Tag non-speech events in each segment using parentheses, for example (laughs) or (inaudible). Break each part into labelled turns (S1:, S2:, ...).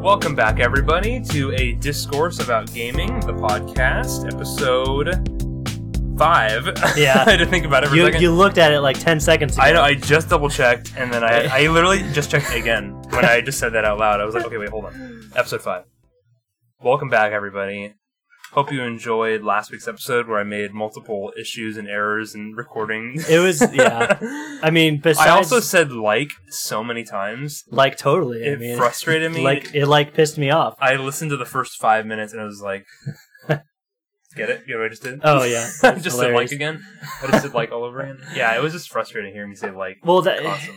S1: Welcome back, everybody, to a discourse about gaming, the podcast, episode five. (laughs)
S2: Yeah.
S1: I had to think about it for a
S2: You,
S1: second.
S2: you looked at it like 10 seconds ago.
S1: I know. I just double checked, and then I I literally just checked it again when I just said that out loud. I was like, okay, wait, hold on. Episode five. Welcome back, everybody. Hope you enjoyed last week's episode where I made multiple issues and errors in recording.
S2: It
S1: (laughs)
S2: was, yeah. I mean, besides,
S1: I also said like so many times.
S2: like, totally. I
S1: It
S2: mean,
S1: frustrated me.
S2: like, it, like, pissed me off.
S1: I listened to the first five minutes and I was
S2: (laughs)
S1: like, get it? You know what I just did? (laughs)
S2: Oh, yeah.
S1: I
S2: That's
S1: just
S2: hilarious.
S1: said like again. I just said like all over
S2: (laughs)
S1: again. Yeah, it was just frustrating hearing me say like.
S2: Well, that, (laughs)
S1: Awesome.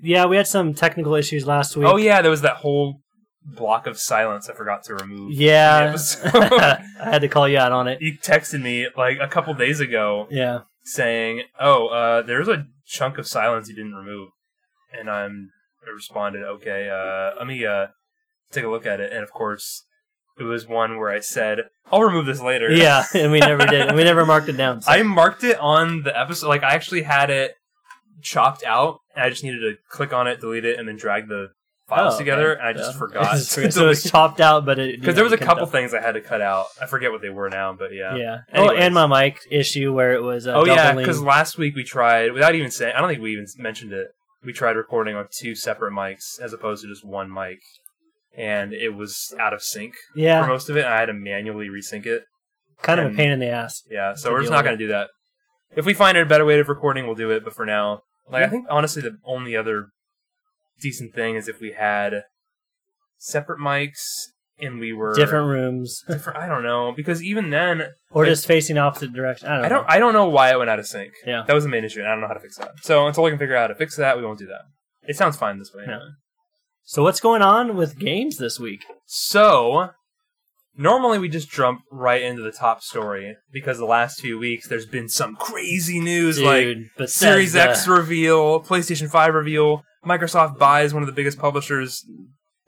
S2: yeah, we had some technical issues last week.
S1: Oh yeah, there was that whole block of silence I forgot to remove.
S2: Yeah.
S1: episode.
S2: (laughs) I had to call you out on it.
S1: You texted me like a couple days ago
S2: Yeah.
S1: saying, "Oh, uh, there's a chunk of silence you didn't remove," and I'm I responded, "Okay, uh, let me uh, take a look at it." And of course, it was one where I said, "I'll remove this later."
S2: Yeah. (laughs) And we never did. And we never marked it down. So.
S1: I marked it on the episode. Like I actually had it chopped out, and I just needed to click on it, delete it, and then drag the files
S2: Oh,
S1: together.
S2: okay.
S1: And I just
S2: Yeah. (laughs)
S1: forgot. (laughs)
S2: so it was chopped out, but it.
S1: because there was a
S2: kept
S1: couple
S2: up.
S1: things I had to cut out. I forget what they were now, but yeah.
S2: Yeah. Oh,
S1: Anyways.
S2: and my mic issue where it was. Uh,
S1: oh yeah,
S2: doubling-
S1: because last week we tried without even saying. I don't think we even mentioned it. We tried recording on two separate mics as opposed to just one mic, and it was out of sync for
S2: Yeah.
S1: most of it. And I had to manually resync it.
S2: Kind of a
S1: and-
S2: pain in the ass.
S1: Yeah, so
S2: To
S1: we're just
S2: deal
S1: not
S2: with.
S1: going to do that. If we find a better way of recording, we'll do it. But for now, like I think honestly, the only other decent thing is if we had separate mics and we were
S2: Different rooms.
S1: (laughs) different- I don't know because even then,
S2: Or
S1: Like-
S2: just facing opposite direction. I don't know.
S1: I don't. I don't know why it went out of sync.
S2: Yeah.
S1: that was the main issue, and I don't know how to fix that. So until we can figure out how to fix that, we won't do that. It sounds fine this way.
S2: Yeah. So what's going on with games this week?
S1: So normally we just jump right into the top story because the last few weeks there's been some crazy news like
S2: but
S1: Series X
S2: uh,
S1: reveal, PlayStation 5 reveal, Microsoft buys one of the biggest publishers.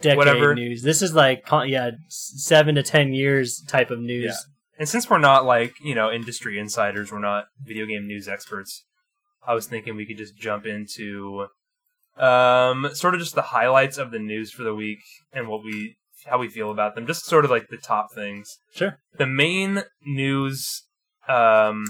S2: decade
S1: whatever.
S2: news. This is like con- yeah, s- seven to ten years type of news.
S1: And since we're not like, you know, industry insiders, we're not video game news experts, I was thinking we could just jump into um sort of just the highlights of the news for the week and what we how we feel about them, just sort of like the top things.
S2: Sure.
S1: The main news um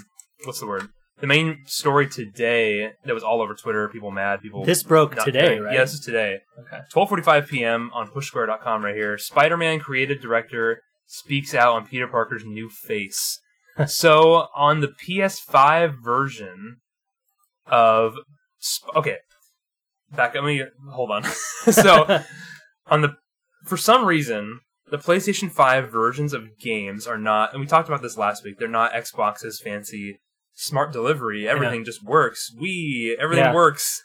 S1: what's the word? The main story today that was all over Twitter, people mad, people
S2: This broke
S1: Not
S2: today,
S1: today.
S2: right?
S1: Yeah,
S2: (laughs)
S1: this is today.
S2: Okay.
S1: 12:45 p.m. on pushsquare.com right here. Spider-Man creative director speaks out on Peter Parker's new
S2: (laughs)
S1: face. so on the PS5 version of Sp- okay, back. Let me hold on. (laughs) so on the for some reason the PlayStation 5 versions of games are not, and we talked about this last week. They're not Xbox's fancy smart delivery. Everything just works. We everything
S2: Yeah.
S1: works.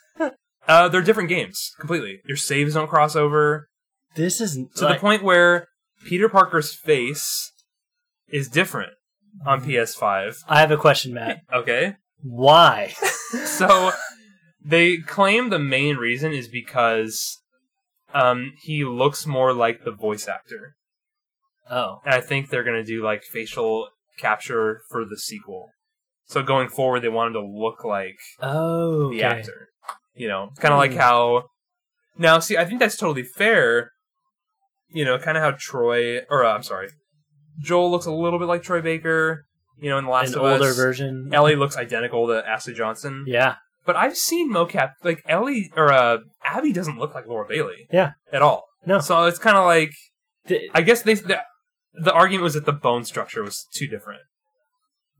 S1: Uh, they're different games completely. Your saves don't cross over
S2: this is
S1: to the point where Peter Parker's face is different on PS5.
S2: I have a question, Matt.
S1: Okay, (laughs)
S2: Why?
S1: so they claim the main reason is because um, he looks more like the voice actor.
S2: Oh,
S1: And I think they're going to do like facial capture for the sequel. So going forward, they want him to look like
S2: oh,
S1: the
S2: okay.
S1: actor. You know, kind of like
S2: Hmm.
S1: how. Now, see, I think that's totally fair. You know, kind of how Troy, or uh, I'm sorry, Joel looks a little bit like Troy Baker. You know, in the Last
S2: An
S1: of
S2: older
S1: Us.
S2: version.
S1: Ellie looks identical to Ashley Johnson.
S2: yeah,
S1: But I've seen mocap like Ellie or uh, Abby doesn't look like Laura Bailey.
S2: Yeah.
S1: at all.
S2: No.
S1: So it's kind of like
S2: Th-
S1: I guess they the, the argument was that the bone structure was too different.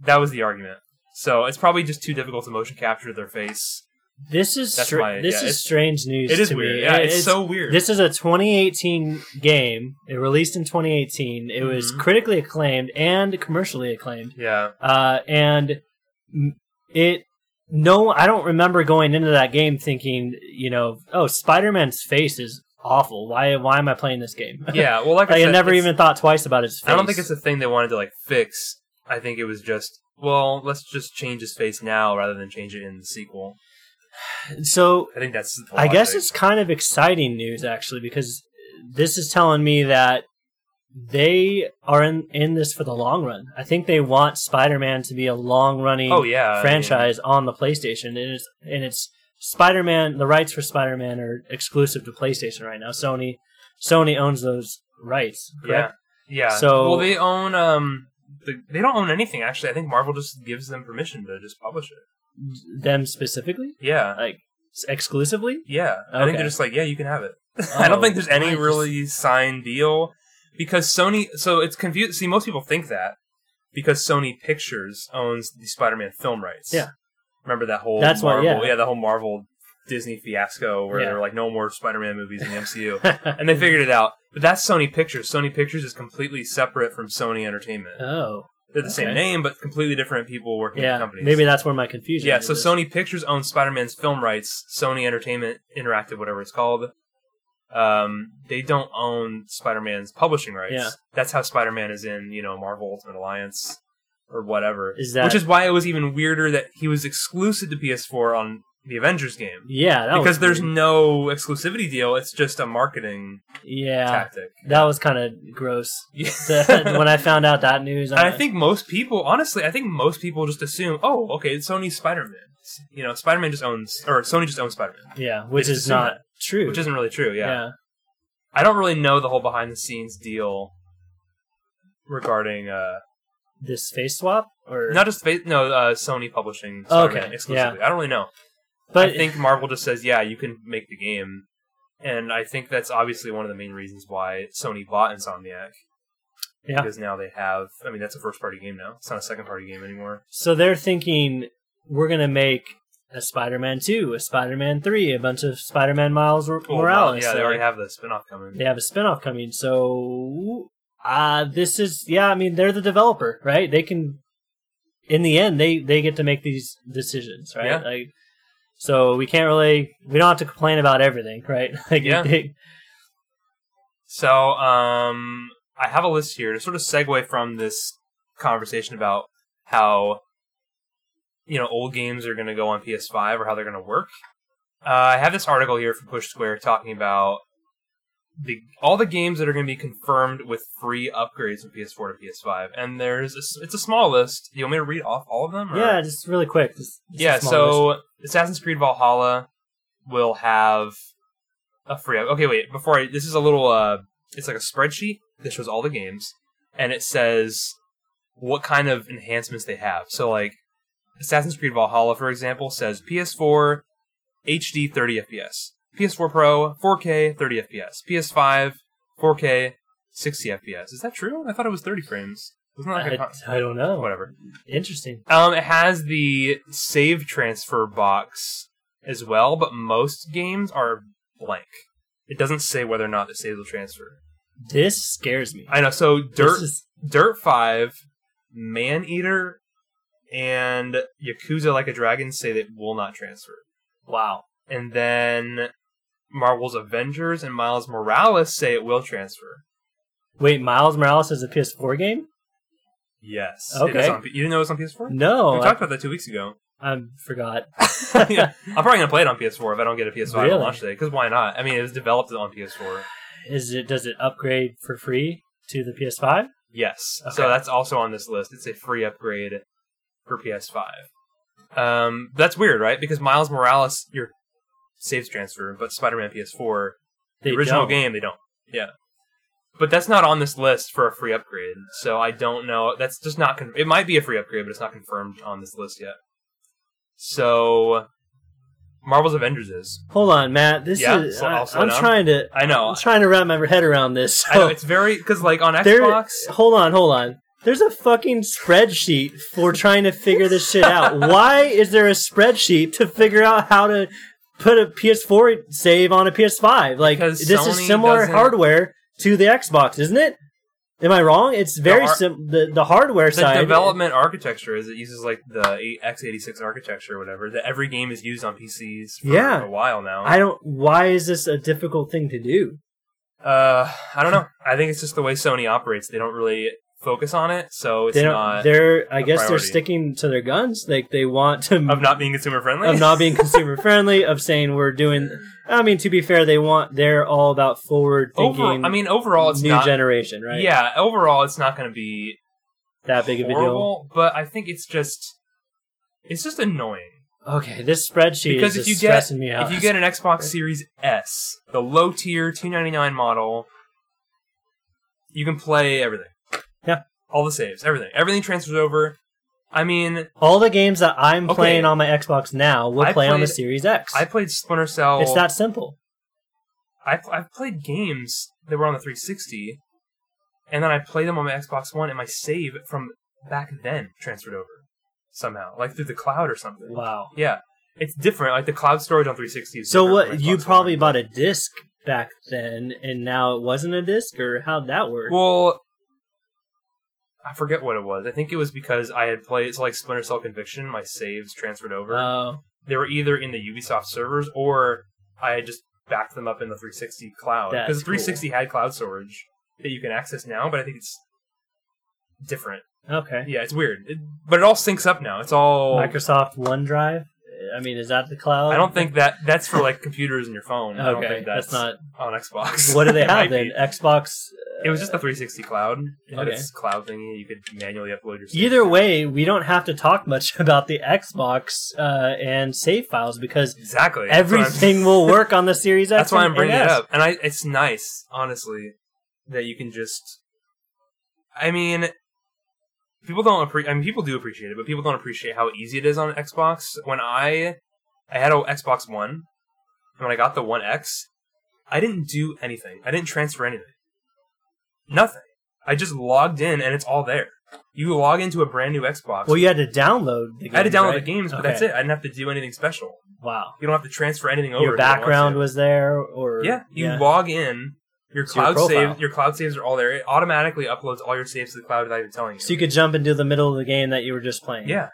S1: That was the argument. So it's probably just too difficult to motion capture their face.
S2: this is
S1: That's
S2: str-
S1: my-
S2: this
S1: yeah,
S2: is
S1: it's-
S2: strange news.
S1: It is
S2: to me.
S1: weird. Yeah,
S2: It-
S1: it's, so weird.
S2: This is a 2018 game. It released in 2018. It was
S1: Mhm.
S2: critically acclaimed and commercially acclaimed.
S1: yeah,
S2: uh, and m- it no i don't remember going into that game thinking you know oh spider-man's face is awful why why am i playing this game
S1: yeah. Well, like I,
S2: Like, (laughs) i
S1: said,
S2: never
S1: it's-
S2: even thought twice about his face
S1: I don't think it's a thing they wanted to like fix. I think it was just well, let's just change his face now rather than change it in the sequel.
S2: so
S1: I think that's. the
S2: i guess
S1: logic.
S2: it's kind of exciting news actually because this is telling me that they are in, in this for the long run i think they want spider-man to be a long running
S1: oh yeah I mean,
S2: franchise on the PlayStation, and it's and it's Spider Man. The rights for Spider Man are exclusive to PlayStation right now. Sony, Sony owns those rights. Correct?
S1: Yeah. Yeah.
S2: So-
S1: well, they own um, the, they don't own anything actually. I think Marvel just gives them permission to just publish it.
S2: Them specifically,
S1: Yeah.
S2: like s- exclusively.
S1: Yeah. I think
S2: Okay. Oh,
S1: they're just like, yeah, you can have it. (laughs) I don't think there's
S2: I
S1: any
S2: just-
S1: really signed deal because Sony. So it's confused. See, most people think that because Sony Pictures owns the Spider-Man film rights.
S2: Yeah.
S1: Remember that whole
S2: That's what-
S1: Marvel,
S2: yeah.
S1: the whole Marvel Disney fiasco where
S2: Yeah.
S1: they were like, no more Spider-Man movies
S2: (laughs)
S1: in the MCU,
S2: oh,
S1: (laughs) and they figured it out. But that's Sony Pictures. Sony Pictures is completely separate from Sony Entertainment. They're the same
S2: okay.
S1: name, but completely different people working at
S2: Oh, yeah.
S1: companies.
S2: Maybe that's where my confusion.
S1: Yeah,
S2: is.
S1: so Sony Pictures owns Spider Man's film rights. Sony Entertainment Interactive, whatever it's called, um, they don't own Spider Man's publishing rights.
S2: Yeah.
S1: That's how Spider Man is in, you know, Marvel Ultimate Alliance or whatever.
S2: Is that-
S1: Which is why it was even weirder that he was exclusive to PS4 on the Avengers game.
S2: Yeah, that was
S1: because there's
S2: weird.
S1: no exclusivity deal, it's just a marketing
S2: yeah,
S1: tactic. (laughs)
S2: that was kind of gross. (laughs)
S1: Yeah.
S2: The- when I found out that news,
S1: And I
S2: like,
S1: think most people, honestly, I think most people just assume, oh, okay, it's Sony's Spider Man. You know, Spider Man just owns, or Sony just owns Spider Man.
S2: yeah, which
S1: It's
S2: is
S1: just
S2: not
S1: that.
S2: true.
S1: which isn't really true. Yeah.
S2: yeah.
S1: I don't really know the whole behind the scenes deal regarding uh
S2: this face swap or
S1: not just fa- no uh, Sony publishing
S2: Oh,
S1: Spider-Man
S2: okay,
S1: exclusively. I don't really know.
S2: but
S1: I think Marvel just says, yeah, you can make the game, and I think that's obviously one of the main reasons why Sony bought Insomniac.
S2: Yeah.
S1: Because now they have. I mean, that's a first party game now. It's not a second party game anymore.
S2: so they're thinking we're gonna make a Spider-Man two, a Spider-Man three, a bunch of Spider-Man Miles Mor-
S1: Well,
S2: Morales.
S1: Oh, Yeah, they
S2: So
S1: already have the spin off coming.
S2: They have a spinoff coming. So uh this is yeah. I mean, they're the developer, right? They can. In the end, they they get to make these decisions, right?
S1: Yeah.
S2: Like, so we can't really we don't have to complain about everything, right? (laughs) Like,
S1: Yeah.
S2: they-
S1: So, um, I have a list here to sort of segue from this conversation about how you know old games are going to go on PS5 or how they're going to work. Uh, I have this article here from Push Square talking about the all the games that are going to be confirmed with free upgrades from PS4 to PS5, and there's a s it's a small list. You want me to read off all of them? or-
S2: yeah, just really quick. Just, just a
S1: yeah,
S2: small
S1: so
S2: list.
S1: Assassin's Creed Valhalla will have a free up. Okay, wait. Before I, this is a little. uh It's like a spreadsheet that shows all the games, and it says what kind of enhancements they have. So, like Assassin's Creed Valhalla, for example, says PS4 HD 30 FPS, PS4 Pro 4K 30 FPS, PS5 4K 60 FPS. Is that true? I thought it was 30 frames. Wasn't that like a con-
S2: I, I don't know.
S1: whatever?
S2: Interesting.
S1: Um, it has the save transfer box as well, but most games are blank. It doesn't say whether or not the saves will transfer.
S2: This scares me.
S1: I know. So
S2: This
S1: Dirt
S2: is-
S1: Dirt Five, Man Eater, and Yakuza Like a Dragon say that will not transfer.
S2: wow.
S1: And then Marvel's Avengers and Miles Morales say it will transfer.
S2: Wait, Miles Morales is a PS4 game?
S1: Yes. It
S2: Okay.
S1: is on P- you didn't know it was on PS4?
S2: No,
S1: we
S2: I,
S1: talked about that two weeks ago.
S2: I forgot.
S1: (laughs) Yeah. I'm probably gonna play it on PS4 if I don't get a PS5
S2: Really?
S1: on launch day. Because why not? I mean, it was developed on PS4.
S2: Is it? Does it upgrade for free to the PS5?
S1: Yes,
S2: Okay.
S1: so that's also on this list. It's a free upgrade for PS5. Um, that's weird, right? Because Miles Morales, your saves transfer, but Spider-Man PS4,
S2: They
S1: the original
S2: don't.
S1: game, they don't. Yeah, but that's not on this list for a free upgrade. So I don't know. That's just not. Con- it might be a free upgrade, but it's not confirmed on this list yet. So, Marvel's Avengers is.
S2: Hold on, Matt. This
S1: Yeah,
S2: is.
S1: so
S2: I,
S1: I'll slow
S2: am
S1: down.
S2: trying to.
S1: I know.
S2: I'm trying to wrap my head around this.
S1: I know it's very because like on
S2: There-
S1: Xbox,
S2: hold on, hold on. There's a fucking spreadsheet for trying to figure this
S1: (laughs)
S2: shit out. Why is there a spreadsheet to figure out how to put a PS4 save on a PS5? Like
S1: Because
S2: this
S1: Sony
S2: is similar
S1: doesn't-
S2: hardware to the Xbox, isn't it? Am I wrong? It's very
S1: ar-
S2: sim the the hardware
S1: the
S2: side.
S1: development architecture is it uses like the eight- x86 architecture or whatever that every game is used on PCs for
S2: Yeah.
S1: a while now.
S2: I don't. Why is this a difficult thing to do?
S1: uh, I don't know. I think it's just the way Sony operates. They don't really focus on it, so it's
S2: they don't.
S1: not
S2: they're. I
S1: a
S2: guess they're
S1: priority.
S2: sticking to their guns. Like they want to
S1: of not being consumer friendly.
S2: of not being consumer friendly, of saying we're doing. I mean, to be fair, they want they're all about forward thinking.
S1: (laughs) Over, I mean, overall, it's
S2: new
S1: not.
S2: generation, right?
S1: Yeah, overall, it's not going to be
S2: that big
S1: horrible, but I think it's just it's just annoying.
S2: of a deal. Okay, this spreadsheet
S1: Because
S2: is
S1: if you
S2: just
S1: get-
S2: stressing me out.
S1: If you get an Xbox Series S, the low tier 299 model You can play everything.
S2: Yeah.
S1: All the saves, everything. Everything transfers over. I mean,
S2: All the games that I'm
S1: Okay.
S2: playing on my Xbox now will
S1: I
S2: play on the
S1: played-
S2: Series X.
S1: I played Splinter Cell.
S2: it's that simple.
S1: I've, I've played games that were on the 360, and then I played them on my Xbox One, and my save from back then transferred over somehow, like through the cloud or something.
S2: Wow.
S1: Yeah, it's different. Like the cloud storage on 360 is
S2: So
S1: different from
S2: what? You
S1: Xbox
S2: probably
S1: One.
S2: bought a disc back then, and now it wasn't a disc, or how'd that work?
S1: Well, I forget what it was. I think it was because I had played so like Splinter Cell Conviction. My saves transferred over.
S2: Oh,
S1: they were either in the Ubisoft servers or I had just backed them up in the 360 cloud
S2: That's
S1: because 360 had cloud storage that you can access now, but I think it's different.
S2: Oh, okay.
S1: Yeah, it's weird, it, but it all syncs up now. It's all.
S2: Microsoft OneDrive. I mean, is that the cloud?
S1: I don't think that that's for like computers and your phone. I don't
S2: Okay,
S1: think
S2: that's
S1: that's,
S2: not.
S1: on Xbox.
S2: (laughs) What do
S1: (laughs)
S2: they
S1: It might
S2: have then?
S1: be.
S2: Xbox. uh,
S1: It was just the 360 cloud. It had
S2: Okay.
S1: its cloud thingy. You could manually upload your. saves.
S2: Either way, we don't have to talk much (laughs) about the Xbox uh, and save files because
S1: Exactly. That's what I'm- (laughs)
S2: everything will work on the Series X.
S1: That's why
S2: and-
S1: I'm bringing
S2: and
S1: it
S2: S.
S1: up. And I, it's nice, honestly, that you can just. I mean, people don't appreciate. I mean, people do appreciate it, but people don't appreciate how easy it is on Xbox. When I, I had a Xbox One, and when I got the One X, I didn't do anything. I didn't transfer anything. Nothing. I just logged in, and it's all there. You log into a brand new Xbox.
S2: Well, you had to download. the games,
S1: I had to download
S2: right?
S1: the games, but
S2: Okay.
S1: that's it. I didn't have to do anything special.
S2: Wow.
S1: You don't have to transfer anything over.
S2: Your
S1: if you don't want
S2: background
S1: to.
S2: was there, or
S1: Yeah, you log in. Your
S2: It's your
S1: cloud
S2: profile.
S1: saves. Your cloud saves are all there. It automatically uploads all your saves to the cloud without even telling you.
S2: So you could jump into the middle of the game that you were just playing.
S1: yeah.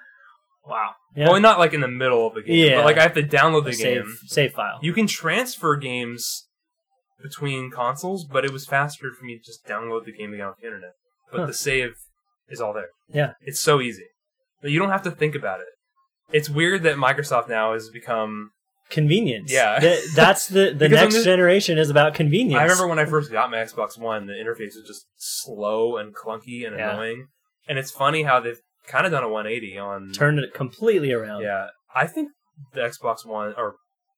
S2: Wow. Yeah.
S1: Well, not like in the middle of the game,
S2: Yeah.
S1: but like I have to download the
S2: save,
S1: game.
S2: save file.
S1: You can transfer games between consoles, but it was faster for me to just download the game again off the internet. But
S2: Huh.
S1: the save is all there.
S2: Yeah.
S1: It's so easy. But you don't have to think about it. It's weird that Microsoft now has become
S2: convenience.
S1: Yeah.
S2: Th-
S1: (laughs)
S2: that's the the
S1: Because
S2: next
S1: I'm just-
S2: generation is about convenience.
S1: I remember when I first got my Xbox One, the interface was just slow and clunky and
S2: Yeah.
S1: annoying. And it's funny how they've kind of done a 180 on.
S2: turned it completely around.
S1: Yeah, I think the Xbox One or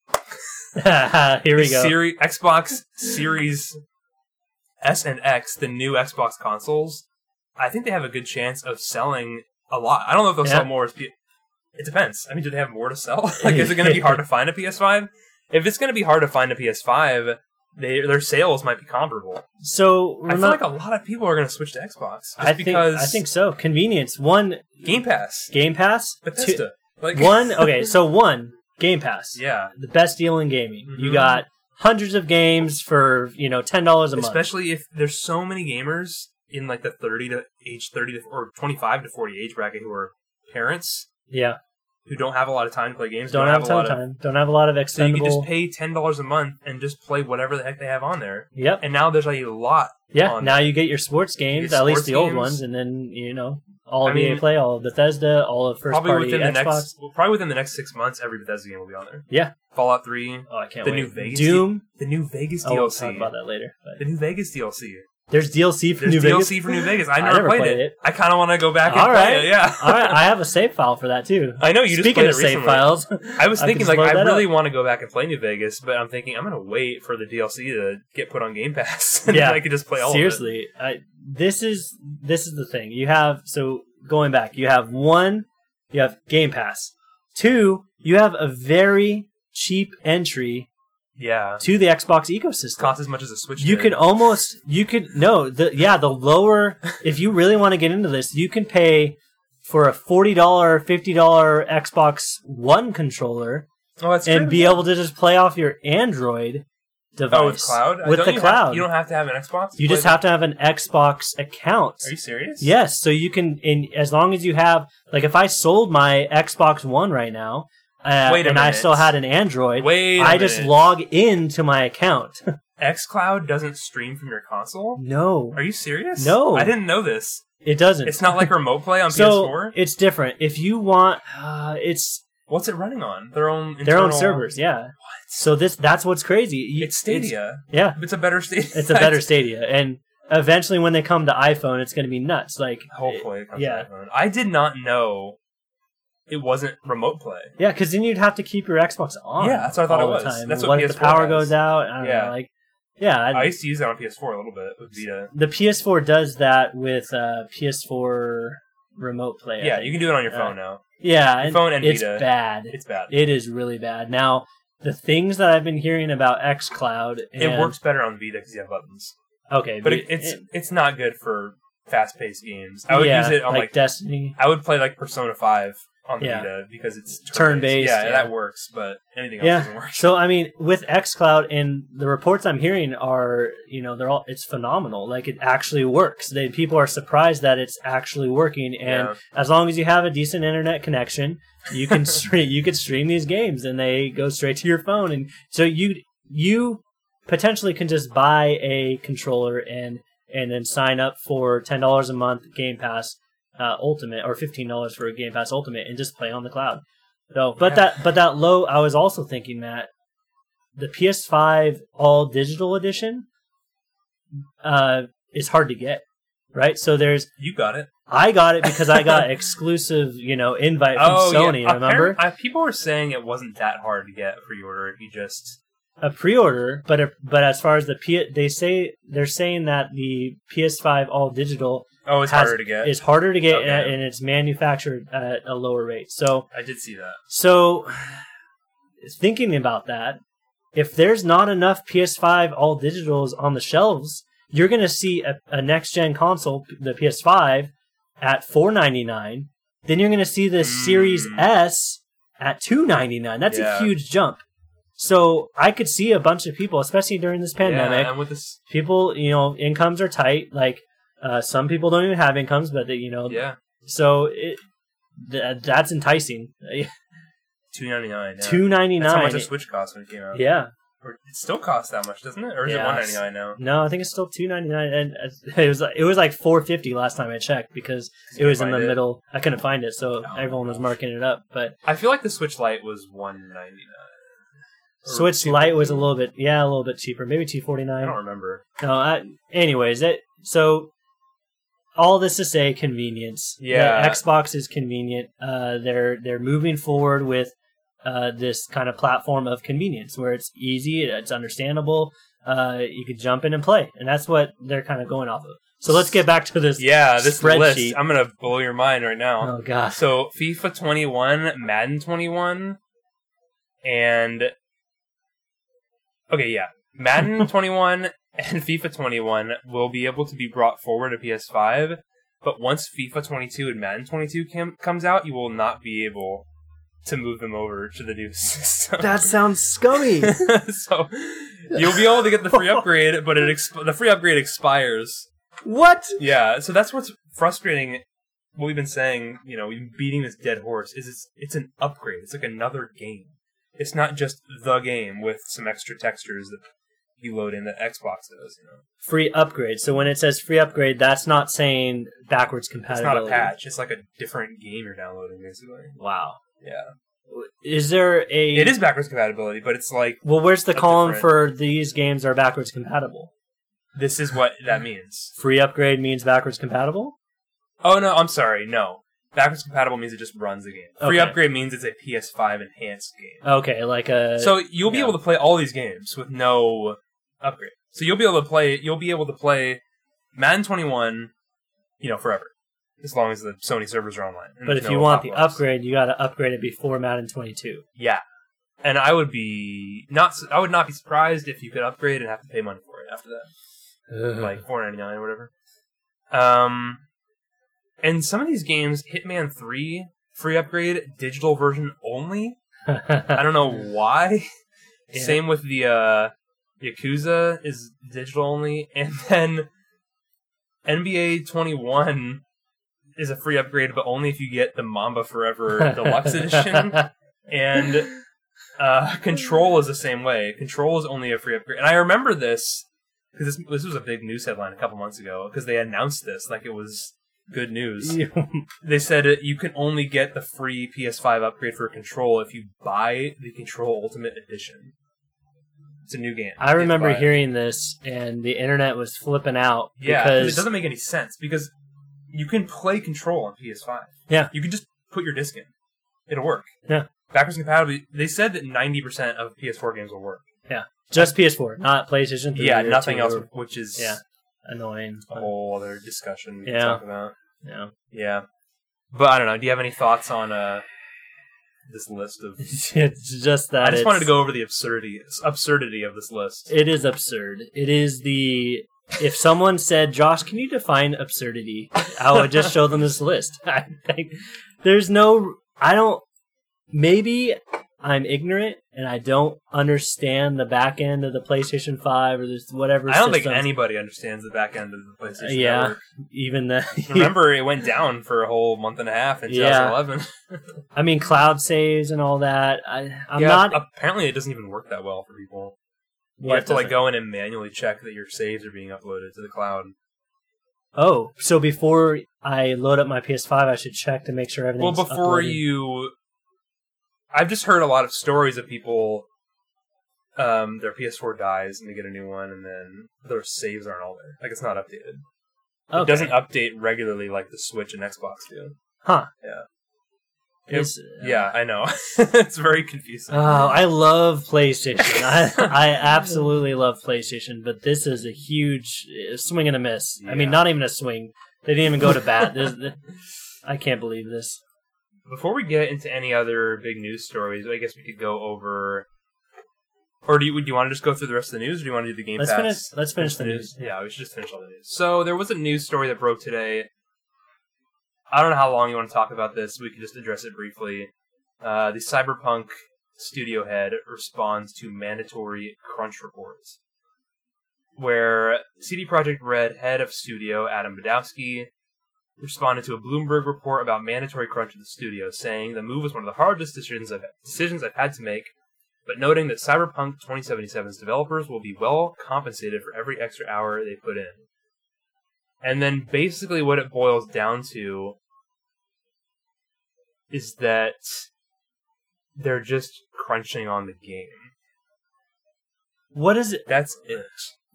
S2: (laughs) Here we
S1: the
S2: go.
S1: Seri- Xbox Series S and X, the new Xbox consoles. I think they have a good chance of selling a lot. I don't know if they'll
S2: Yeah.
S1: sell more. As P- it depends. I mean, do they have more to
S2: (laughs)
S1: sell? like, is it going to be hard to find a PS5? If it's going to be hard to find a PS5, they, their sales might be comparable.
S2: so
S1: I
S2: remember,
S1: feel like a lot of people are going to switch to Xbox just
S2: I think
S1: because
S2: I think so. Convenience. One
S1: Game Pass,
S2: Game Pass. Two-
S1: Bethesda, (laughs) like
S2: one. Okay, so one Game Pass.
S1: (laughs) yeah,
S2: The best deal in gaming. You
S1: Mhm.
S2: got hundreds of games for you know ten dollars a month.
S1: especially if there's so many gamers in like the 30 to age 30 to, or 25 to 40 age bracket who are parents
S2: yeah.
S1: who don't have a lot of time to play games,
S2: Don't have a ton
S1: lot
S2: of
S1: of
S2: time. Don't have a lot of extendable.
S1: so you can just pay ten dollars a month and just play whatever the heck they have on there.
S2: Yep.
S1: And now there's like a lot.
S2: Yeah,
S1: on
S2: now you get your sports games,
S1: get
S2: at least
S1: sports
S2: the old
S1: games.
S2: ones, and then you know all
S1: I
S2: of EA
S1: mean,
S2: Play, all of Bethesda, all of first
S1: Probably
S2: party
S1: within
S2: Xbox.
S1: the next, well, probably within the next six months, every Bethesda game will be on there.
S2: Yeah.
S1: Fallout Three,
S2: oh, I can't
S1: the
S2: wait.
S1: new Vegas
S2: Doom.
S1: the new Vegas
S2: Oh, we'll talk
S1: DLC,
S2: about that later.
S1: the
S2: But
S1: new Vegas DLC.
S2: there's DLC for
S1: There's
S2: New
S1: DLC
S2: Vegas.
S1: for New Vegas. I
S2: I
S1: never,
S2: never
S1: played,
S2: played
S1: it.
S2: it.
S1: I kind of want to go back and
S2: All
S1: play it.
S2: right.
S1: Yeah.
S2: all right, I have a save file for that too.
S1: (laughs) I know (laughs) you just
S2: Speaking
S1: played it
S2: of save
S1: recently.
S2: files,
S1: I was
S2: I could
S1: thinking
S2: just
S1: like
S2: load
S1: I
S2: that
S1: really want to go back and play New Vegas, but I'm thinking I'm gonna wait for the DLC to get put on Game Pass, (laughs) and
S2: Yeah.
S1: then I could just (laughs) play all of
S2: seriously, I, this is this is the thing. You have so going back, you have one, you have Game Pass. Two, you have a very cheap entry
S1: it. Yeah,
S2: to the Xbox
S1: it
S2: ecosystem.
S1: costs as much as a Switch.
S2: You
S1: did.
S2: could almost you could no the yeah the lower (laughs) if you really want to get into this you can pay for a forty dollar fifty dollar Xbox One controller
S1: oh, that's
S2: and
S1: true.
S2: be able to just play off your Android device
S1: oh with cloud
S2: with
S1: Don't
S2: the
S1: you have-
S2: cloud.
S1: you don't have to have an Xbox. to
S2: You
S1: play
S2: just
S1: that?
S2: have to have an Xbox account.
S1: Are you serious?
S2: Yes, so you can in as long as you have like if I sold my Xbox One right now uh,
S1: Wait a
S2: and I
S1: minute.
S2: still had an Android
S1: Wait,
S2: I just
S1: logged.
S2: log into my account. (laughs)
S1: XCloud doesn't stream from your console.
S2: no,
S1: Are you serious?
S2: No.
S1: I didn't know
S2: (laughs)
S1: this.
S2: it doesn't.
S1: It's not like remote play on
S2: so
S1: PS4.
S2: it's different. If you want, uh, it's
S1: What's it running on? Their own internal...
S2: their own servers. Yeah. So this that's what's crazy. You-
S1: It's Stadia.
S2: it's- yeah,
S1: It's, a better Stadia. (laughs)
S2: it's a better Stadia, and eventually when they come to iPhone, it's going to be nuts. Like
S1: Hopefully, it comes
S2: Yeah.
S1: yeah. I did not know it wasn't remote play.
S2: Yeah, because then you'd have to keep your Xbox on.
S1: Yeah, that's what I thought
S2: all
S1: it
S2: the
S1: was.
S2: time.
S1: That's
S2: what,
S1: what
S2: if the
S1: PS4
S2: power
S1: has.
S2: goes out? I don't
S1: Yeah.
S2: know. Like Yeah,
S1: I
S2: I,
S1: used to use that on PS4 a little bit with Vita.
S2: the PS4 does that with uh, PS4 remote player.
S1: Yeah, you can do it on your
S2: Uh,
S1: phone now.
S2: yeah,
S1: Your
S2: and
S1: phone and
S2: it's
S1: Vita.
S2: bad.
S1: It's bad.
S2: It is really bad. Now, the things that I've been hearing about XCloud, and,
S1: It works better on Vita because you have buttons,
S2: Okay,
S1: but
S2: we-
S1: it, it's
S2: it-
S1: it's not good for fast paced games. I would
S2: yeah,
S1: use it on
S2: like,
S1: like,
S2: Destiny.
S1: I would play like Persona Five on the
S2: Yeah.
S1: Vita because it's
S2: Turn-based,
S1: Yeah,
S2: yeah.
S1: that works, but anything else
S2: Yeah.
S1: doesn't work.
S2: So I mean, with XCloud and the reports I'm hearing are, you know, they're all it's phenomenal. Like it actually works. They people are surprised that it's actually working. And
S1: Yeah.
S2: as long as you have a decent internet connection, you can stream you could stream these games, and they go straight to your phone. And so you you potentially can just buy a controller and and then sign up for ten dollars a month Game Pass uh, Ultimate or fifteen dollars for a Game Pass Ultimate and just play on the cloud. So, but
S1: Yeah.
S2: that but that low, I was also thinking that the PS5 All Digital Edition uh, is hard to get, right? So there's
S1: You got it.
S2: I got it because I got exclusive, you know, invite from
S1: (laughs) oh,
S2: Sony.
S1: yeah.
S2: Remember
S1: Apparent- I, people were saying it wasn't that hard to get a pre-order if you just
S2: a pre-order, but a, but as far as the P, they say they're saying that the PS5 All Digital
S1: oh, it's
S2: Has-
S1: harder to get.
S2: is harder to get
S1: Okay.
S2: and, and it's manufactured at a lower rate. So
S1: I did see that.
S2: So, thinking about that, if there's not enough PS5 all digitals on the shelves, you're going to see a, a next gen console, the PS5, at 4.99. Then you're going to see the
S1: Mm.
S2: Series S at 2.99. That's
S1: Yeah.
S2: a huge jump. So I could see a bunch of people, especially during this pandemic,
S1: Yeah, and with this,
S2: people you know incomes are tight. Like uh, some people don't even have incomes, but they, you know,
S1: yeah,
S2: so it th- that's enticing. (laughs)
S1: two ninety nine. Yeah.
S2: Two ninety
S1: That's how much
S2: nine.
S1: a Switch costs when it came out.
S2: Yeah.
S1: Or it still costs that much, doesn't it? Or is it
S2: Yeah,
S1: one ninety nine now?
S2: No, I think it's still two ninety nine, and uh, it was it was like four fifty last time I checked because it was in the middle. I couldn't find it, so
S1: Oh,
S2: everyone was
S1: gosh.
S2: marking it up. But
S1: I feel like the Switch Lite was one ninety nine.
S2: Switch Lite was a little bit, yeah, a little bit cheaper, maybe two forty
S1: I don't
S2: nine.
S1: remember.
S2: No, I, anyways, it so all this to say, convenience. The
S1: Yeah.
S2: Xbox is convenient. Uh, they're they're moving forward with uh, this kind of platform of convenience where it's easy, it's understandable. Uh, you could jump in and play, and that's what they're kind of going off of. So let's get back to this.
S1: Yeah, this
S2: Spreadsheet.
S1: list. I'm gonna blow your mind right now.
S2: Oh gosh.
S1: So FIFA 21, Madden 21, and okay, yeah, Madden 21 and FIFA 21 will be able to be brought forward to PS5. But once FIFA 22 and Madden 22 cam- comes out, you will not be able to move them over to the new (laughs) system.
S2: That sounds scummy. (laughs)
S1: so you'll be able to get the free upgrade, but it exp- the free upgrade expires.
S2: what?
S1: Yeah, so that's what's frustrating. What we've been saying, you know, we've been beating this dead horse is it's it's an upgrade. It's like another game. It's not just the game with some extra textures that you load in that Xbox does. You know,
S2: Free upgrade. So when it says free upgrade, that's not saying backwards
S1: it's
S2: compatibility.
S1: not a patch. It's like a different game you're downloading, basically.
S2: Wow.
S1: Yeah,
S2: Is there a?
S1: it is backwards compatibility, but it's like
S2: Well, where's the
S1: a
S2: column
S1: different-
S2: for these games are backwards compatible?
S1: this is what that means.
S2: Free upgrade means backwards compatible.
S1: Oh no, I'm sorry. No, backwards compatible means it just runs the game. Free
S2: Okay.
S1: upgrade means it's a PS5 enhanced game.
S2: Okay, like uh, a.
S1: so you'll be
S2: yeah.
S1: able to play all these games with no upgrade. So you'll be able to play. You'll be able to play Madden 21, you know, forever, as long as the Sony servers are online. and
S2: but
S1: there's
S2: if you
S1: no
S2: want the
S1: uploads.
S2: upgrade, you got to upgrade it before Madden 22.
S1: yeah. And I would be not. su- I would not be surprised if you could upgrade and have to pay money for it after that (laughs) like four ninety nine or whatever. Um, and some of these games, Hitman Three free upgrade, digital version only. I don't know why.
S2: Yeah.
S1: Same with the uh, Yakuza is digital only, and then NBA Twenty One is a free upgrade, but only if you get the Mamba Forever Deluxe
S2: (laughs)
S1: Edition and uh, control is the same way. Control is only a free upgrade, and I remember this because this, this was a big news headline a couple months ago because they announced this like it was good news. They said uh, you can only get the free PS5 upgrade for Control if you buy the Control Ultimate Edition. It's a new game.
S2: I remember
S1: You have to buy it.
S2: hearing this, and the internet was flipping out
S1: yeah, 'cause
S2: because
S1: it doesn't make any sense because you can play Control on PS5.
S2: Yeah.
S1: you can just put your disc in; it'll work.
S2: Yeah.
S1: backwards compatibility. They said that ninety percent of PS4 games will work.
S2: Just PS4, not PlayStation 3.
S1: yeah,
S2: or
S1: nothing
S2: 2
S1: else, Oh.
S2: or-
S1: which is
S2: Yeah. Annoying.
S1: a whole other discussion we
S2: Yeah.
S1: can talk about.
S2: Yeah. (laughs)
S1: Yeah. But I don't know. Do you have any thoughts on uh, this list of?
S2: it's just that
S1: I just wanted
S2: it's-
S1: to go over the absurdity absurdity of this list.
S2: It is absurd. It is the if someone said, "Josh, can you define absurdity?" I would just show them this list. (laughs) I think there's no. I don't. Maybe I'm ignorant and I don't understand the back end of the PlayStation Five or this whatever.
S1: I don't think
S2: systems.
S1: anybody understands the back end of the PlayStation
S2: Yeah. (laughs)
S1: Network.
S2: even the.
S1: Remember, it went down for a whole month and a half in
S2: Yeah.
S1: 2011.
S2: I mean, cloud saves and all that. I, I'm
S1: Yeah,
S2: not.
S1: Apparently, it doesn't even work that well for people. You
S2: What
S1: have to like
S2: doesn't-
S1: go in and manually check that your saves are being uploaded to the cloud.
S2: Oh, so before I load up my PS5, I should check to make sure
S1: Well,
S2: everything's
S1: before
S2: uploaded.
S1: you, I've just heard a lot of stories of people. Um, their PS4 dies and they get a new one, and then their saves aren't all there. Like it's not updated. It
S2: Okay.
S1: doesn't update regularly like the Switch and Xbox do.
S2: Huh.
S1: Yeah. Yep.
S2: Is-
S1: Yeah, I know. (laughs) it's very confusing.
S2: Oh, I love PlayStation. I, I absolutely love PlayStation, but this is a huge uh, swing and a miss. I mean,
S1: Yeah.
S2: not even a swing. They didn't even go to
S1: (laughs)
S2: bat. This, th- I can't believe this.
S1: Before we get into any other big news stories, I guess we could go over. Or do you, do you want to just go through the rest of the news, or do you want to do the game
S2: Let's
S1: pass?
S2: finish. Let's finish the news.
S1: Yeah, we should just finish all the news. So there was a news story that broke today. I don't know how long you want to talk about this. We could just address it briefly. Uh, the Cyberpunk studio head responds to mandatory crunch reports, where CD Projekt Red head of studio Adam Badowski responded to a Bloomberg report about mandatory crunch at the studio, saying the move was one of the hardest decisions I've, decisions I've had to make but noting that Cyberpunk 2077's developers will be well compensated for every extra hour they put in. And then basically what it boils down to is that they're just crunching on the game.
S2: What is it?
S1: That's it.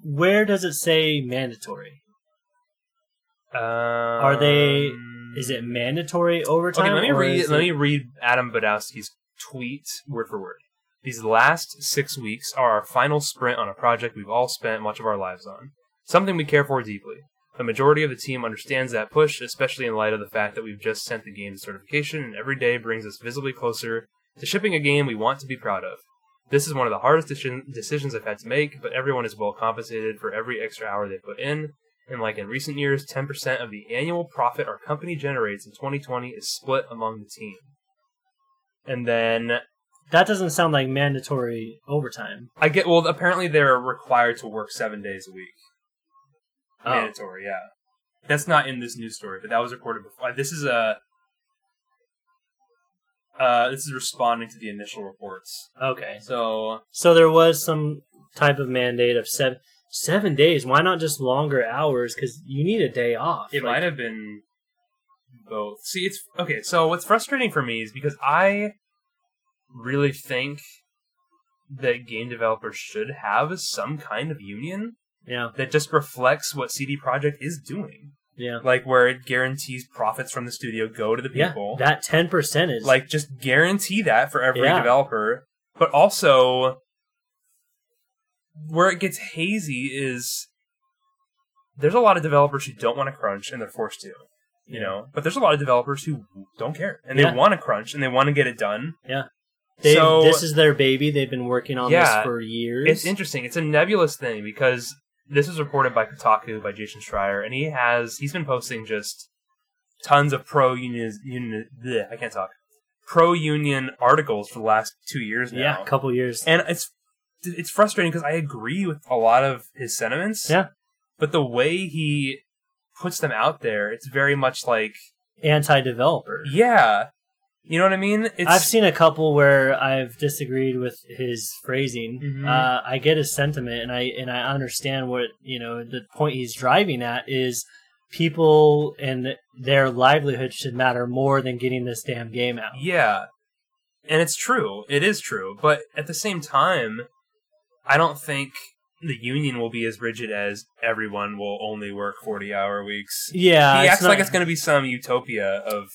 S2: Where does it say mandatory?
S1: Um,
S2: Are they- Is it mandatory overtime?
S1: Hmm. Okay, let me
S2: or
S1: read.
S2: is
S1: Let
S2: it-
S1: me read Adam Badowski's tweet word for word. These last six weeks are our final sprint on a project we've all spent much of our lives on, something we care for deeply. The majority of the team understands that push, especially in light of the fact that we've just sent the game to certification, and every day brings us visibly closer to shipping a game we want to be proud of. This is one of the hardest decision- decisions I've had to make, but everyone is well compensated for every extra hour they put in, and like in recent years, 10% of the annual profit our company generates in 2020 is split among the team. And then
S2: That doesn't sound like mandatory overtime.
S1: I get well. Apparently, they're required to work seven days a week.
S2: Oh.
S1: Mandatory, yeah. That's not in this news story, but that was reported before. This is a. Uh, this is responding to the initial reports.
S2: Okay.
S1: So
S2: So there was some type of mandate of seven seven days. Why not just longer hours? Because you need a day off.
S1: It
S2: Like,
S1: might have been both. See, it's okay. So what's frustrating for me is because I really think that game developers should have some kind of union
S2: Yeah,
S1: that just reflects what CD Projekt is doing,
S2: yeah,
S1: like where it guarantees profits from the studio go to the
S2: yeah.
S1: people.
S2: That ten percent is
S1: like just guarantee that for every
S2: Yeah.
S1: developer, but also where it gets hazy is there's a lot of developers who don't want to crunch and they're forced to you know but there's a lot of developers who don't care and they
S2: Yeah.
S1: want to crunch and they want to get it done
S2: Yeah. They,
S1: so
S2: this is their baby. They've been working on
S1: Yeah,
S2: this for years.
S1: it's interesting it's a nebulous thing because this was reported by kotaku by jason schreier and he has he's been posting just tons of pro union uni, bleh, i can't talk pro union articles for the last two years now
S2: yeah, a couple years.
S1: and it's it's frustrating because I agree with a lot of his sentiments.
S2: Yeah.
S1: but the way he puts them out there, it's very much like,
S2: Anti-developer.
S1: yeah, you know what I mean. It's,
S2: I've seen a couple where I've disagreed with his phrasing.
S1: Mhm.
S2: Uh, I get his sentiment, and I and I understand what you know. The point he's driving at is people and their livelihood should matter more than getting this damn game out.
S1: (laughs) yeah, and it's true. It is true, but at the same time, I don't think the union will be as rigid as everyone will only work forty hour weeks.
S2: Yeah,
S1: he
S2: it's
S1: acts
S2: not-
S1: like it's going to be some utopia of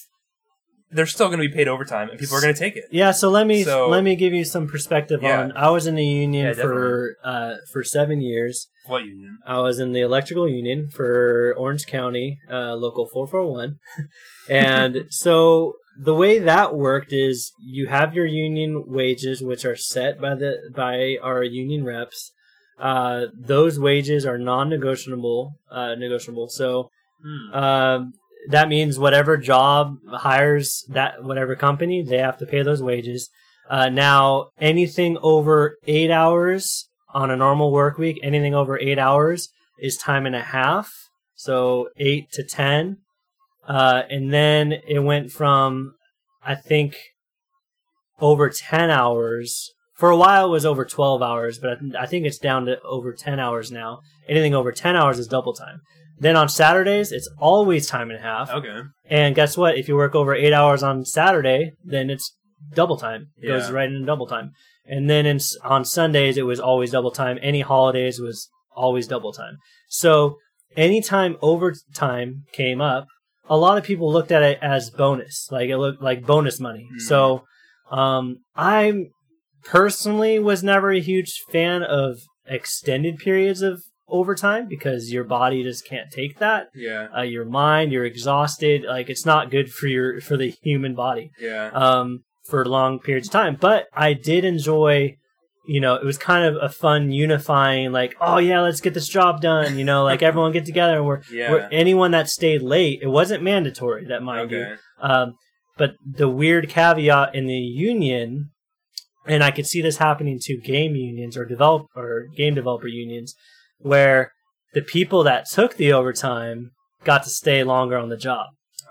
S1: they're still going to be paid overtime, and people are going to take it.
S2: Yeah, so let me
S1: So-
S2: let me give you some perspective
S1: Yeah.
S2: on. I was in the union
S1: Yeah,
S2: for uh, for seven years.
S1: What union?
S2: I was in the electrical union for Orange County uh, local four four one, and so the way that worked is you have your union wages, which are set by the by our union reps. Uh, those wages are non-negotiable. Uh, negotiable. So
S1: Hmm.
S2: um, that means whatever job hires that whatever company, they have to pay those wages. Uh, now, anything over eight hours on a normal work week, anything over eight hours is time and a half. So eight to ten, uh, and then it went from, I think, over ten hours. For a while, it was over twelve hours, but I, th- I think it's down to over ten hours now. Anything over ten hours is double time. Then on Saturdays, it's always time and a half.
S1: Okay.
S2: And guess what? If you work over eight hours on Saturday, then it's double time. It goes
S1: Yeah.
S2: right into double time. And then in, s- on Sundays, it was always double time. Any holidays was always double time. So anytime overtime came up, a lot of people looked at it as bonus, like it looked like bonus money.
S1: Hmm.
S2: So um, I'm personally was never a huge fan of extended periods of overtime because your body just can't take that
S1: Yeah.
S2: uh, your mind you're exhausted like it's not good for your for the human body
S1: Yeah.
S2: um for long periods of time but i did enjoy you know it was kind of a fun unifying like oh yeah let's get this job done you know like everyone get together and we're,
S1: (laughs) Yeah.
S2: we're anyone that stayed late it wasn't mandatory that mind you
S1: okay.
S2: um, but the weird caveat in the union, and I could see this happening to game unions or develop or game developer unions, where the people that took the overtime got to stay longer on the job.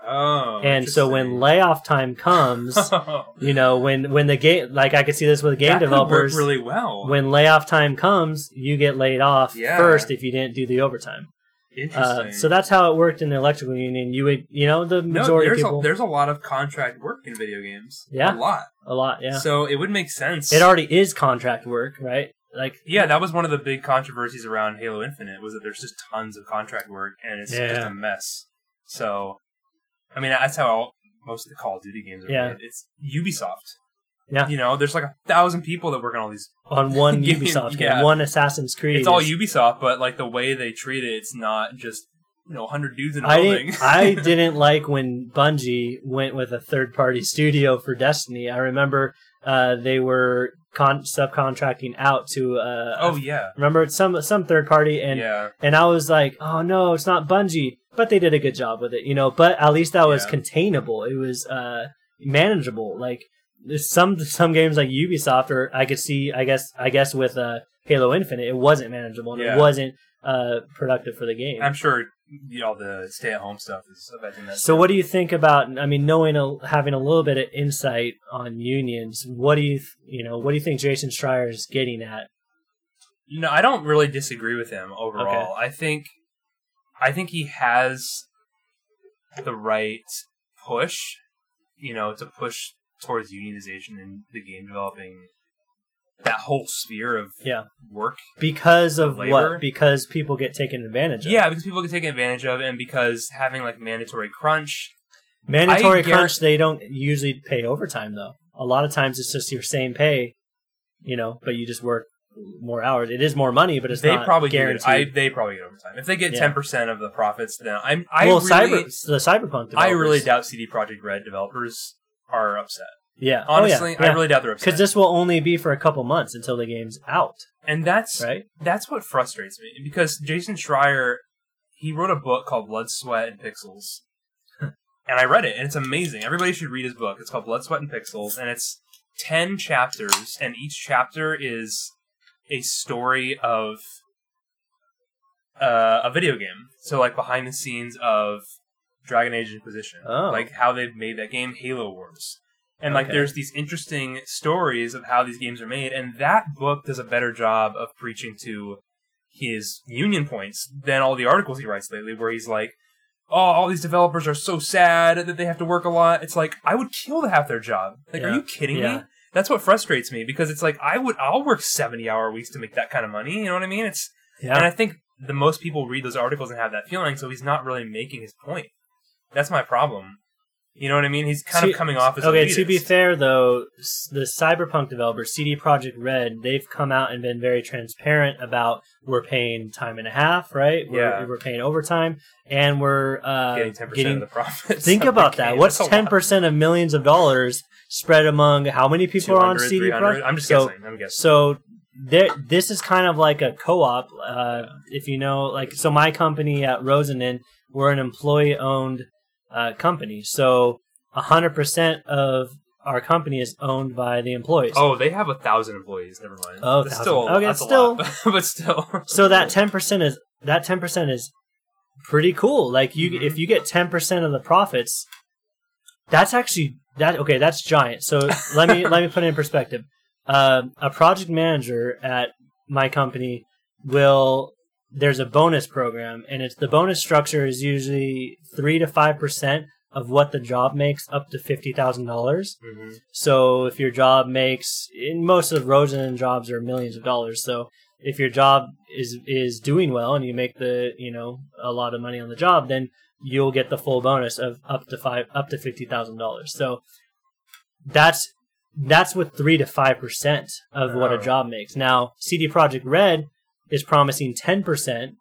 S1: Oh.
S2: and so when
S1: interesting.
S2: layoff time comes,
S1: (laughs)
S2: you know, when when the game like I could see this with game
S1: That could work
S2: developers,
S1: really well.
S2: when layoff time comes, you get laid off
S1: Yeah.
S2: first if you didn't do the overtime.
S1: Interesting.
S2: Uh, so that's how it worked in the electrical union. You would, you know, the
S1: no,
S2: majority
S1: there's
S2: of people
S1: a, there's a lot of contract work in video games.
S2: Yeah.
S1: a lot.
S2: a lot, yeah.
S1: So it would make sense.
S2: It already is contract work, right? Like,
S1: yeah, that was one of the big controversies around Halo Infinite was that there's just tons of contract work and it's
S2: Yeah.
S1: just a mess. So, I mean, that's how all, most of the Call of Duty games are.
S2: Yeah.
S1: made. it's Ubisoft.
S2: Yeah.
S1: you know, there's like a thousand people that work on all these.
S2: on
S1: (laughs)
S2: one
S1: Yeah,
S2: Ubisoft game,
S1: yeah.
S2: one Assassin's Creed.
S1: It's all
S2: is-
S1: Ubisoft, but like the way they treat it, it's not just you know hundred dudes in a
S2: I
S1: building. (laughs)
S2: didn't, I didn't like when Bungie went with a third party studio for Destiny. I remember uh, they were con- subcontracting out to. Uh,
S1: oh yeah,
S2: Remember it's some some third party and
S1: yeah,
S2: and I was like, oh no, it's not Bungie, but they did a good job with it, you know. But at least that was
S1: Yeah.
S2: containable. It was uh, manageable. Like there's some some games like Ubisoft, or I could see, I guess, I guess with uh, Halo Infinite, it wasn't manageable and
S1: Yeah.
S2: it wasn't uh, productive for the game.
S1: I'm sure you know, all the stay-at-home stuff is affecting that.
S2: so, what do you think about? I mean, knowing a, having a little bit of insight on unions, what do you you know what do you think Jason Schreier is getting at?
S1: You know, I don't really disagree with him overall. I think I think he has the right push, you know, to push towards unionization in the game developing that whole sphere of
S2: Yeah.
S1: work.
S2: Because of
S1: Labor?
S2: what? Because people get taken advantage of.
S1: Yeah, because people get taken advantage of and because having like mandatory crunch
S2: Mandatory
S1: I guarant-
S2: crunch, they don't usually pay overtime though. A lot of times it's just your same pay, you know, but you just work more hours. It is more money, but it's
S1: they
S2: not
S1: probably
S2: guaranteed.
S1: get I, they probably get overtime. If they get
S2: Yeah.
S1: ten percent of the profits, then I'm I
S2: well,
S1: really
S2: cyber the cyberpunk. Developers.
S1: I really doubt CD Projekt Red developers are upset.
S2: Oh, Yeah,
S1: Honestly, I really doubt they're upset.
S2: because this will only be for a couple months until the game's out,
S1: and that's
S2: right?
S1: that's what frustrates me because Jason Schreier, he wrote a book called Blood, Sweat, and Pixels, (laughs) and I read it, and it's amazing. Everybody should read his book. It's called Blood, Sweat, and Pixels, and it's ten chapters, and each chapter is a story of uh, a video game. So, like behind the scenes of Dragon Age Inquisition,
S2: Oh.
S1: like how they've made that game, Halo Wars. And like,
S2: Okay.
S1: there's these interesting stories of how these games are made, and that book does a better job of preaching to his union points than all the articles he writes lately, where he's like, "Oh, all these developers are so sad that they have to work a lot." It's like I would kill to have their job. Like,
S2: Yeah.
S1: are you kidding
S2: Yeah.
S1: me? That's what frustrates me because it's like I would I'll work seventy hour weeks to make that kind of money. You know what I mean? It's and
S2: Yeah,
S1: I think the most people read those articles and have that feeling, so he's not really making his point. That's my problem. You know what I mean? He's kind of
S2: To-
S1: coming off as
S2: okay.
S1: elitist.
S2: To be fair, though, s- the cyberpunk developers, CD Projekt Red, they've come out and been very transparent about we're paying time and a half, right? We're,
S1: Yeah.
S2: we're paying overtime, and we're uh,
S1: getting ten percent of
S2: getting-
S1: the profits. (laughs)
S2: (laughs) Think
S1: of the
S2: about that.
S1: game.
S2: What's
S1: That's a lot.
S2: ten percent of millions of dollars spread among how many people are on
S1: 200,
S2: CD
S1: 300?
S2: Projekt?
S1: I'm just
S2: so,
S1: guessing. I'm guessing.
S2: So there, this is kind of like a co-op. Uh, if you know, like, so my company at Rosenin, we're an employee-owned uh, company. So hundred percent of our company is owned by the employees.
S1: Oh, they have a thousand employees. Never mind.
S2: Oh,
S1: that's
S2: 1,000.
S1: still
S2: Okay,
S1: that's
S2: still-
S1: a lot, (laughs) but still.
S2: So that ten percent is that ten percent is pretty cool. Like you,
S1: Mhm.
S2: if you get ten percent of the profits, that's actually that okay. That's giant. So let me let me put it in perspective. Um, a project manager at my company will there's a bonus program, and it's the bonus structure is usually three to five percent of what the job makes, up to fifty thousand dollars.
S1: Mhm.
S2: So if your job makes, in most of Rosen jobs are millions of dollars. So if your job is is doing well and you make the you know a lot of money on the job, then you'll get the full bonus of up to five up to fifty thousand dollars. So that's that's with three to five percent of what a
S1: Wow.
S2: job makes. Now CD Project Red is promising ten percent.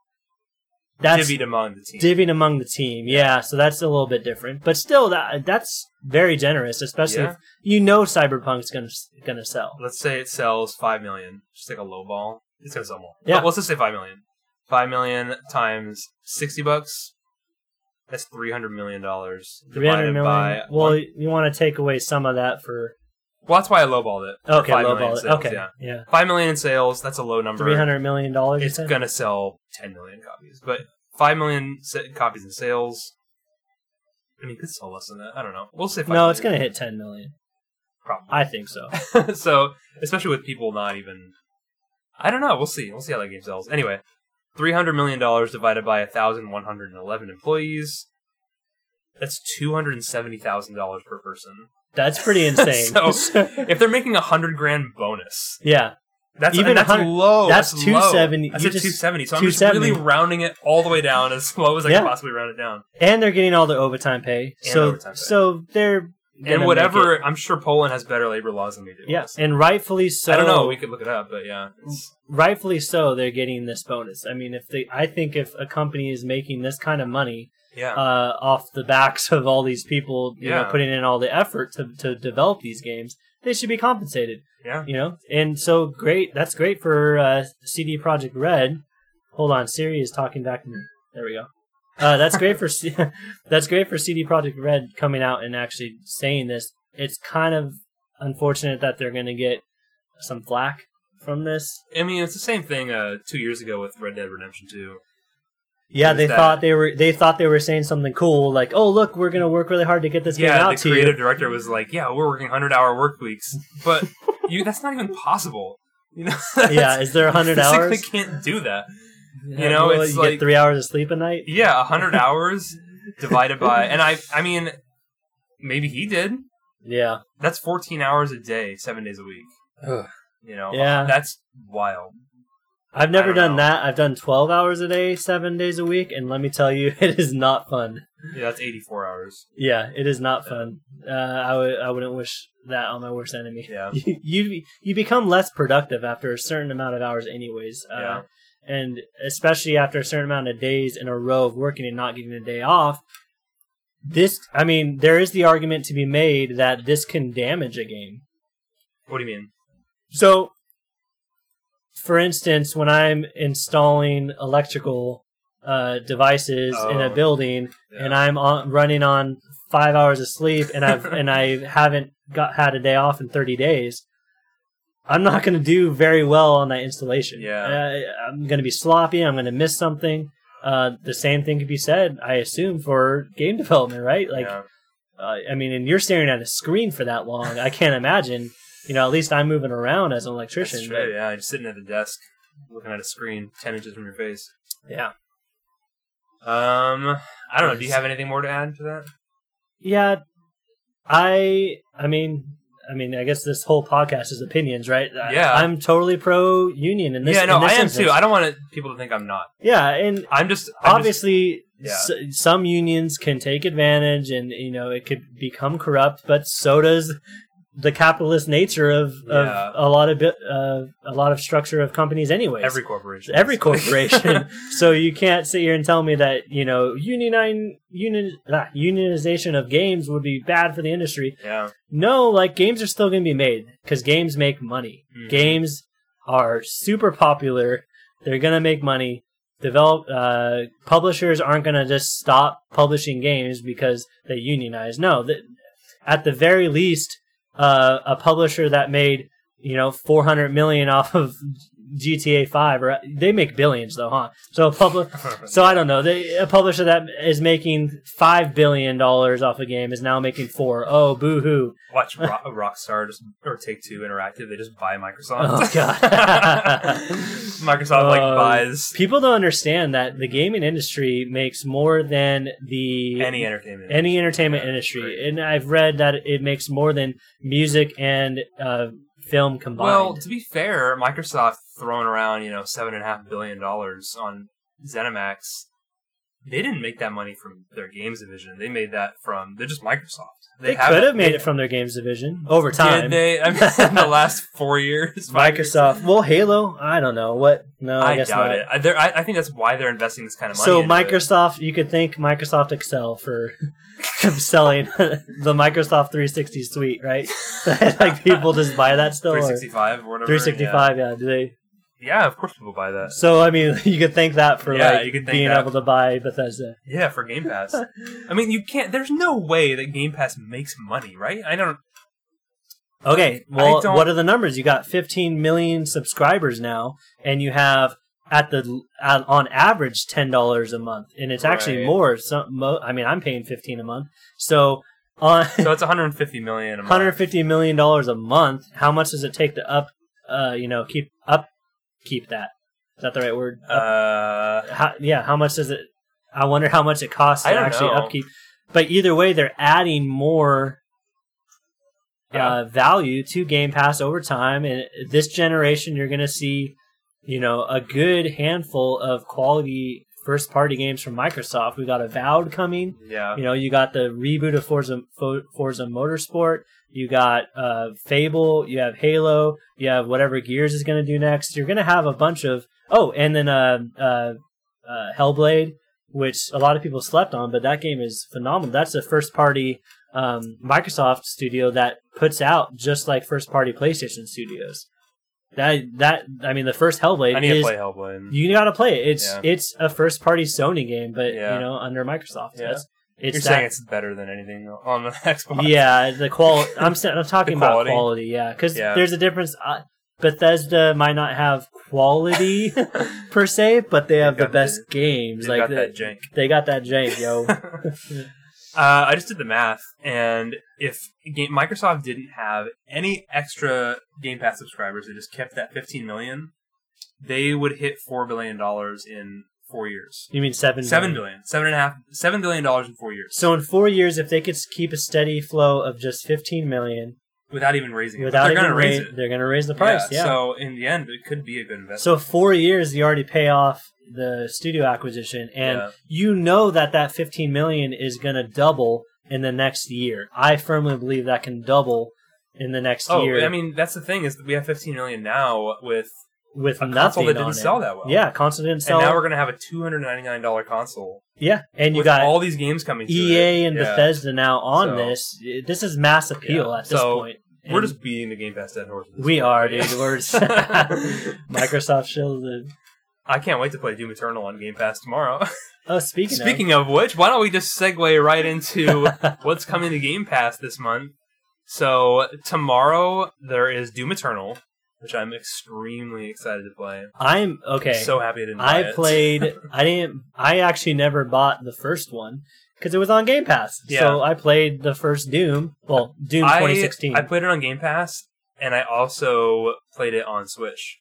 S2: That's
S1: divvied among the team.
S2: divvying among the team. Yeah, so that's a little bit different, but still, that that's very generous, especially
S1: Yeah.
S2: if you know Cyberpunk's gonna gonna sell.
S1: Let's say it sells five million. Just like a low ball. It's gonna sell more.
S2: Yeah.
S1: But let's just say five million. Five million times sixty bucks. That's three hundred million dollars
S2: Three
S1: divided
S2: hundred million.
S1: by.
S2: well,
S1: one-
S2: you want to take away some of that for
S1: well, that's why I lowballed it. for
S2: okay,
S1: five
S2: low
S1: million
S2: ball.
S1: sales,
S2: okay,
S1: yeah.
S2: yeah,
S1: Five million in sales. That's a low number.
S2: three hundred million dollars.
S1: It's gonna sell ten million copies, but five million se- copies in sales. I mean, it could sell less than that. I don't know. We'll say five
S2: no, it's
S1: million.
S2: gonna hit ten million.
S1: Probably.
S2: I think so.
S1: (laughs) so especially with people not even I don't know, we'll see. We'll see how that game sells. Anyway, three hundred million dollars divided by thousand one hundred and eleven employees. That's two hundred and seventy thousand dollars per person.
S2: That's
S1: (laughs)
S2: pretty insane.
S1: So- If they're making a hundred grand bonus,
S2: (laughs) yeah,
S1: that's
S2: Even
S1: even that's
S2: 100
S1: low.
S2: that's
S1: low.
S2: 270.
S1: I
S2: You
S1: said
S2: just-
S1: two seventy. So I'm just really
S2: 270.
S1: rounding it all the way down as low as I
S2: Yeah.
S1: can possibly round it down.
S2: and they're getting all the overtime pay.
S1: And
S2: so
S1: overtime pay.
S2: so they're gonna
S1: and
S2: make it.
S1: whatever, I'm sure Poland has better labor laws than we do.
S2: Yeah,
S1: honestly.
S2: and rightfully so.
S1: I don't know. We could look it up, but yeah, it's-
S2: rightfully so they're getting this bonus i mean if they i think if a company is making this kind of money
S1: yeah.
S2: uh, off the backs of all these people you know
S1: Yeah.
S2: putting in all the effort to, to develop these games they should be compensated
S1: Yeah.
S2: you know and so great that's great for uh, cd project red hold on siri is talking back to me there we go uh, that's great for C- (laughs) that's great for cd project red coming out and actually saying this it's kind of unfortunate that they're going to get some flack from this
S1: I mean, it's the same thing uh, two years ago with Red Dead Redemption 2.
S2: Yeah,
S1: There's
S2: they
S1: that.
S2: thought they were they thought they were saying something cool, like, "Oh, look, we're gonna work really hard to get this game
S1: Yeah,
S2: out
S1: the
S2: to you."
S1: creative director was like, "Yeah, we're working hundred-hour work weeks, but you that's not even possible." You know?
S2: (laughs) (laughs) yeah, is there hundred hours?
S1: Physically (laughs) can't do that.
S2: Yeah,
S1: know,
S2: well,
S1: it's
S2: you
S1: like-
S2: get three hours of sleep a night.
S1: Yeah, hundred hours divided by, and I, I mean, maybe he did.
S2: Yeah,
S1: That's fourteen hours a day, seven days a week. You know,
S2: Yeah.
S1: that's wild.
S2: I've never
S1: don't
S2: done
S1: know.
S2: that. I've done twelve hours a day, seven days a week, and let me tell you, (laughs) it is not fun.
S1: Yeah, that's eighty-four hours.
S2: Yeah, it is not fun. Uh, I w- I wouldn't wish that on my worst enemy.
S1: Yeah,
S2: (laughs) you you become less productive after a certain amount of hours, anyways. Uh,
S1: yeah.
S2: and especially after a certain amount of days in a row of working and not getting a day off this i mean there is the argument to be made that this can damage a game
S1: What do you mean?
S2: so for instance when i'm installing electrical uh, devices in a
S1: Oh.
S2: building
S1: Yeah.
S2: and i'm on, running on five hours of sleep
S1: (laughs)
S2: and i've and i haven't got had a day off in 30 days i'm not going to do very well on that installation
S1: Yeah.
S2: uh, i'm going to be sloppy i'm going to miss something uh, the same thing could be said i assume for game development right like
S1: Yeah.
S2: uh, I mean, and you're staring at a screen for that long. I can't imagine. You know, at least I'm moving around as an electrician.
S1: That's true. Yeah, just sitting at the desk, looking at a screen ten inches from your face.
S2: but- yeah.
S1: Um, I don't know. Do you have anything more to add to that?
S2: Yeah. I. I mean. I mean, I guess this whole podcast is opinions, right? I-
S1: Yeah.
S2: I'm totally pro union in this.
S1: yeah, no,
S2: in
S1: I
S2: this
S1: am
S2: instance.
S1: too. I don't want people to think I'm not.
S2: yeah, and
S1: I'm just I'm just-
S2: obviously
S1: Yeah.
S2: S- some unions can take advantage and you know it could become corrupt but so does the capitalist nature of,
S1: Yeah.
S2: of a lot of bit uh, a lot of structure of companies anyways
S1: Every (laughs) corporation.
S2: every corporation so you can't sit here and tell me that you know union union ah, unionization of games would be bad for the industry
S1: yeah.
S2: no, like games are still going to be made because games make money.
S1: Mhm.
S2: Games are super popular. They're going to make money. Develop uh, publishers aren't going to just stop publishing games because they unionize. No, that at the very least, uh, a publisher that made you know 400 million off of GTA 5 or they make billions though, huh? So a public
S1: Mm.
S2: so I don't know. They, a publisher that is making five billion dollars off a game is now making four. Oh, boo hoo!
S1: (laughs) Watch Ro- Rockstar just, or Take Two Interactive. They just buy Microsoft.
S2: Oh god.
S1: (laughs) Microsoft like
S2: Uh,
S1: buys
S2: People don't understand that the gaming industry makes more than the
S1: any entertainment.
S2: any entertainment
S1: Yeah,
S2: industry,
S1: right.
S2: and I've read that it makes more than music and uh, film
S1: well,
S2: combined.
S1: to be fair, Microsoft throwing around you know seven and a half billion dollars on ZeniMax. They didn't make that money from their games division. They made that from they're just Microsoft.
S2: they could have made it from their games division over time.
S1: Did they? I mean, (laughs) in the last four years, five years?
S2: Microsoft. Well, Halo. I don't know what. No, I,
S1: I,
S2: guess
S1: doubt
S2: not.
S1: it. I, they're- I, I think that's why they're investing this kind of money.
S2: So
S1: into it.
S2: Microsoft, you could thank Microsoft Excel for (laughs) selling (laughs) the Microsoft 360 suite, right? (laughs) like people just
S1: (laughs)
S2: buy that still. or-
S1: 365 or whatever.
S2: 365, yeah. Do they?
S1: Yeah. yeah, of course people buy that.
S2: So I mean, (laughs) you could thank that for
S1: Yeah,
S2: like
S1: you could thank
S2: being
S1: that.
S2: able to buy Bethesda.
S1: Yeah, for Game Pass. I mean, you can't. There's no way that Game Pass makes money, right? I don't.
S2: Okay, well,
S1: don't-
S2: what are the numbers? You got 15 million subscribers now, and you have at the at, on average ten dollars a month, and it's actually
S1: Right.
S2: more. Some, mo- I mean, I'm paying 15 a month, so on. (laughs)
S1: So it's 150 million. A month.
S2: 150 million dollars a month how much does it take to up uh you know keep up keep that is that the right word Up-
S1: Uh,
S2: how, yeah how much does it i wonder how much it costs
S1: I
S2: to
S1: don't
S2: actually
S1: know.
S2: upkeep but either way they're adding more
S1: Yeah.
S2: uh, value to game pass over time and this generation you're going to see you know a good handful of quality first party games from microsoft we got avowed coming
S1: yeah.
S2: you know, you got the reboot of Forza, Fo- Forza Motorsport. You got uh, Fable. You have Halo. You have whatever Gears is going to do next. You're going to have a bunch of oh, and then uh, uh, uh, Hellblade, which a lot of people slept on, but that game is phenomenal. That's a first party um, Microsoft studio that puts out just like first party PlayStation studios. That that I mean, the first Hellblade
S1: I need to
S2: is
S1: play Hellblade.
S2: you gotta play it. It's
S1: Yeah.
S2: it's a first party Sony game, but
S1: Yeah.
S2: you know under Microsoft.
S1: Yeah.
S2: That's, it's
S1: You're
S2: that,
S1: saying it's better than anything on the (laughs) Xbox.
S2: yeah the quality. I'm sa- I'm talking
S1: The
S2: about
S1: quality.
S2: quality, yeah, because
S1: Yeah.
S2: there's a difference. Uh, Bethesda might not have
S1: (laughs)
S2: quality per se, but they have the
S1: got
S2: best
S1: They've
S2: games. like
S1: got
S2: they,
S1: that jank.
S2: they got that jank, yo.
S1: (laughs)
S2: (laughs)
S1: Uh, I just did the math, and if game, Microsoft didn't have any extra Game Pass subscribers, they just kept that 15 million, they would hit four billion dollars in four years.
S2: you mean seven?
S1: Seven
S2: million.
S1: billion, seven and a half, seven billion dollars in four years
S2: So in four years, if they could s- keep a steady flow of just 15 million
S1: without even raising it. But
S2: without
S1: they're
S2: even
S1: going to raise
S2: ra-
S1: it.
S2: they're gonna raise the price. Yeah.
S1: So in the end, it could be a good investment.
S2: So four years, you already pay off the studio acquisition, and
S1: Yeah.
S2: you know that that fifteen million is going to double in the next year. I firmly believe that can double in the next
S1: oh,
S2: year.
S1: I mean, that's the thing is that we have 15 million now with,
S2: with
S1: a
S2: nothing
S1: console that
S2: on
S1: didn't
S2: it.
S1: sell that well.
S2: Yeah, console didn't sell.
S1: and now we're going to have a 299 dollar console.
S2: yeah, and you
S1: with
S2: got
S1: all these games coming. to
S2: EA
S1: it.
S2: and
S1: Yeah.
S2: Bethesda now on
S1: So-
S2: this. This is mass appeal
S1: Yeah.
S2: at this
S1: So,
S2: point.
S1: We're
S2: And
S1: just beating the Game Pass dead horse. at this
S2: we
S1: point.
S2: are,
S1: Yeah. (laughs)
S2: dude. We're just- (laughs) Microsoft shielded.
S1: I can't wait to play Doom Eternal on Game Pass tomorrow. (laughs)
S2: Oh, speaking, of,
S1: Speaking of which, why don't we just segue right
S2: (laughs)
S1: into what's coming to Game Pass this month? So tomorrow there is Doom Eternal, which I'm extremely excited to play.
S2: I'm okay.
S1: So happy I didn't. Buy
S2: (laughs) I
S1: it.
S2: played. I didn't. I actually never bought the first one because it was on Game Pass.
S1: Yeah.
S2: So I played the first Doom. Well, Doom
S1: I-
S2: 2016.
S1: I played it on Game Pass, and I also played it on Switch.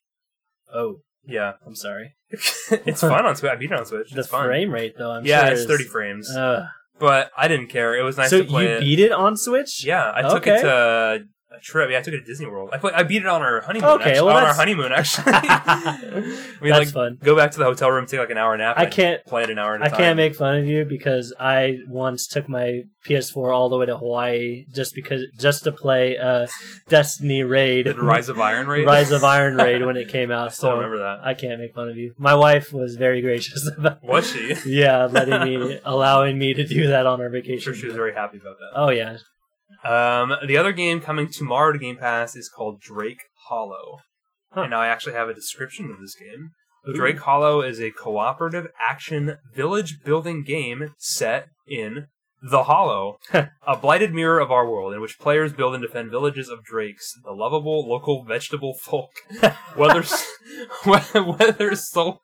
S2: oh,
S1: Yeah,
S2: I'm sorry.
S1: (laughs) it's
S2: (laughs)
S1: fun on Switch. I beat it on Switch.
S2: The
S1: it's fun.
S2: frame rate though. I'm
S1: yeah,
S2: sure
S1: it's
S2: is-
S1: 30 frames.
S2: Ugh.
S1: but I didn't care. It was nice
S2: so
S1: to play
S2: you
S1: it.
S2: beat it on Switch.
S1: Yeah, I took it
S2: Okay.
S1: to a trip. Yeah, I took it to Disney World. I, put, I beat it on our honeymoon.
S2: Okay,
S1: actually,
S2: well,
S1: on our
S2: that's-
S1: honeymoon actually.
S2: (laughs)
S1: we
S2: That's
S1: like
S2: fun.
S1: go back to the hotel room, take like an hour nap.
S2: I
S1: and
S2: can't.
S1: play it an hour. At a
S2: I
S1: time.
S2: can't make fun of you because I once took my PS4 all the way to Hawaii just because just to play uh, Destiny Raid,
S1: the Rise of Iron Raid.
S2: Rise of Iron Raid when it came
S1: (laughs) I
S2: out.
S1: still
S2: So
S1: remember that.
S2: I can't make fun of you. My wife was very gracious (laughs) about
S1: Was she?
S2: yeah, letting
S1: (laughs)
S2: me allowing me to do that on our
S1: I'm
S2: vacation.
S1: sure she was very happy about that.
S2: oh yeah,
S1: Um, the other game coming tomorrow to Game Pass is called Drake Hollow.
S2: Huh.
S1: And now I actually have a description of this game.
S2: Ooh.
S1: Drake Hollow is a cooperative action village building game set in the
S2: (laughs)
S1: Hollow, a blighted mirror of our world in which players build and defend villages of drakes, the lovable local vegetable
S2: (laughs)
S1: folk. whether (laughs) whether so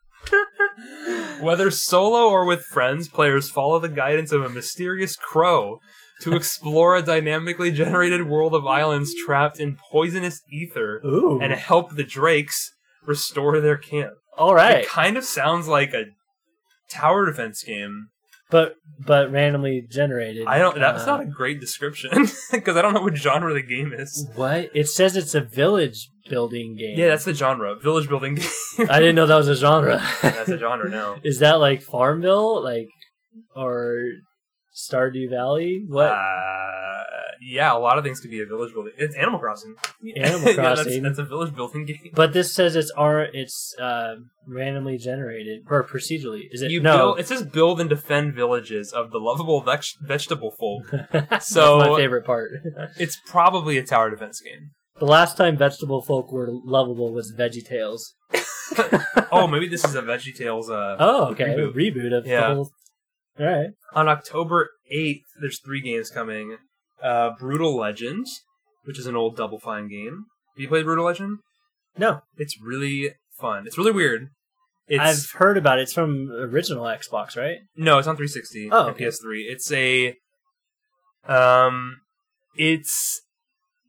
S1: whether solo or with friends, players follow the guidance of a mysterious crow
S2: (laughs)
S1: to explore a dynamically generated world of islands trapped in poisonous ether
S2: Ooh.
S1: and help the drakes restore their camp.
S2: all right,
S1: It kind of sounds like a tower defense game.
S2: but but randomly generated.
S1: I don't. That's
S2: Uh,
S1: not a great description (laughs) because I don't know what genre the game is.
S2: What it says, it's a village building game.
S1: Yeah, that's the genre. Village building
S2: (laughs)
S1: game.
S2: I didn't know that was
S1: (laughs)
S2: a genre.
S1: that's a genre now.
S2: (laughs) Is that like Farmville, like or Stardew Valley? What
S1: Uh, yeah, a lot of things could be a village building. It's Animal
S2: (laughs)
S1: Crossing.
S2: Animal
S1: Yeah, that's-
S2: Crossing.
S1: that's, a village building game.
S2: But this says it's R. It's uh, randomly generated or procedurally. (laughs) Is it
S1: You
S2: no?
S1: build, it says build and defend villages of the lovable vex vegetable folk.
S2: (laughs) That's
S1: So-
S2: my favorite part.
S1: It's probably a tower defense game.
S2: (laughs) the last time vegetable folk were lovable was Veggie
S1: (laughs)
S2: Tales.
S1: oh, maybe this is a Veggie Tales. Uh,
S2: Oh, okay,
S1: Reboot.
S2: reboot, of
S1: Yeah.
S2: the whole. All right.
S1: on October 8th, there's three games coming. Uh, Brutal Legend, which is an old Double Fine game. Have you played Brutal Legend?
S2: No,
S1: It's really fun. It's really weird. It's
S2: I've heard about it. It's from original Xbox, right?
S1: No, it's on 360
S2: Oh,
S1: and
S2: okay.
S1: PS3. It's a um it's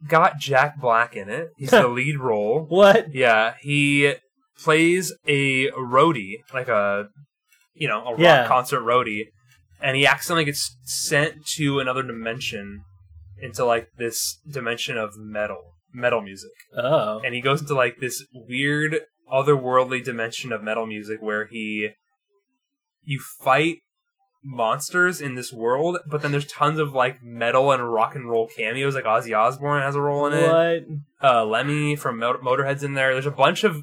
S1: got Jack Black in it.
S2: (laughs)
S1: He's the lead role.
S2: What?
S1: Yeah, he plays a roadie, like a you know, a rock
S2: Yeah.
S1: concert roadie, and he accidentally gets sent to another dimension into like this dimension of metal, metal music.
S2: Oh,
S1: And he goes into like this weird otherworldly dimension of metal music where he you fight monsters in this world, but then there's tons of like metal and rock and roll cameos like Ozzy Osbourne has a role in it
S2: what?
S1: uh, Lemmy from Mot- Motorhead's in there. There's a bunch of,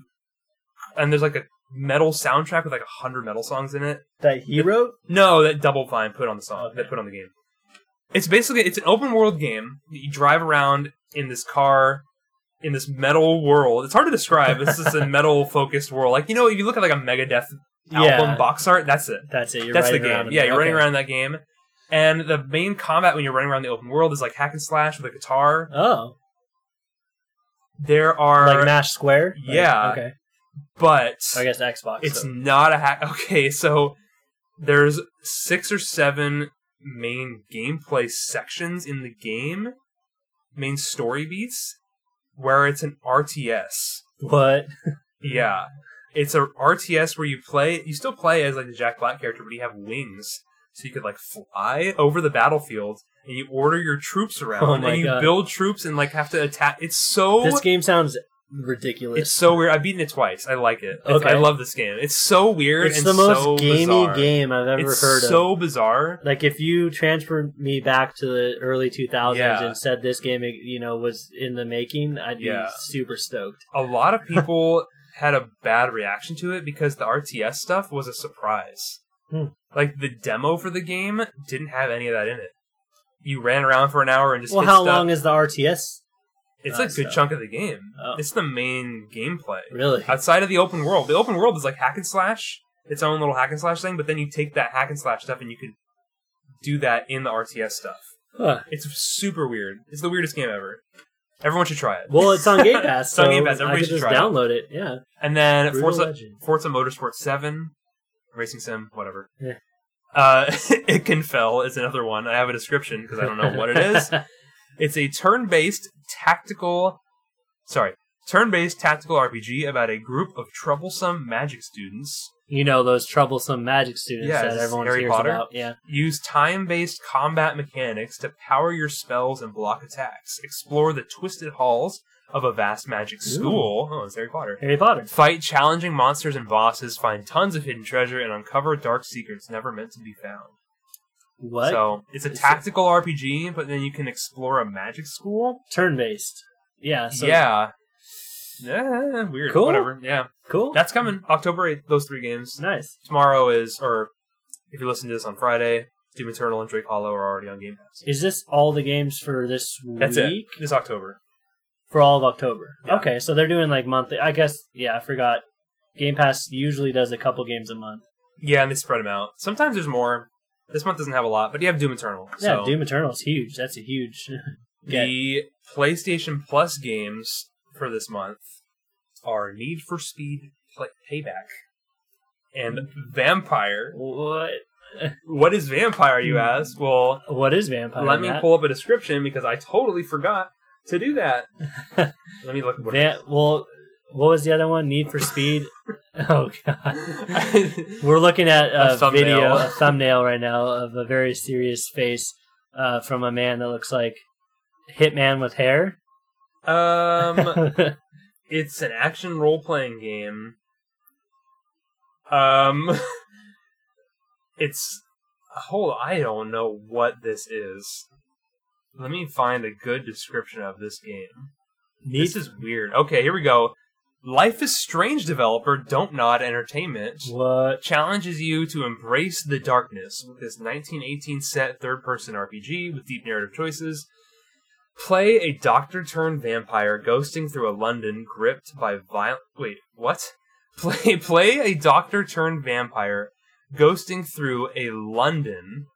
S1: and there's like a metal soundtrack with like a hundred metal songs in it.
S2: That he wrote?
S1: No, that Double Fine put on the song.
S2: Okay.
S1: They put on the game. It's basically it's an open world game. that You drive around in this car in this metal world. It's hard to describe. It's
S2: (laughs)
S1: just a metal focused world. Like you know, if you look at like a Megadeth album
S2: Yeah.
S1: box art, that's it.
S2: That's it. You're
S1: that's the
S2: running
S1: game.
S2: around in
S1: Yeah,
S2: there.
S1: you're running
S2: Okay.
S1: around in that game. And the main combat when you're running around the open world is like hack and slash with a guitar.
S2: Oh,
S1: There are
S2: like Mash Square? Like,
S1: Yeah.
S2: okay.
S1: but
S2: I guess Xbox.
S1: It's
S2: so-
S1: not a hack. (laughs) Okay, so there's six or seven main gameplay sections in the game, main story beats, where it's an RTS.
S2: what? Hmm.
S1: Yeah, it's a RTS where you play. You still play as like the Jack Black character, but you have wings, so you could like fly over the battlefield. And you order your troops around,
S2: Oh my
S1: and you
S2: God.
S1: build troops, and like have to attack. It's so
S2: This game sounds ridiculous.
S1: it's so weird. I've beaten it twice. I like it. It's-
S2: Okay.
S1: I love this game. It's so weird.
S2: It's
S1: and
S2: the most
S1: so
S2: gamey
S1: bizarre.
S2: game I've ever
S1: it's
S2: heard of.
S1: so bizarre.
S2: Like if you transferred me back to the early 2000s
S1: Yeah.
S2: and said this game, you know, was in the making, I'd be
S1: Yeah.
S2: super stoked.
S1: A lot of people (laughs) had a bad reaction to it because the RTS stuff was a surprise.
S2: Hmm.
S1: Like the demo for the game didn't have any of that in it. You ran around for an hour and just
S2: well,
S1: hit
S2: how
S1: stuff.
S2: long is the RTS?
S1: It's
S2: uh,
S1: a good
S2: stuff?
S1: chunk of the game.
S2: Oh.
S1: It's the main gameplay.
S2: Really?
S1: Outside of the open world, the open world is like hack and slash, its own little hack and slash thing. But then you take that hack and slash stuff and you could do that in the RTS stuff.
S2: (laughs) Huh.
S1: It's super weird. It's the weirdest game ever. Everyone should try it.
S2: Well, it's
S1: (laughs)
S2: on Game Pass,
S1: It's on
S2: so
S1: Game Pass.
S2: I
S1: Everybody
S2: could
S1: should
S2: just
S1: try it.
S2: download it. Yeah.
S1: and then
S2: Brutal
S1: Forza,
S2: Legend.
S1: Forza Motorsport 7, Racing Sim, whatever.
S2: Yeah.
S1: Uh, (laughs) it Can Fell is another one. I have a description because I don't know what
S2: (laughs)
S1: it is. It's a turn based tactical. Sorry. Turn based tactical RPG about a group of troublesome magic students
S2: you know those troublesome magic students
S1: Yeah, is
S2: that
S1: this
S2: everyone
S1: Harry
S2: hears
S1: Potter?
S2: about. Yeah,
S1: Use time based combat mechanics to power your spells and block attacks. Explore the twisted halls of a vast magic school. Oh, it's Harry Potter.
S2: Harry Potter.
S1: Fight challenging monsters and bosses, find tons of hidden treasure, and uncover dark secrets never meant to be found.
S2: What
S1: So it's a
S2: Is it-
S1: tactical RPG, but then you can explore a magic school.
S2: turn based? Yeah. So
S1: yeah. Yeah, weird.
S2: Cool.
S1: Whatever. Yeah,
S2: Cool.
S1: that's coming October eighth. Those three games.
S2: nice.
S1: Tomorrow is, or if you listen to this on Friday, Doom Eternal and Drake Hollow are already on Game Pass.
S2: Is this all the games for this week?
S1: That's it. This October.
S2: For all of October.
S1: Yeah.
S2: Okay, so they're doing like monthly. I guess. Yeah, I forgot. Game Pass usually does a couple games a month.
S1: Yeah, and they spread them out. Sometimes there's more. This month doesn't have a lot, but you have Doom Eternal.
S2: Yeah,
S1: so
S2: Doom Eternal is huge. That's a huge. (laughs) get.
S1: The PlayStation Plus games for this month are Need for Speed Pla Payback and Vampire.
S2: what?
S1: What is Vampire,
S2: Hmm.
S1: you ask? Well,
S2: What is Vampire?
S1: Let me
S2: Matt?
S1: pull up a description because I totally forgot to do
S2: (laughs)
S1: that. Let me look. What
S2: Van- well, what was the other one? Need
S1: (laughs)
S2: for Speed. oh God. We're looking at a,
S1: A thumbnail.
S2: video, a thumbnail right now of a very serious face uh, from a man that looks like Hitman with hair.
S1: (laughs) um, it's an action role playing game. Um, (laughs) it's hold. I don't know what this is. Let me find a good description of this game.
S2: (laughs) Need-
S1: This is weird. Okay, here we go. Life is Strange developer Don't Nod Entertainment.
S2: what?
S1: uh, challenges you to embrace the darkness with this 1918 set third person RPG with deep narrative choices. Play a doctor turned vampire ghosting through a London gripped by violent. Wait, what? (laughs) Play play a doctor turned vampire ghosting through a London.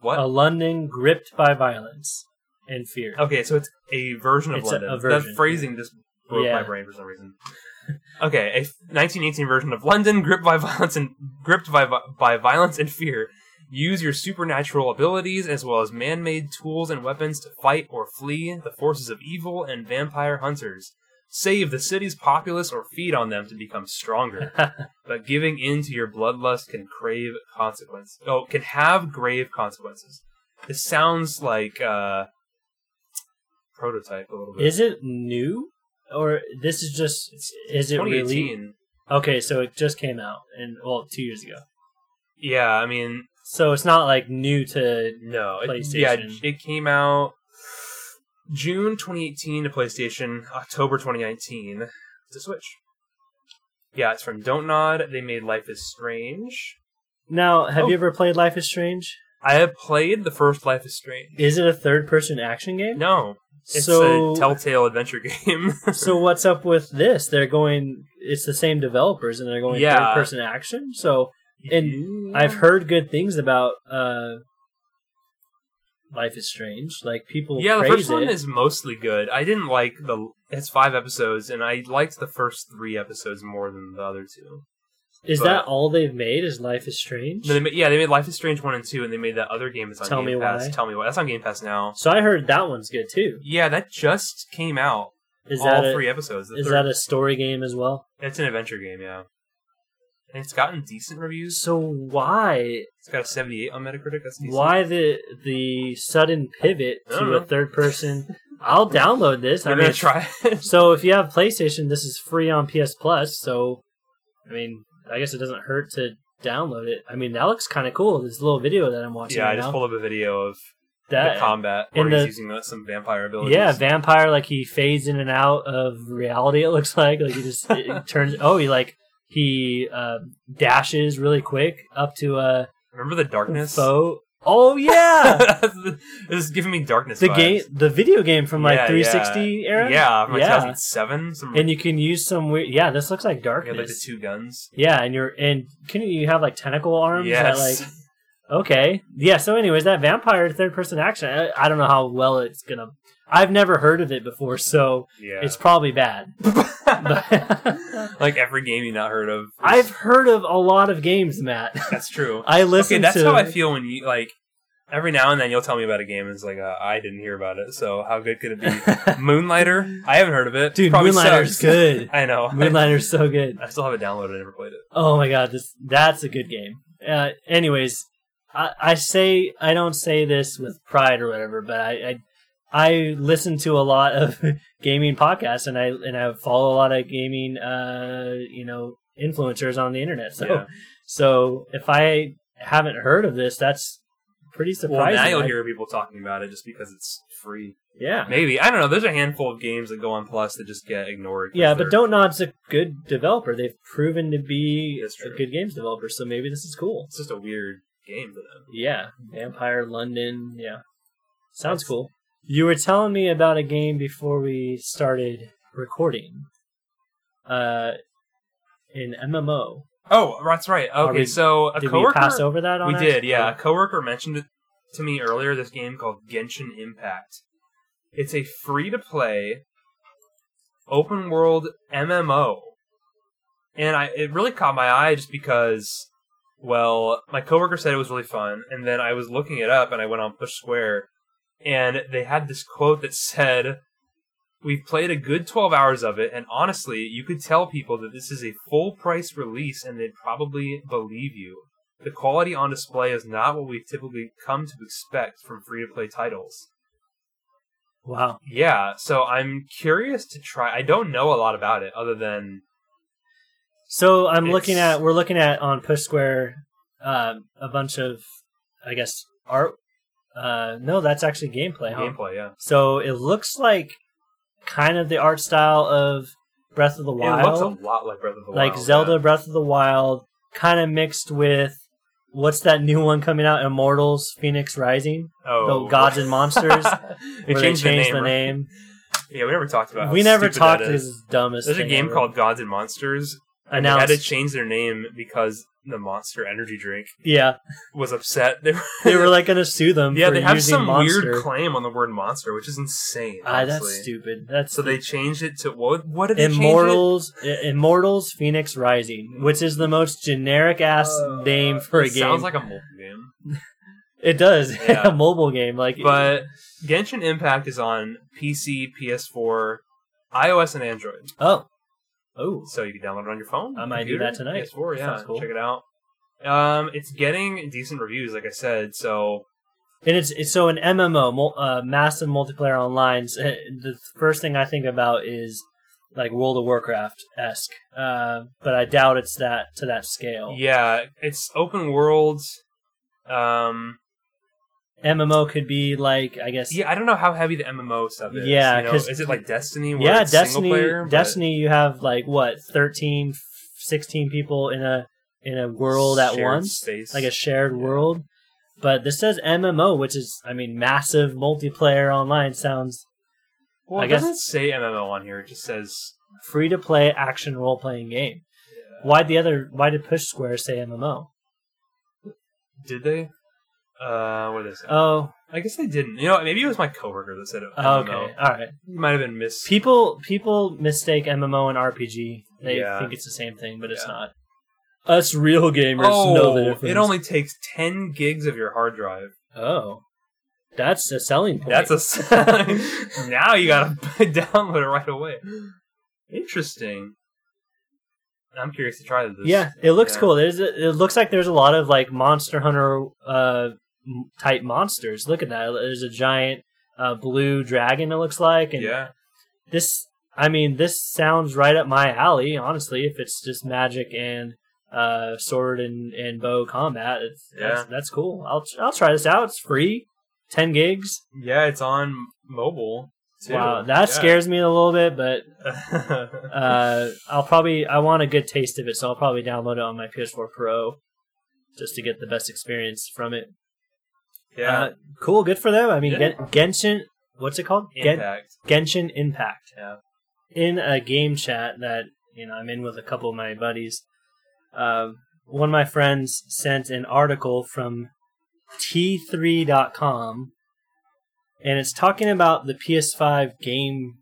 S1: What?
S2: A London gripped by violence and fear.
S1: Okay, so it's a version of
S2: It's a-
S1: London.
S2: a version.
S1: That phrasing just broke
S2: Yeah.
S1: my brain for some reason. (laughs) Okay, a 1918 version of London, gripped by violence and gripped by vi- by violence and fear. Use your supernatural abilities as well as man-made tools and weapons to fight or flee the forces of evil and vampire hunters. Save the city's populace or feed on them to become
S2: (laughs)
S1: stronger. but giving in to your bloodlust can crave consequences. Oh, can have grave consequences. This sounds like uh, prototype a little bit.
S2: Is it new? Or this is just is it really
S1: 2018.
S2: okay? So it just came out and well two years ago.
S1: Yeah, I mean,
S2: So it's not like new to
S1: no, it,
S2: PlayStation.
S1: yeah, it came out June 2018 to PlayStation, October 2019 to Switch. Yeah, it's from Don't Nod. They made Life is Strange.
S2: now. Have
S1: Oh.
S2: you ever played Life is Strange?
S1: I have played the first Life is Strange.
S2: Is it a third-person action game?
S1: No, it's
S2: so
S1: a Telltale adventure (laughs) game.
S2: so what's up with this? They're going. It's the same developers, and they're going
S1: Yeah.
S2: third-person action. So And I've heard good things about uh, Life is Strange. Like people,
S1: Yeah, the
S2: praise
S1: first one
S2: it.
S1: is mostly good. I didn't like the. It's five episodes, and I liked the first three episodes more than the other two.
S2: Is
S1: but-
S2: that all they've made? Is Life is Strange?
S1: No, they made, yeah, they made Life is Strange one and two, and they made that other game that's on
S2: Tell
S1: Game
S2: me
S1: Pass.
S2: why.
S1: Tell me why. That's on Game Pass now.
S2: so I heard that one's good too.
S1: Yeah, that just came out.
S2: Is
S1: all
S2: that a,
S1: three episodes. The
S2: is
S1: third-
S2: that a story game as well?
S1: It's an adventure game, yeah. And it's gotten decent reviews.
S2: So why
S1: It's got a seventy-eight on Metacritic. That's decent.
S2: why the the sudden pivot
S1: I don't
S2: to
S1: know.
S2: a
S1: (laughs)
S2: third person? I'll download this.
S1: You're
S2: I mean,
S1: gonna try it. (laughs)
S2: so if you have PlayStation, this is free on PS Plus. So, I mean, I guess it doesn't hurt to download it. I mean, that looks kind of cool. This little video that I'm watching.
S1: yeah,
S2: right
S1: I just
S2: now.
S1: pulled up a video of
S2: that.
S1: the combat
S2: and
S1: where he's
S2: the-
S1: using uh, some vampire abilities.
S2: yeah, vampire like he fades in and out of reality. It looks like like he just
S1: (laughs)
S2: it turns. Oh, he like he uh, dashes really quick up to a
S1: remember the darkness? (laughs)
S2: foe. Oh yeah,
S1: this is giving me darkness.
S2: the
S1: vibes.
S2: game, the video game from like
S1: Yeah,
S2: 360 era.
S1: Yeah, from like
S2: Yeah.
S1: 2007. Some
S2: and you can use some weird. Yeah, this looks like
S1: you
S2: darkness.
S1: had like the two guns.
S2: Yeah, and you're and can you have like tentacle arms?
S1: yes.
S2: That, like okay, yeah. So, anyways, that vampire third person action. I, I don't know how well it's gonna. I've never heard of it before, so
S1: (laughs) yeah.
S2: it's probably bad.
S1: (laughs)
S2: But (laughs)
S1: like every game you not heard of. is-
S2: I've heard of a lot of games, Matt.
S1: (laughs) that's true.
S2: I
S1: Okay,
S2: listen
S1: that's
S2: to.
S1: how I feel when you like. every now and then you'll tell me about a game. And it's like uh, I didn't hear about it, so how good could it
S2: (laughs)
S1: be? Moonlighter, I haven't heard of it.
S2: Dude,
S1: Probably
S2: Moonlighter's
S1: sucks. (laughs)
S2: good.
S1: I know.
S2: Moonlighter's so good.
S1: I still have it downloaded. I never played it.
S2: Oh my god, this that's a good game. Uh, anyways, I, I say I don't say this with pride or whatever, but I, I I listen to a lot of (laughs) gaming podcasts and I and I follow a lot of gaming uh you know influencers on the internet. So
S1: Yeah.
S2: so if I haven't heard of this, that's pretty
S1: Well,
S2: surprising.
S1: now you'll
S2: I-
S1: hear people talking about it just because it's free.
S2: yeah.
S1: (laughs) Maybe I don't know. There's a handful of games that go on Plus that just get ignored. 'cause
S2: Yeah, but
S1: they're-
S2: Don't Nod's a good developer. They've proven to be
S1: That's true.
S2: a good games developer, so maybe this is cool.
S1: It's just a weird game for them.
S2: Yeah, Vampire London. Yeah, sounds
S1: That's-
S2: cool. You were telling me about a game before we started recording. Uh, an MMO.
S1: Oh, that's right.
S2: Are
S1: Okay,
S2: we-
S1: so a
S2: did we
S1: coworker
S2: pass over that? on Oh.
S1: we
S2: our-
S1: did, yeah. A coworker mentioned it to me earlier. This game called Genshin Impact. It's a free to play open world MMO, and I it really caught my eye just because. Well, my coworker said it was really fun, and then I was looking it up, and I went on Push Square, and they had this quote that said, "We've played a good twelve hours of it, and honestly, you could tell people that this is a full price release, and they'd probably believe you." The quality on display is not what we've typically come to expect from free to play titles.
S2: Wow.
S1: Yeah, so I'm curious to try. I don't know a lot about it other than
S2: So I'm looking
S1: It's-
S2: at we're looking at on Push Square um, a bunch of I guess art. Uh, no, that's actually gameplay. Huh?
S1: gameplay, yeah.
S2: So it looks like kind of the art style of Breath of the Wild.
S1: It looks a lot like Breath of the Wild.
S2: like Zelda Breath of the Wild, kind of mixed with what's that new one coming out? Immortals: Phoenix Rising.
S1: yeah. Oh.
S2: the Gods
S1: (laughs)
S2: and Monsters,
S1: they
S2: where
S1: changed,
S2: they changed
S1: the
S2: the
S1: name.
S2: name.
S1: Yeah, we never talked about how
S2: we never
S1: stupid
S2: talked.
S1: that
S2: This
S1: is.
S2: is the dumbest.
S1: There's a
S2: thing
S1: game
S2: ever.
S1: called Gods and Monsters. And they had
S2: Announced.
S1: to change their name because the Monster Energy Drink
S2: yeah,
S1: was upset. (laughs) They were,
S2: they were like gonna sue them.
S1: yeah,
S2: for
S1: they have
S2: using
S1: some
S2: monster.
S1: weird claim on the word monster, which is insane.
S2: Ah, that's
S1: honestly.
S2: stupid. That's
S1: So they changed it to what? What did they change
S2: Immortals, I- Immortals: Phoenix Rising, which is the most generic
S1: it?
S2: ass name for a
S1: Uh, It
S2: game.
S1: Sounds like a mobile game.
S2: it does (laughs)
S1: Yeah.
S2: a mobile game, like
S1: But Genshin Impact is on PC, PS4, iOS, and Android.
S2: oh, oh,
S1: So you can download it on your phone.
S2: I might do
S1: computer,
S2: that tonight.
S1: PS4, yeah,
S2: Sounds cool.
S1: check it out. Um, it's getting decent reviews, like I said. So
S2: And it's, it's so an MMO, mul- uh, massive multiplayer online. s- eh, The first thing I think about is like World of Warcraft esque, uh, but I doubt it's that to that scale.
S1: yeah, it's open world. Um,
S2: MMO could be like I guess
S1: yeah, I don't know how heavy the MMO stuff is.
S2: Yeah,
S1: you know,
S2: 'cause-
S1: is it like Destiny? Where
S2: yeah
S1: it's
S2: Destiny
S1: single player, but-
S2: Destiny you have like what 13, 16 people in a in a world at
S1: Shared
S2: once,
S1: space.
S2: like a shared
S1: Yeah.
S2: world. But this says MMO, which is I mean massive multiplayer online sounds
S1: Well,
S2: I
S1: it
S2: guess-
S1: doesn't say MMO on here. It just says
S2: free to play action role playing game. Why the other? Why did Push Square say MMO?
S1: Did they? Uh, what is it?
S2: Oh,
S1: I guess they didn't. You know, what, maybe it was my coworker that said it. I don't
S2: okay,
S1: know.
S2: all right.
S1: You might have been miss.
S2: People people mistake MMO and RPG. They
S1: Yeah.
S2: think it's the same thing, but it's
S1: Yeah.
S2: not. Us real gamers know the
S1: oh,
S2: difference.
S1: it only takes ten gigs of your hard drive.
S2: oh, that's a selling point.
S1: That's a sign. (laughs) now you gotta download it right away. Interesting. I'm curious to try this.
S2: yeah. It looks
S1: Yeah.
S2: cool. There's a, it looks like there's a lot of like Monster Hunter uh, m- type monsters. Look at that. There's a giant uh, blue dragon. It looks like and
S1: yeah.
S2: this i mean this sounds right up my alley honestly if it's just magic and uh sword and and bow combat it's that's, that's cool i'll i'll try this out it's free 10 gigs
S1: Yeah, it's on mobile. Too.
S2: wow that scares me a little bit but
S1: (laughs) scares.
S2: uh i'll probably i want a good taste of it so i'll probably download it on my ps4 pro just to get the best experience from it
S1: yeah.
S2: uh, cool good for them i mean
S1: Yeah.
S2: Gen- genshin what's it called Gen-
S1: Impact.
S2: Genshin Impact.
S1: Yeah.
S2: In a game chat that you know I'm in with a couple of my buddies, um, one of my friends sent an article from T3.com, and it's talking about the PS5 game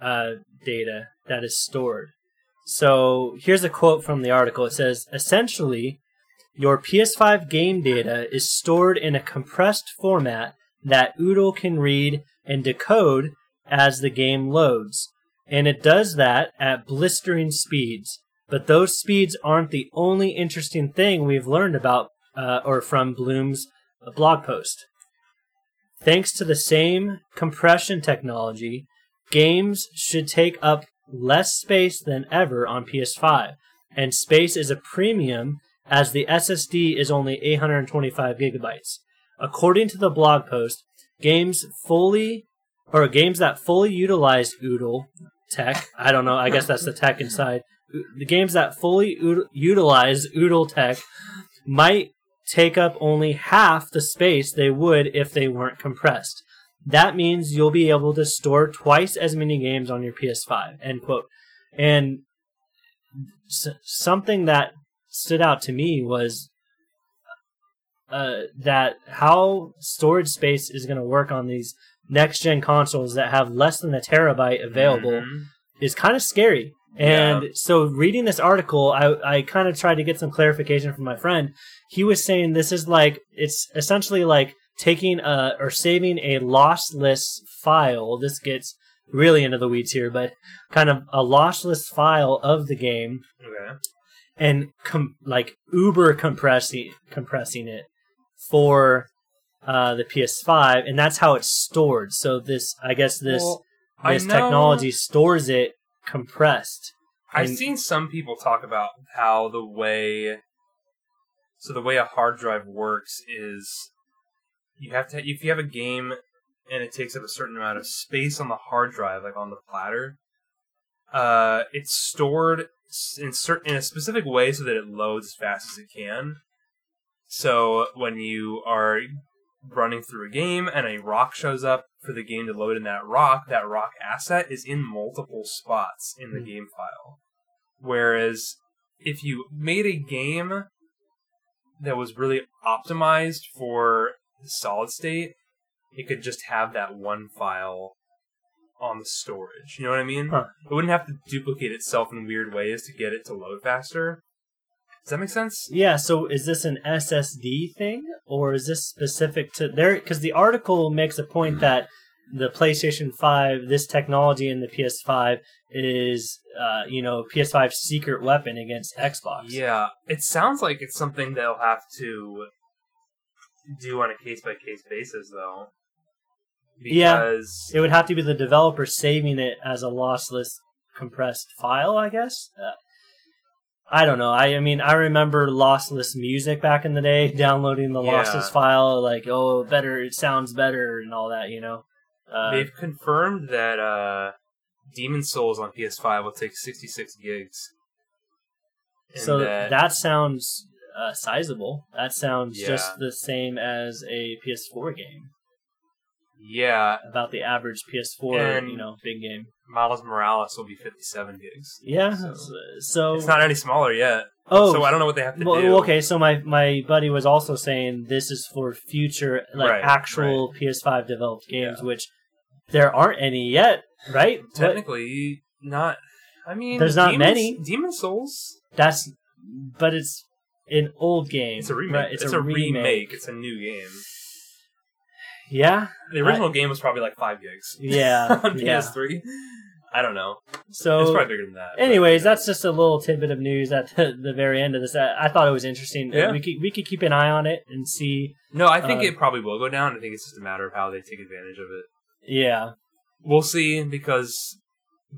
S2: uh, data that is stored. So here's a quote from the article. It says, essentially, Your PS5 game data is stored in a compressed format that Oodle can read and decode as the game loads. And it does that at blistering speeds. But those speeds aren't the only interesting thing we've learned about uh, or from Bloom's blog post. Thanks to the same compression technology, games should take up less space than ever on PS5, and space is a premium as the SSD is only 825 gigabytes. According to the blog post, games fully or games that fully utilize Oodle tech, I don't know, I guess that's the tech inside. The games that fully ood- utilize Oodle tech might take up only half the space they would if they weren't compressed. That means you'll be able to store twice as many games on your PS5. End quote. And s- something that stood out to me was uh, that how storage space is going to work on these next gen consoles that have less than a terabyte available
S1: Mhm.
S2: is kind of scary. And so reading this article, I, I kind of tried to get some clarification from my friend. He was saying this is like, it's essentially like taking a, or saving a lossless file. This gets really into the weeds here, but kind of a lossless file of the game
S1: Okay.
S2: and com- like uber compressing, compressing it for uh, the PS5. And that's how it's stored. So this, I guess this
S1: Well, I
S2: this
S1: know-
S2: technology stores it compressed.
S1: I've
S2: And-
S1: seen some people talk about how the way so the way a hard drive works is you have to if you have a game and it takes up a certain amount of space on the hard drive like on the platter uh it's stored s- in certain in a specific way so that it loads as fast as it can so when you are running through a game and a rock shows up for the game to load in that rock, that rock asset is in multiple spots in the
S2: Hmm.
S1: game file. Whereas if you made a game that was really optimized for the solid state, it could just have that one file on the storage. You know what I mean?
S2: Huh.
S1: It wouldn't have to duplicate itself in weird ways to get it to load faster. Does that make sense?
S2: Yeah, so is this an SSD thing or is this specific to there cuz the article makes a point that the PlayStation 5 this technology in the PS5 is uh, you know PS5's secret weapon against Xbox.
S1: Yeah, it sounds like it's something they'll have to do on a case by case basis, though.
S2: Yeah.
S1: Because
S2: It would have to be the developer saving it as a lossless compressed file, I guess. Uh, I don't know. I, I mean, I remember lossless music back in the day, (laughs) downloading the
S1: Yeah.
S2: lossless file, like, oh, better, it sounds better, and all that, you know? Uh,
S1: they've confirmed that uh, Demon Souls on PS5 will take 66 gigs. And
S2: so that, sounds uh, sizable. That sounds just the same as a PS4 game,
S1: yeah,
S2: about the average PS4,
S1: And-
S2: you know, big game.
S1: Miles Morales will be 57 gigs.
S2: Yeah.
S1: So-
S2: So,
S1: It's not any smaller yet.
S2: oh,
S1: so I don't know what they have to
S2: Well,
S1: do.
S2: okay, so my my buddy was also saying this is for future, like
S1: Right,
S2: actual PS5 developed games, which there aren't any yet, right? But
S1: Technically, not. I mean,
S2: There's not
S1: Demon's-
S2: many.
S1: Demon Souls
S2: that's but it's an old game.
S1: It's a remake.
S2: right?
S1: It's, a, remake. It's a new game.
S2: Yeah,
S1: The original game was probably like five gigs.
S2: yeah,
S1: (laughs) on
S2: yeah.
S1: PS3. I don't know. it's
S2: So,
S1: probably bigger than that. but-
S2: anyways, that's just a little tidbit of news at (laughs) the, the very end of this. I, I thought it was interesting.
S1: Yeah.
S2: We could we could keep an eye on it and see.
S1: no. I think
S2: uh,
S1: it probably will go down. I think it's just a matter of how they take advantage of it.
S2: Yeah,
S1: We'll see because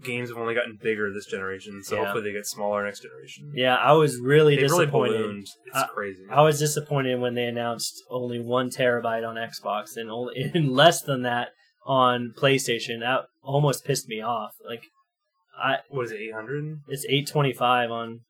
S1: games have only gotten bigger this generation. So
S2: Yeah.
S1: hopefully they get smaller next generation.
S2: yeah. I was really
S1: They really
S2: disappointed. Uh,
S1: ballooned. It's crazy.
S2: I was disappointed when they announced only one terabyte on Xbox and only (laughs) and less than that on PlayStation. That almost pissed me off. Like, I
S1: what is it? Eight hundred?
S2: it's eight twenty five on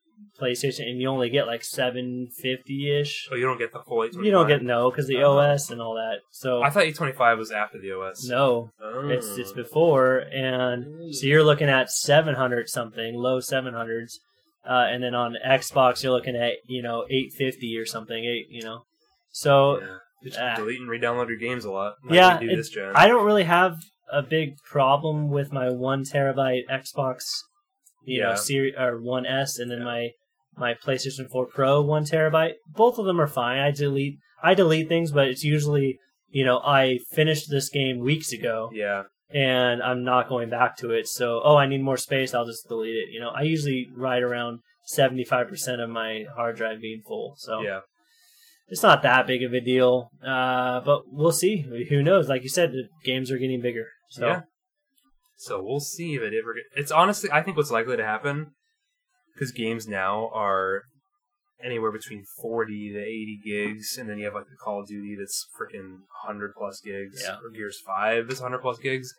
S2: PlayStation, and you only get like seven fifty ish.
S1: Oh, you don't get the full eight twenty
S2: You
S1: five.
S2: don't get no because the
S1: Uh-huh.
S2: OS and all that. So
S1: I thought eight twenty five was after the OS.
S2: no,
S1: Oh.
S2: it's it's before, and so you're looking at seven hundred something, low seven hundreds. Uh, and then on Xbox, you're looking at you know eight fifty or something, eight you know. So
S1: Yeah. Just
S2: ah.
S1: delete and re-download your games a lot. Like
S2: Yeah,
S1: we do
S2: it-
S1: this gen.
S2: I don't really have a big problem with my one terabyte Xbox, you
S1: Yeah.
S2: know, series or one S, and then
S1: Yeah.
S2: my my PlayStation 4 Pro one terabyte. Both of them are fine. I delete I delete things, but it's usually you know I finished this game weeks ago
S1: Yeah.
S2: and I'm not going back to it. So oh, I need more space. I'll just delete it. You know, I usually ride around 75% of my hard drive being full. So
S1: Yeah.
S2: it's not that big of a deal. Uh, but we'll see. Who knows? Like you said, the games are getting bigger. So
S1: Yeah. So we'll see if it ever. Get, it's honestly, I think what's likely to happen, because games now are anywhere between forty to eighty gigs, and then you have like the Call of Duty that's freaking hundred plus gigs,
S2: Yeah.
S1: or Gears Five is hundred plus gigs.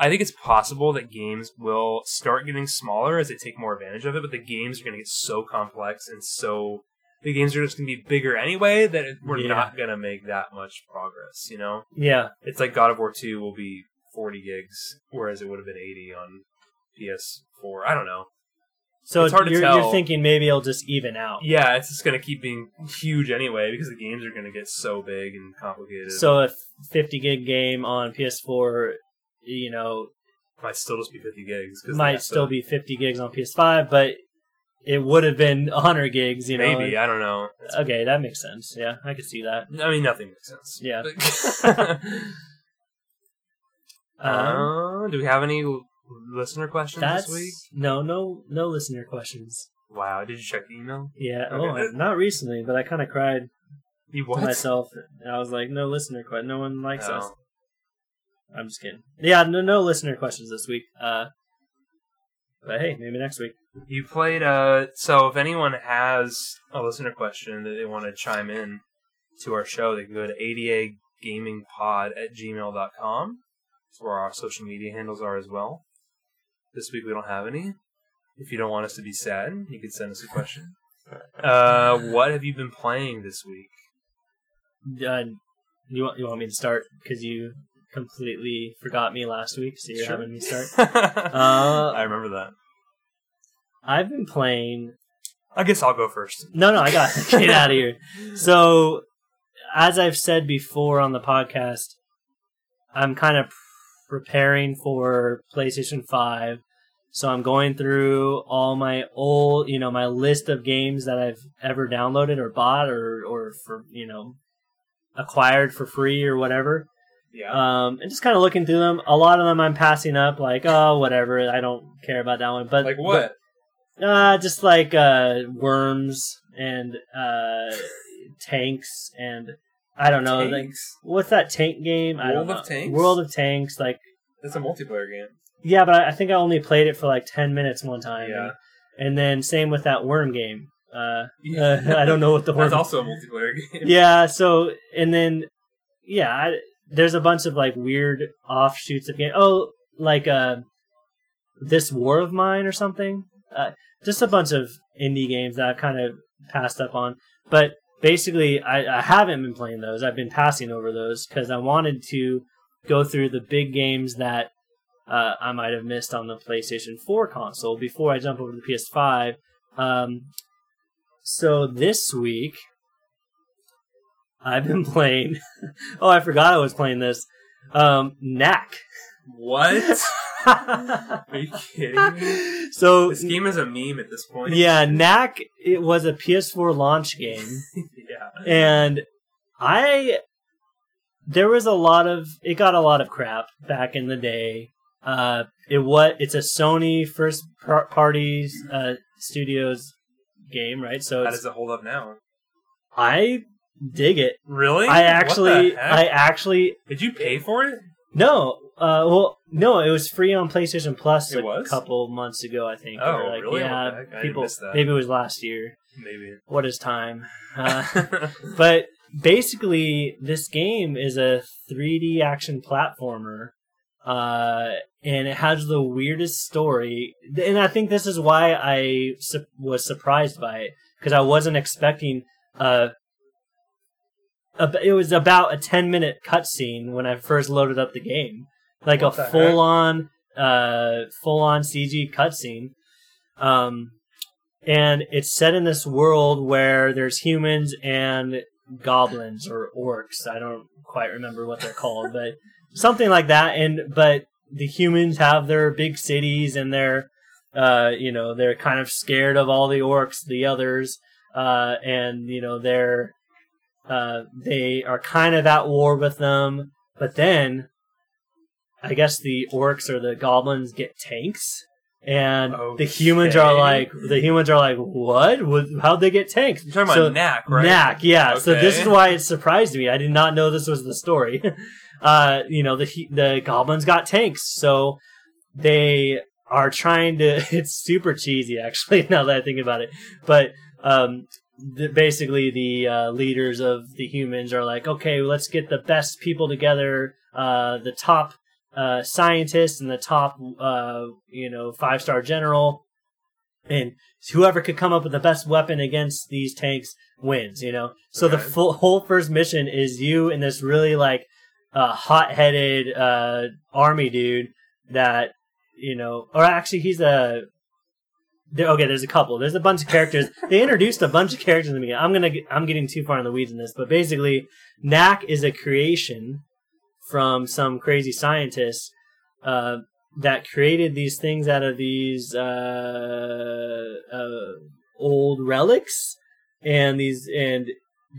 S1: I think it's possible that games will start getting smaller as they take more advantage of it, but the games are going to get so complex and so the games are just going to be bigger anyway that it- we're
S2: Yeah.
S1: not going to make that much progress. You know.
S2: yeah,
S1: It's like God of War 2 will be 40 gigs, whereas it would have been 80 on PS4. I don't know.
S2: so
S1: It's hard to
S2: you're,
S1: tell.
S2: you're thinking maybe it'll just even out.
S1: Yeah, it's just going to keep being huge anyway because the games are going to get so big and complicated.
S2: So a 50 gig game on PS4, you know,
S1: might still just be 50 gigs. they have
S2: might
S1: to-
S2: still be 50 gigs on PS5, but it would have been (laughs) 100 gigs, you
S1: (laughs)
S2: know.
S1: maybe. I don't know. It's-
S2: Okay, that makes sense. Yeah, I could see that.
S1: I mean, nothing makes sense.
S2: Yeah.
S1: But-
S2: (laughs)
S1: (laughs)
S2: Um,
S1: Uh, do we have any l- listener questions
S2: that's
S1: this week?
S2: no, no, no listener questions.
S1: Wow, did you check the email?
S2: Yeah.
S1: Okay.
S2: Oh, not recently, but I kind of cried
S1: You
S2: to
S1: what?
S2: myself. And I was like, no listener question. No one likes us.
S1: Oh.
S2: I'm just kidding. Yeah, no, no listener questions this week. Uh, but hey, maybe next week.
S1: You played uh so if anyone has a listener question that they want to chime in to our show, they can go to adagamingpod at gmail.com. That's where our social media handles are as well. This week we don't have any. If you don't want us to be sad, you can send us a question. Uh, what have you been playing this week?
S2: Uh, you want you want me to start because you completely forgot me last week, so you're
S1: Sure.
S2: having
S1: (laughs)
S2: me start.
S1: uh, I remember that.
S2: I've been playing.
S1: I guess I'll go first.
S2: No, no, I got (laughs) get out of here. So, as I've said before on the podcast, I'm kind of preparing for PlayStation 5. So I'm going through all my old, you know, my list of games that I've ever downloaded or bought or or for, you know, acquired for free or whatever.
S1: Yeah.
S2: Um and just kind of looking through them. A lot of them I'm passing up like, oh, whatever, I don't care about that one. But
S1: like what?
S2: uh, just like uh, worms and
S1: (laughs)
S2: uh, tanks and I don't know. Like,
S1: Tanks?
S2: what's that tank game? I don't
S1: World of
S2: know.
S1: Tanks?
S2: World of Tanks. Like
S1: It's a multiplayer game.
S2: yeah, but I, I think I only played it for like ten minutes one time.
S1: Yeah.
S2: And then same with that worm game.
S1: (laughs)
S2: Uh, (laughs) uh, I don't know what the worm.
S1: That's also a multiplayer game. (laughs)
S2: yeah. So and then yeah, I, there's a bunch of like weird offshoots of game. Oh, like uh, this war of mine or something. Uh, just a bunch of indie games that I've kind of passed up on. But basically, I, I haven't been playing those. I've been passing over those because I wanted to go through the big games that uh, I might have missed on the PlayStation 4 console before I jump over to the PS5. Um, so this week, I've been playing. (laughs) oh, I forgot I was playing this. Um, Knack. (laughs)
S1: What? Are you kidding me?
S2: so
S1: This game is a meme at this point.
S2: yeah, Knack. It was a PS4 launch game,
S1: (laughs) yeah.
S2: and I there was a lot of it got a lot of crap back in the day. Uh, it what it's a Sony first par- party uh, studios game, right? So
S1: How
S2: it's,
S1: does it hold up now?
S2: I dig it.
S1: Really?
S2: I
S1: What
S2: actually,
S1: the heck?
S2: I actually
S1: did you pay for it?
S2: No, uh, well, no, it was free on PlayStation Plus
S1: It
S2: a
S1: was?
S2: couple months ago, I think.
S1: Oh,
S2: or like,
S1: really? What the
S2: Yeah,
S1: heck? I didn't
S2: people.
S1: miss that.
S2: Maybe it was last year.
S1: Maybe.
S2: What is time? Uh, (laughs)
S1: (laughs)
S2: but basically, this game is a 3D action platformer, uh, and it has the weirdest story. And I think this is why I su- was surprised by it because I wasn't expecting uh, ab It was about a 10 minute cutscene when I first loaded up the game, like
S1: What
S2: a
S1: the heck?
S2: full on, uh, full on CG cutscene. Um, and it's set in this world where there's humans and goblins or orcs. I don't quite remember what they're called, but something like that. And but the humans have their big cities and their Uh, you know, they're kind of scared of all the orcs, the others, uh, and you know they're uh, they are kind of at war with them. But then, I guess the orcs or the goblins get tanks, and
S1: Okay.
S2: the humans are like the humans are like, what? What- How'd they get tanks?
S1: You're talking
S2: So-
S1: about Knack, right?
S2: Knack, yeah. So this
S1: Okay.
S2: is why it surprised me. I did not know this was the story. (laughs) Uh, you know, the he- the goblins got tanks, so they are trying to. (laughs) It's super cheesy, actually. (laughs) Now that I think about it, but um, the, basically the uh, leaders of the humans are like, okay, let's get the best people together, uh, the top uh, scientists and the top, uh, you know, five star general, and whoever could come up with the best weapon against these tanks wins. You know, so the
S1: Okay.
S2: full, whole first mission is you and this really like uh, hot headed uh, army dude that you know, or actually he's a there, okay, there's a couple. There's a bunch of characters. they introduced a bunch of characters in the beginning. I'm gonna get- I'm getting too far in the weeds in this, but basically, Knack is a creation from some crazy scientist uh, that created these things out of these uh, uh, old relics, and these and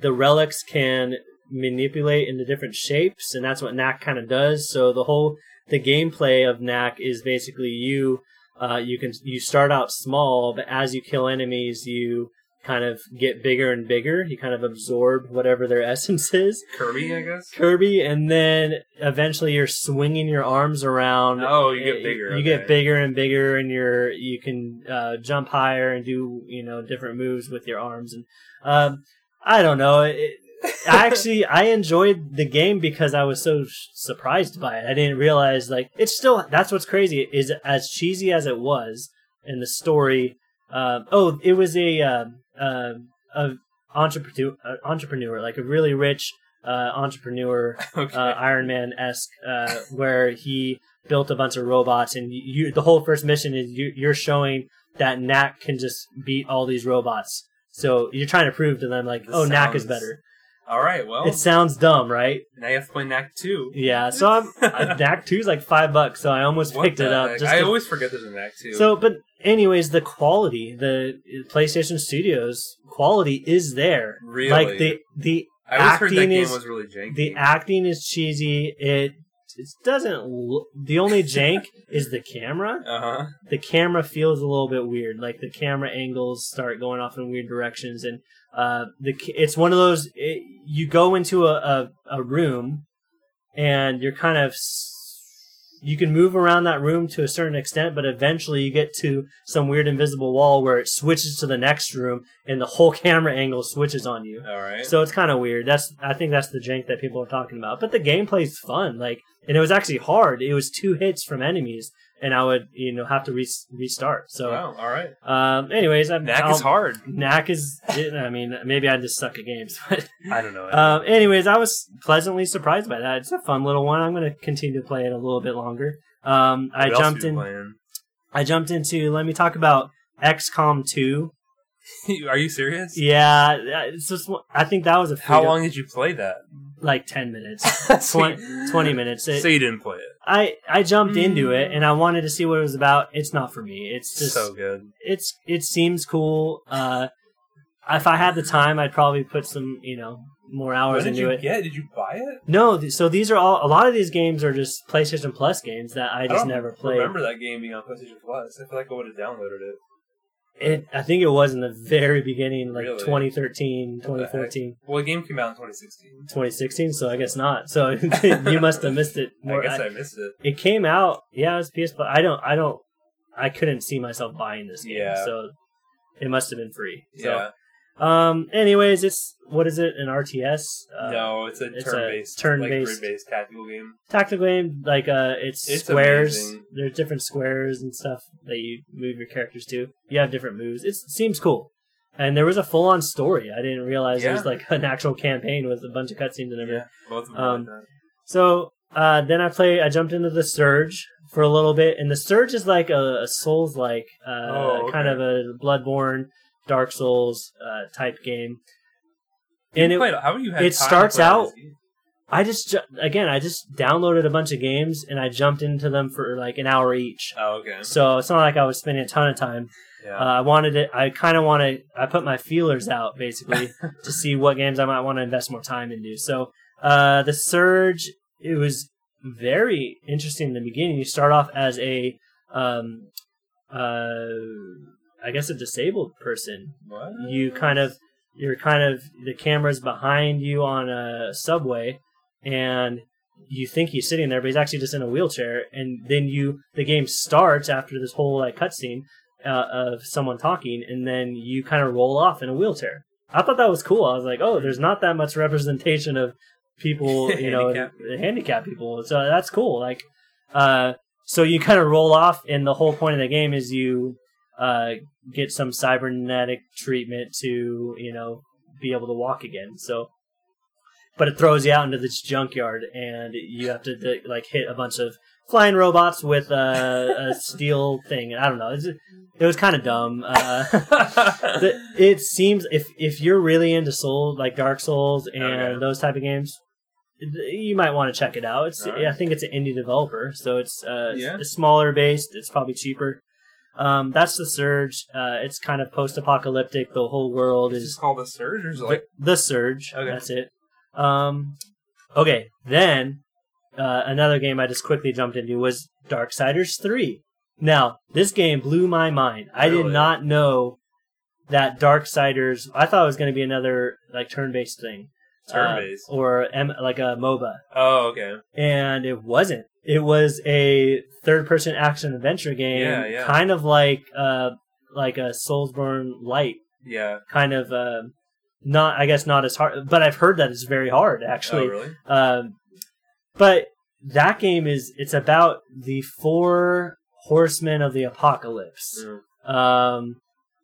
S2: the relics can manipulate into different shapes, and that's what Knack kind of does. So the whole the gameplay of Knack is basically you uh, you can you start out small, but as you kill enemies, you kind of get bigger and bigger. You kind of absorb whatever their (laughs) essence is,
S1: Kirby, I guess. (laughs)
S2: Kirby, and then eventually you're swinging your arms around.
S1: Oh, you get bigger.
S2: You
S1: okay.
S2: get bigger and bigger, and you're you can uh, jump higher and do you know different moves with your arms. And um, I don't know. It,
S1: (laughs)
S2: I actually I enjoyed the game because I was so sh- surprised by it. I didn't realize like it's still that's what's crazy is as cheesy as it was in the story. Uh, oh, it was a uh, uh, a entrepreneur, uh, entrepreneur like a really rich uh, entrepreneur
S1: Okay.
S2: uh, Iron Man esque, uh, where he built a bunch of robots, and you, you the whole first mission is you, you're showing that Knack can just beat all these robots. So you're trying to prove to them like,
S1: This
S2: oh, Knack is
S1: sounds-
S2: better.
S1: All right. Well,
S2: It sounds dumb, right?
S1: now you have to play Knack two.
S2: Yeah. So
S1: (laughs)
S2: I'm uh, Knack two's like five bucks, so I almost
S1: What
S2: picked
S1: the
S2: it up.
S1: heck?
S2: Just
S1: I
S2: to-
S1: always forget there's a Knack two.
S2: so, but anyways, the quality, the PlayStation Studios quality is there.
S1: really,
S2: Like the the
S1: I always heard that
S2: acting
S1: game
S2: is-
S1: was really janky.
S2: the acting is cheesy. It it doesn't. Look, the only jank is the camera.
S1: uh huh.
S2: The camera feels a little bit weird. Like the camera angles start going off in weird directions, and uh, the ca- it's one of those. It, you go into a, a a room, and you're kind of s- you can move around that room to a certain extent, but eventually you get to some weird invisible wall where it switches to the next room, and the whole (laughs) camera angle switches on you.
S1: All right.
S2: So it's kind of weird. That's I think that's the jank that people are talking about. But the gameplay's fun. Like, and it was actually hard. It was two hits from enemies, and I would you know have to re- restart. So,
S1: wow. All right.
S2: um, anyways, I'm
S1: Knack is
S2: I'll- Uh,
S1: hard.
S2: Knack is. I mean, maybe I just suck at games. (laughs) But
S1: I don't know.
S2: um, anyways, I was pleasantly surprised by that. It's a fun little one. I'm going to continue to play it a little bit longer. Um, I
S1: What else
S2: jumped
S1: have you
S2: in.
S1: been
S2: I jumped into. Let me talk about XCOM 2.
S1: playing? (laughs) Are you serious?
S2: Yeah, it's just. one- I think that was a
S1: How
S2: freedom-
S1: long did you play
S2: (laughs)
S1: that?
S2: Like ten minutes.
S1: So you-
S2: (laughs) 20, 20 minutes. It-
S1: So you didn't play it.
S2: I I jumped
S1: Mm.
S2: into it and I wanted to see what it was about. It's not for me. It's just
S1: so good.
S2: it's it seems cool. Uh, if I had the time, I'd probably put some you know more hours
S1: What did
S2: into
S1: you
S2: it.
S1: get? Did you buy it?
S2: No, th- so these are all a lot of these games are just PlayStation Plus games that I just
S1: don't
S2: never played.
S1: Remember that game being on PlayStation Plus? I feel like I would have downloaded it.
S2: It I think it was in the very beginning, like
S1: Really?
S2: 2013,
S1: What the heck?
S2: 2014,
S1: Well, the game came out in 2016.
S2: 2016. So I guess not. So (laughs) you must have missed it. More.
S1: I guess
S2: I-
S1: I, missed it.
S2: it came out yeah it was ps but i don't i don't i couldn't see myself buying this game
S1: Yeah.
S2: so it must have been free so
S1: yeah.
S2: um anyways it's what is it an rts uh,
S1: no, it's a
S2: it's a
S1: turn-based, like
S2: turn-based-
S1: grid-based tactical game.
S2: tactical game like uh it's,
S1: It's
S2: squares
S1: amazing.
S2: there's different squares and stuff that you move your characters to you have different moves It's- it seems cool and there was a full-on story i didn't realize there was
S1: Yeah.
S2: like (laughs) an actual campaign with a bunch of cutscenes and everything
S1: Yeah, both of them.
S2: Um,
S1: like
S2: So uh, then I play. I jumped into the Surge for a little bit, and the Surge is like a, a Souls like uh,
S1: Oh, okay.
S2: kind of a Bloodborne, Dark Souls uh, type game.
S1: that.
S2: And
S1: You
S2: it,
S1: played- how have you had time
S2: it
S1: to
S2: starts
S1: play all
S2: out-
S1: these games?
S2: I just ju- again, I just downloaded a bunch of games and I jumped into them for like an hour each.
S1: Oh, okay.
S2: So it's not like I was spending a ton of time.
S1: Yeah.
S2: Uh, I wanted it. I kind of want to. I put my feelers out basically to see what games I might want to invest more time into. So uh, the surge, it was very interesting in the beginning. You start off as a, um, uh, I guess a disabled person.
S1: what?
S2: You kind of, you're kind of the camera's behind you on a subway, and you think he's sitting there, but he's actually just in a wheelchair. And then you, the game starts after this whole like cutscene uh, of someone talking, and then you kind of roll off in a wheelchair. I thought that was cool. I was like, oh, there's not that much representation of people, you know,
S1: Handicap.
S2: handicapped. people. So that's cool. Like, uh, so you kind of roll off, and the whole point of the game is you uh, get some cybernetic treatment to, you know, be able to walk again. So but it throws you out into this junkyard, and you have to d- like hit a bunch of flying robots with a, a steel thing. I don't know. It's, it was kind of dumb.
S1: (laughs)
S2: Uh, (laughs) but it seems if if you're really into Souls, like Dark Souls and
S1: Okay.
S2: those type of games, th- you might want to check it out. It's
S1: Alright.
S2: I think it's an indie developer, so it's uh,
S1: Yeah.
S2: it's smaller based. It's probably cheaper. Um, that's the Surge. Uh, it's kind of post-apocalyptic. The whole world
S1: Is
S2: is
S1: this called a surge or is it like
S2: the Surge.
S1: Okay.
S2: That's it. Um, okay, then uh, another game I just quickly jumped into was Darksiders 3. Now, this game blew my mind. I did
S1: Really?
S2: not know that Darksiders, I thought it was going to be another like turn-based thing. uh,
S1: turn-based?
S2: or M- like a MOBA.
S1: oh, okay.
S2: And it wasn't. It was a third-person action adventure game,
S1: Yeah, yeah.
S2: kind of like uh, like a Soulsborne light
S1: Yeah. Oh,
S2: kind of um not I guess not as hard but I've heard that it's very hard actually.
S1: oh, really?
S2: Um but that game is it's about the four horsemen of the apocalypse.
S1: Mm.
S2: Um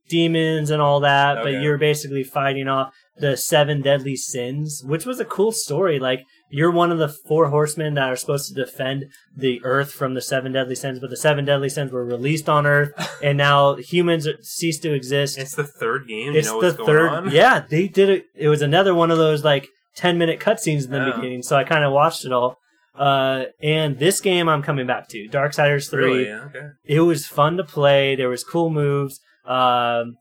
S2: demons and all that,
S1: Okay.
S2: but you're basically fighting off the seven deadly sins, which was a cool story like you're one of the four horsemen that are supposed to defend the earth from the seven deadly sins, but the seven deadly sins were released
S1: (laughs)
S2: on earth and now humans cease to exist
S1: It's the third game.
S2: it's
S1: you know
S2: the
S1: what's
S2: third.
S1: Going on?
S2: Yeah, they did it. It was another one of those like ten minute cutscenes in the
S1: Yeah.
S2: beginning, so I kind of watched it all. Uh, and this game I'm coming back to, Darksiders Three.
S1: (laughs) Really? Yeah, okay.
S2: It was fun to play. There was cool moves. Um,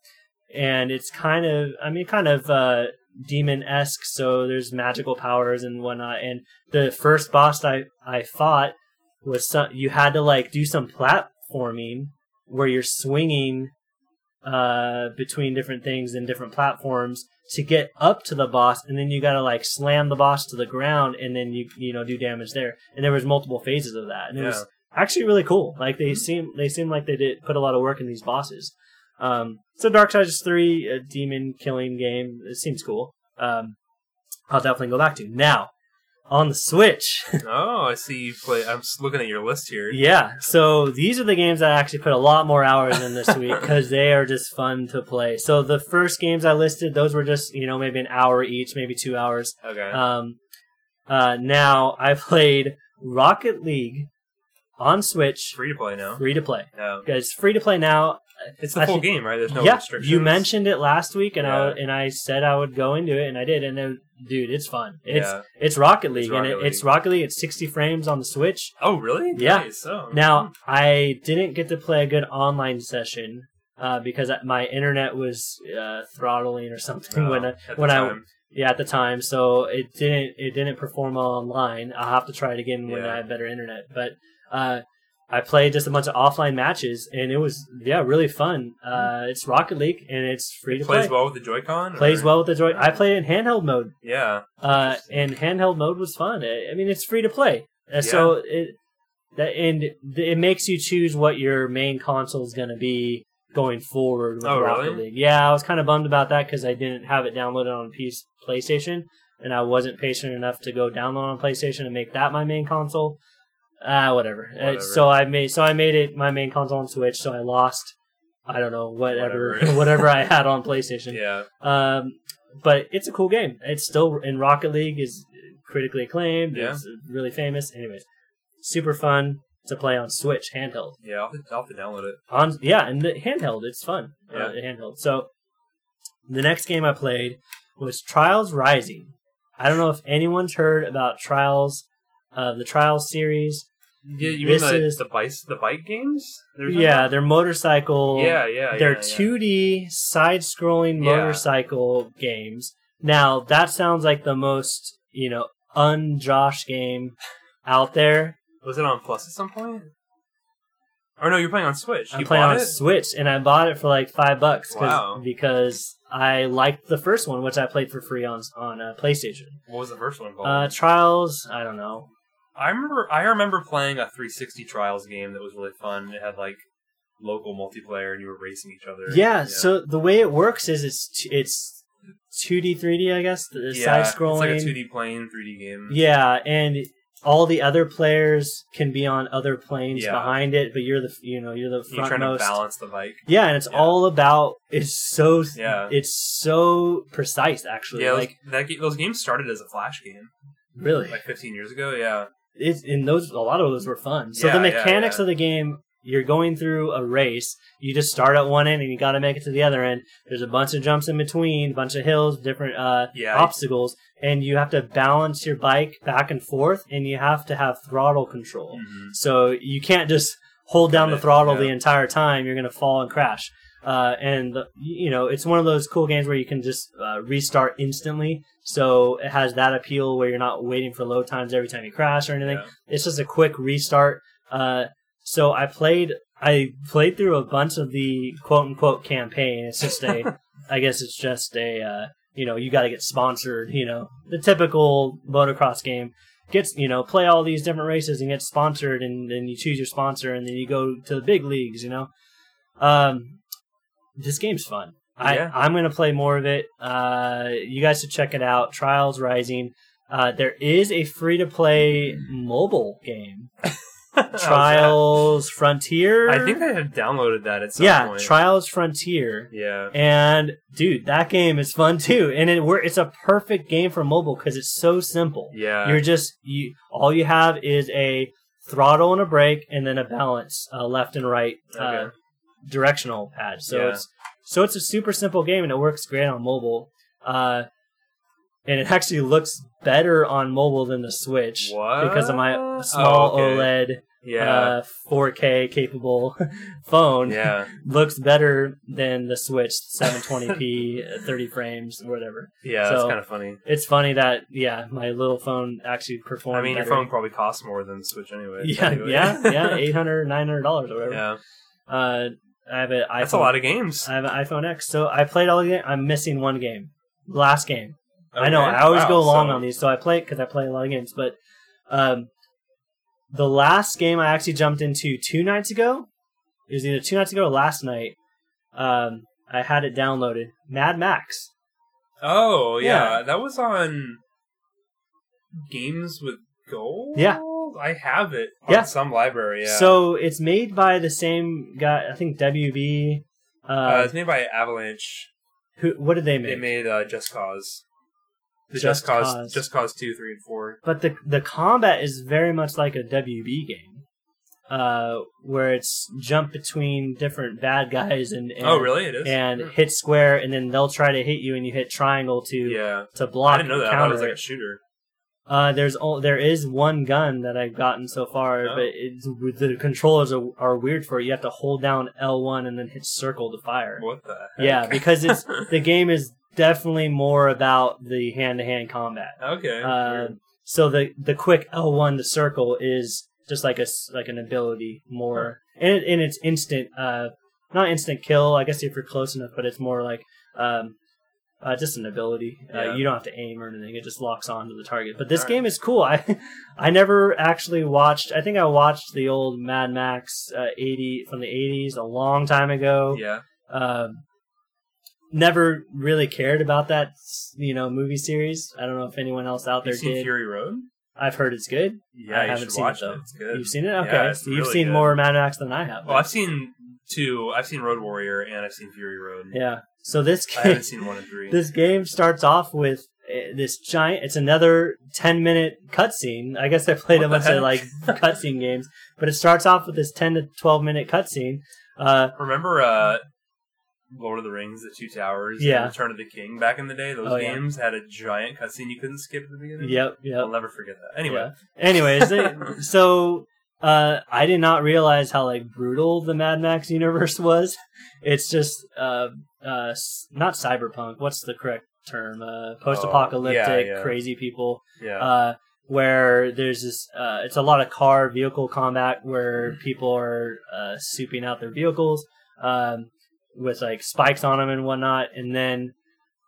S2: and it's kind of, I mean, kind of uh, demon esque. So there's magical powers and whatnot. And the first boss I I fought was some, you had to like do some platforming where you're swinging uh between different things and different platforms to get up to the boss and then you got to like slam the boss to the ground and then you you know do damage there and there was multiple phases of that and it was actually really cool like they seem they seem like they did put a lot of work in these bosses um so darksiders 3 a demon killing game it seems cool um i'll definitely go back to now on the switch (laughs)
S1: oh, I see you play. I'm just looking at your list here.
S2: yeah. So these are the games that I actually put a lot more hours in this
S1: (laughs)
S2: week because they are just fun to play. So the first games I listed, those were just, you know, maybe an hour each, maybe two hours.
S1: Okay.
S2: Um, uh, now I played Rocket League on Switch,
S1: Free to play now.
S2: free to play.
S1: Yeah.
S2: It's free to play now.
S1: It's the
S2: I
S1: full
S2: think-
S1: game, right? There's no
S2: yeah,
S1: restrictions.
S2: you mentioned it last week, and I
S1: Yeah.
S2: and I said I would go into it, and I did. And then, dude, it's fun. It's
S1: Yeah.
S2: it's Rocket League, and
S1: Rocket
S2: it, it's
S1: League.
S2: Rocket League. It's sixty frames on the Switch.
S1: Oh, really?
S2: Yeah.
S1: Nice. So
S2: Now, I didn't get to play a good online session uh, because my internet was uh, throttling or something
S1: Oh,
S2: when I,
S1: at the
S2: when I-
S1: time.
S2: yeah at the time, so it didn't it didn't perform well online. I'll have to try it again when
S1: Yeah.
S2: I have better internet. But uh, I played just a bunch of offline matches, and it was yeah really fun. Uh, it's Rocket League, and it's free to
S1: plays
S2: play.
S1: well with the Joy-Con.
S2: Plays
S1: or-
S2: well with the joy. I played in handheld mode.
S1: Yeah.
S2: Uh, and handheld mode was fun. I, I mean, it's free to play, Uh, so it that and th- it makes you choose what your main console is going to be going forward with
S1: Oh,
S2: Rocket
S1: really?
S2: League. Yeah, I was kind of bummed about that because I didn't have it downloaded on PS PlayStation, and I wasn't patient enough to go download on PlayStation and make that my main console. Ah, whatever. Uh,
S1: Whatever.
S2: so I made so I made it my main console on Switch. So I lost, I don't know whatever
S1: Whatever.
S2: (laughs) whatever, I had
S1: (laughs)
S2: on PlayStation.
S1: Yeah.
S2: Um, but it's a cool game. It's still in Rocket League is critically acclaimed.
S1: Yeah.
S2: It's really famous. Anyways, super fun to play on Switch handheld.
S1: Yeah. I'll have, to, I'll have to download it.
S2: On yeah, and the handheld, it's fun.
S1: Yeah.
S2: Uh, handheld. So the next game I played was Trials Rising. I don't know if anyone's heard about Trials, uh, the Trials series.
S1: You, you mean
S2: This
S1: the,
S2: is-
S1: the bike the bike games? They're talking
S2: Yeah, they're motorcycle.
S1: about- yeah, yeah.
S2: They're
S1: Oh, yeah, yeah.
S2: 2D side-scrolling
S1: Yeah.
S2: motorcycle games. Now that sounds like the most you know un-Josh game
S1: (laughs)
S2: out there.
S1: Was it on Plus at some point? Or no, you're playing on Switch.
S2: I'm
S1: you
S2: playing
S1: bought
S2: on
S1: it?
S2: Switch, and I bought it for like five bucks 'cause-
S1: Wow.
S2: because I liked the first one, which I played for free on on uh, PlayStation.
S1: What was the first one called?
S2: Uh, Trials, I don't know.
S1: I remember I remember playing a 360 Trials game that was really fun. It had like local multiplayer and you were racing each other.
S2: Yeah, so the way it works is it's t- it's 2D, 3D, I guess, the side scrolling.
S1: It's like a 2D plane, 3D game.
S2: yeah, and all the other players can be on other planes
S1: Yeah.
S2: behind it, but you're the you know you're the
S1: You're trying to
S2: frontmost.
S1: balance the bike.
S2: Yeah, and it's
S1: Yeah.
S2: all about it's so
S1: Yeah.
S2: it's so precise actually.
S1: Yeah, those-
S2: like
S1: that ga- those games started as a Flash game
S2: really,
S1: like 15 years ago. Yeah,
S2: it's and those a lot of those were fun. So
S1: Yeah,
S2: the
S1: yeah,
S2: mechanics
S1: yeah.
S2: of the game, you're going through a race. You just start at one end and you got to make it to the other end. There's a bunch of jumps in between, bunch of hills, different uh,
S1: Yeah.
S2: obstacles, and you have to balance your bike back and forth, and you have to have throttle control. (laughs)
S1: Mhm.
S2: So you can't just hold down the
S1: Commit,
S2: throttle the
S1: yeah.
S2: entire time. You're going to fall and crash. Uh, and the, you know it's one of those cool games where you can just uh, restart instantly. So it has that appeal where you're not waiting for load times every time you crash or anything.
S1: Yeah.
S2: It's just a quick restart. Uh, so I played I played through a bunch of the quote unquote campaign. It's just a I guess it's just a uh, you know you got to get sponsored. You know the typical motocross game gets you know play all these different races and get sponsored and then you choose your sponsor and then you go to the big leagues you know um this game's fun
S1: Yeah.
S2: i i'm gonna play more of it uh you guys should check it out trials rising uh there is a free to play mobile game
S1: How's that?
S2: trials frontier
S1: I think I had downloaded that at some
S2: yeah
S1: point.
S2: trials frontier
S1: yeah.
S2: and dude that game is fun too and it, we're, it's a perfect game for mobile because it's so simple
S1: Yeah.
S2: you're just you. All you have is a throttle and a brake, and then a balance, uh, left and right uh,
S1: Okay.
S2: directional pad. So
S1: Yeah.
S2: it's so it's a super simple game, and it works great on mobile. Uh, and it actually looks better on mobile than the Switch because of my
S1: What?
S2: small
S1: Oh, okay.
S2: OLED
S1: yeah.
S2: uh, 4K capable (laughs) phone.
S1: yeah.
S2: (laughs) Looks better than the Switch
S1: (laughs)
S2: 720p, 30 frames, whatever.
S1: Yeah. That's
S2: So-
S1: kind of funny.
S2: It's funny that yeah, my little phone actually performed.
S1: I mean, your
S2: better.
S1: phone probably costs more than Switch anyway.
S2: (laughs) Yeah,
S1: anyway.
S2: yeah,
S1: (laughs)
S2: yeah, eight hundred, nine hundred dollars or whatever.
S1: yeah.
S2: Uh, I have an iPhone.
S1: That's a lot of games.
S2: I have an iPhone X, so I played all the game. I'm missing one game, last game. I know I always go long on these, so I play because I play a lot of games. But um, the last game I actually jumped into two nights ago, it was either two nights ago or last night. Um, I had it downloaded. Mad Max.
S1: Oh yeah.
S2: Yeah.
S1: that was on Games with Gold.
S2: Yeah.
S1: I have it on
S2: Yeah.
S1: some library. Yeah.
S2: So it's made by the same guy. I think WB. Uh,
S1: uh, it's made by Avalanche.
S2: who? What did they make?
S1: They made uh, Just Cause. The Just,
S2: Just
S1: Cause,
S2: Cause.
S1: Just Cause two, three, and four.
S2: but the the combat is very much like a WB game, uh, where it's jump between different bad guys and, and
S1: oh really? It is.
S2: and hit square, and then they'll try to hit you, and you hit triangle to
S1: yeah.
S2: to
S1: I
S2: block.
S1: didn't know that. I thought it
S2: Counter.
S1: was like a shooter.
S2: uh, there's o- there is one gun that I've gotten so far,
S1: Oh.
S2: but it's, the controllers are, are weird for it. You have to hold down L one and then hit circle to fire.
S1: What the? Heck?
S2: Yeah, because
S1: (laughs)
S2: it's the game is definitely more about the hand to hand combat.
S1: okay.
S2: Uh,
S1: Weird.
S2: so the the quick L1 to circle is just like a s- like an ability more, and it, and it's instant. Uh, not instant kill. I guess if you're close enough, but it's more like um, uh, just an ability. Uh,
S1: Yeah.
S2: you don't have to aim or anything. It just locks onto the target. But this
S1: Alright.
S2: game is cool. (laughs) I I never actually watched. I think I watched the old Mad Max uh, 80 from the 80s a long time ago
S1: yeah.
S2: um, never really cared about that you know movie series. I don't know if anyone else out
S1: You
S2: there
S1: seen
S2: did.
S1: Fury Road?
S2: I've heard it's good.
S1: Yeah,
S2: I
S1: you
S2: haven't
S1: should
S2: seen it,
S1: watch
S2: though.
S1: It's good.
S2: You've seen it,
S1: Yeah,
S2: okay?
S1: it's
S2: so you've
S1: really
S2: seen
S1: good.
S2: more Mad Max than I have.
S1: Well,
S2: then.
S1: I've seen two. I've seen Road Warrior and I've seen Fury Road.
S2: yeah. So this
S1: I
S2: (laughs)
S1: haven't
S2: game,
S1: seen one and three.
S2: this game starts off with uh, this giant. It's another ten minute cutscene. I guess I played
S1: What the
S2: a bunch of
S1: heck? (laughs)
S2: like cutscene games, but it starts off with this ten to twelve minute cutscene. Uh,
S1: Remember uh, Lord of the Rings, The Two Towers,
S2: Yeah.
S1: and Return of the King back in the day. Those
S2: Oh, yeah.
S1: games had a giant cutscene you couldn't skip at the beginning.
S2: Yep, yep.
S1: I'll never forget that. Anyway,
S2: Yeah. Anyways, they, so uh, I did not realize how like brutal the Mad Max universe was. It's just uh, uh, s- not cyberpunk. What's the correct term? Uh, post-apocalyptic,
S1: Oh, yeah, yeah.
S2: crazy people.
S1: yeah.
S2: Uh, where there's this, uh, it's a lot of car vehicle combat
S1: Mm-hmm.
S2: where people are uh, souping out their vehicles um, with like spikes on them and whatnot, and then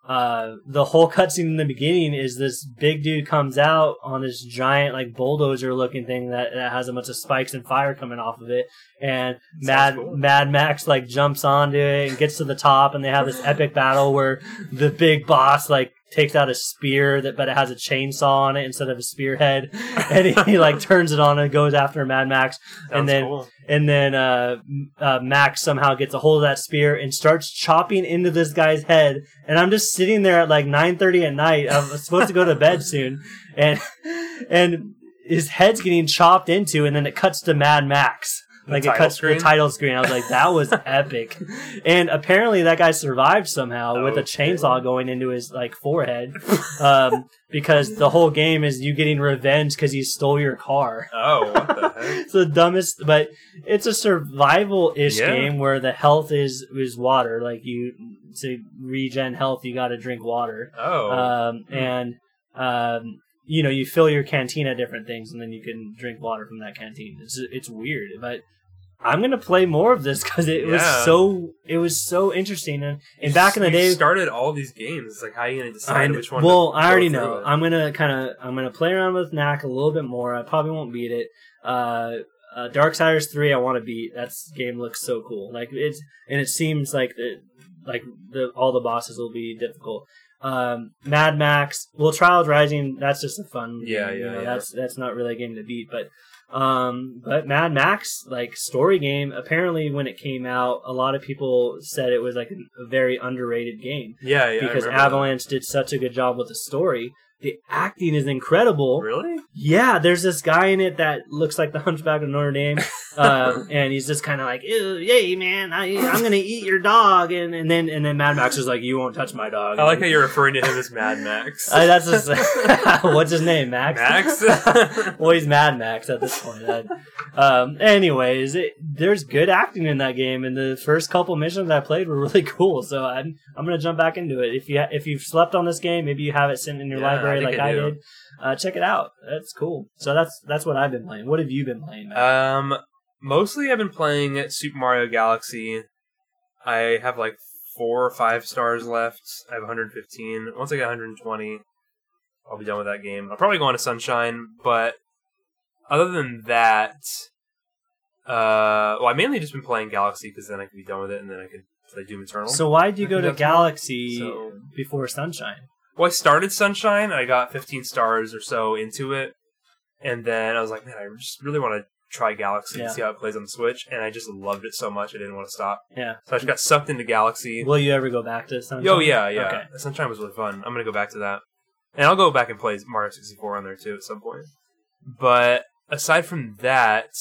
S2: uh, the whole (laughs) cutscene in the beginning is this big dude comes out on this giant like bulldozer looking thing that, that has a bunch of spikes and fire coming off of it, and Mad
S1: Sounds cool.
S2: Mad Max like jumps onto it and gets to the top, and they have this epic battle where the big boss like takes out a spear that but it has a chainsaw on it instead of a spearhead, (laughs) and he, like turns it on and goes after Mad Max, and
S1: Sounds
S2: then
S1: cool.
S2: and then uh, M- uh, Max somehow gets a hold of that spear and starts chopping into this guy's head. And I'm just sitting there at like 9:30 at night. I'm supposed to go to bed (laughs) soon, and and his head's getting chopped into, and then it cuts to Mad Max. Like it
S1: title
S2: cuts to
S1: screen?
S2: the title screen. I was like, that
S1: (laughs)
S2: was epic. And apparently that guy survived somehow with a
S1: Okay.
S2: chainsaw going into his like forehead. Um, because the whole game is you getting revenge because he stole your car
S1: Oh, what
S2: (laughs)
S1: the heck?
S2: it's the dumbest, but it's a survival ish
S1: Yeah.
S2: game where the health is is water. Like you to regen health, you got to drink water.
S1: Oh,
S2: Um,
S1: Hmm.
S2: and um, you know you fill your canteen at different things, and then you can drink water from that canteen. It's it's weird, but I'm gonna play more of this because it was
S1: Yeah.
S2: so it was so interesting. And,
S1: You
S2: and back in the
S1: s-
S2: day,
S1: you started all these games. It's like how are you going to
S2: I
S1: decide
S2: kn-
S1: which one?
S2: Well,
S1: to
S2: I already
S1: go
S2: know.
S1: through
S2: I'm gonna kind of I'm gonna play around with Knack a little bit more. I probably won't beat it. Uh, uh Darksiders three, I want to beat. That game looks so cool. Like it's and it seems like the like the all the bosses will be difficult. Um, Mad Max, well, Trials Rising, that's just a fun.
S1: Yeah,
S2: game, you
S1: yeah,
S2: know,
S1: yeah.
S2: That's that's not really a game to beat, but um, but Mad Max, like story game, apparently when it came out, a lot of people said it was like a very underrated game
S1: yeah, yeah, I
S2: because
S1: remember that.
S2: Avalanche did such a good job with the story. The acting is incredible.
S1: Really?
S2: Yeah, there's this guy in it that looks like the Hunchback of Notre
S1: (laughs)
S2: Dame, uh, and he's just kind of like, "Ew, "Yay, man! I, I'm gonna eat your dog," and, and then and then Mad Max is like, "You won't touch my dog."
S1: I like how you're referring to him as Mad Max.
S2: Uh, that's just, (laughs) what's his name, Max. (laughs)
S1: Max. (laughs)
S2: well, he's Mad Max at this point. I- um, anyways, it, there's good acting in that game, and the first couple missions I played were really (laughs) cool. So I'm I'm gonna jump back into it. If you ha- if you've slept on this game, maybe you have it sitting in your
S1: Yeah, I
S2: library
S1: think
S2: like
S1: I
S2: I,
S1: do.
S2: did. Uh, check it out. That's cool. So that's that's what I've been playing. What have you been playing? Matt?
S1: um, mostly I've been playing Super Mario Galaxy. I have like four or five stars left. I have 115. Once I get 120, I'll be done with that game. I'll probably go on to Sunshine, but other than that, uh, well, I mainly just been playing Galaxy because then I can be done with it, and then I can play Doom Eternal.
S2: so why do you
S1: I
S2: go
S1: think that's
S2: to
S1: more-
S2: Galaxy
S1: So-
S2: before Sunshine?
S1: Well, I started Sunshine and I got 15 stars or so into it. And then I was like, man, I just really want to try Galaxy
S2: Yeah.
S1: and see how it plays on the Switch. And I just loved it so much, I didn't want to stop.
S2: Yeah.
S1: So I just got sucked into Galaxy.
S2: Will you ever go back to Sunshine?
S1: Oh, yeah, yeah.
S2: Okay.
S1: Sunshine was really fun. I'm going to go back to that. And I'll go back and play Mario 64 on there too at some point. But aside from that,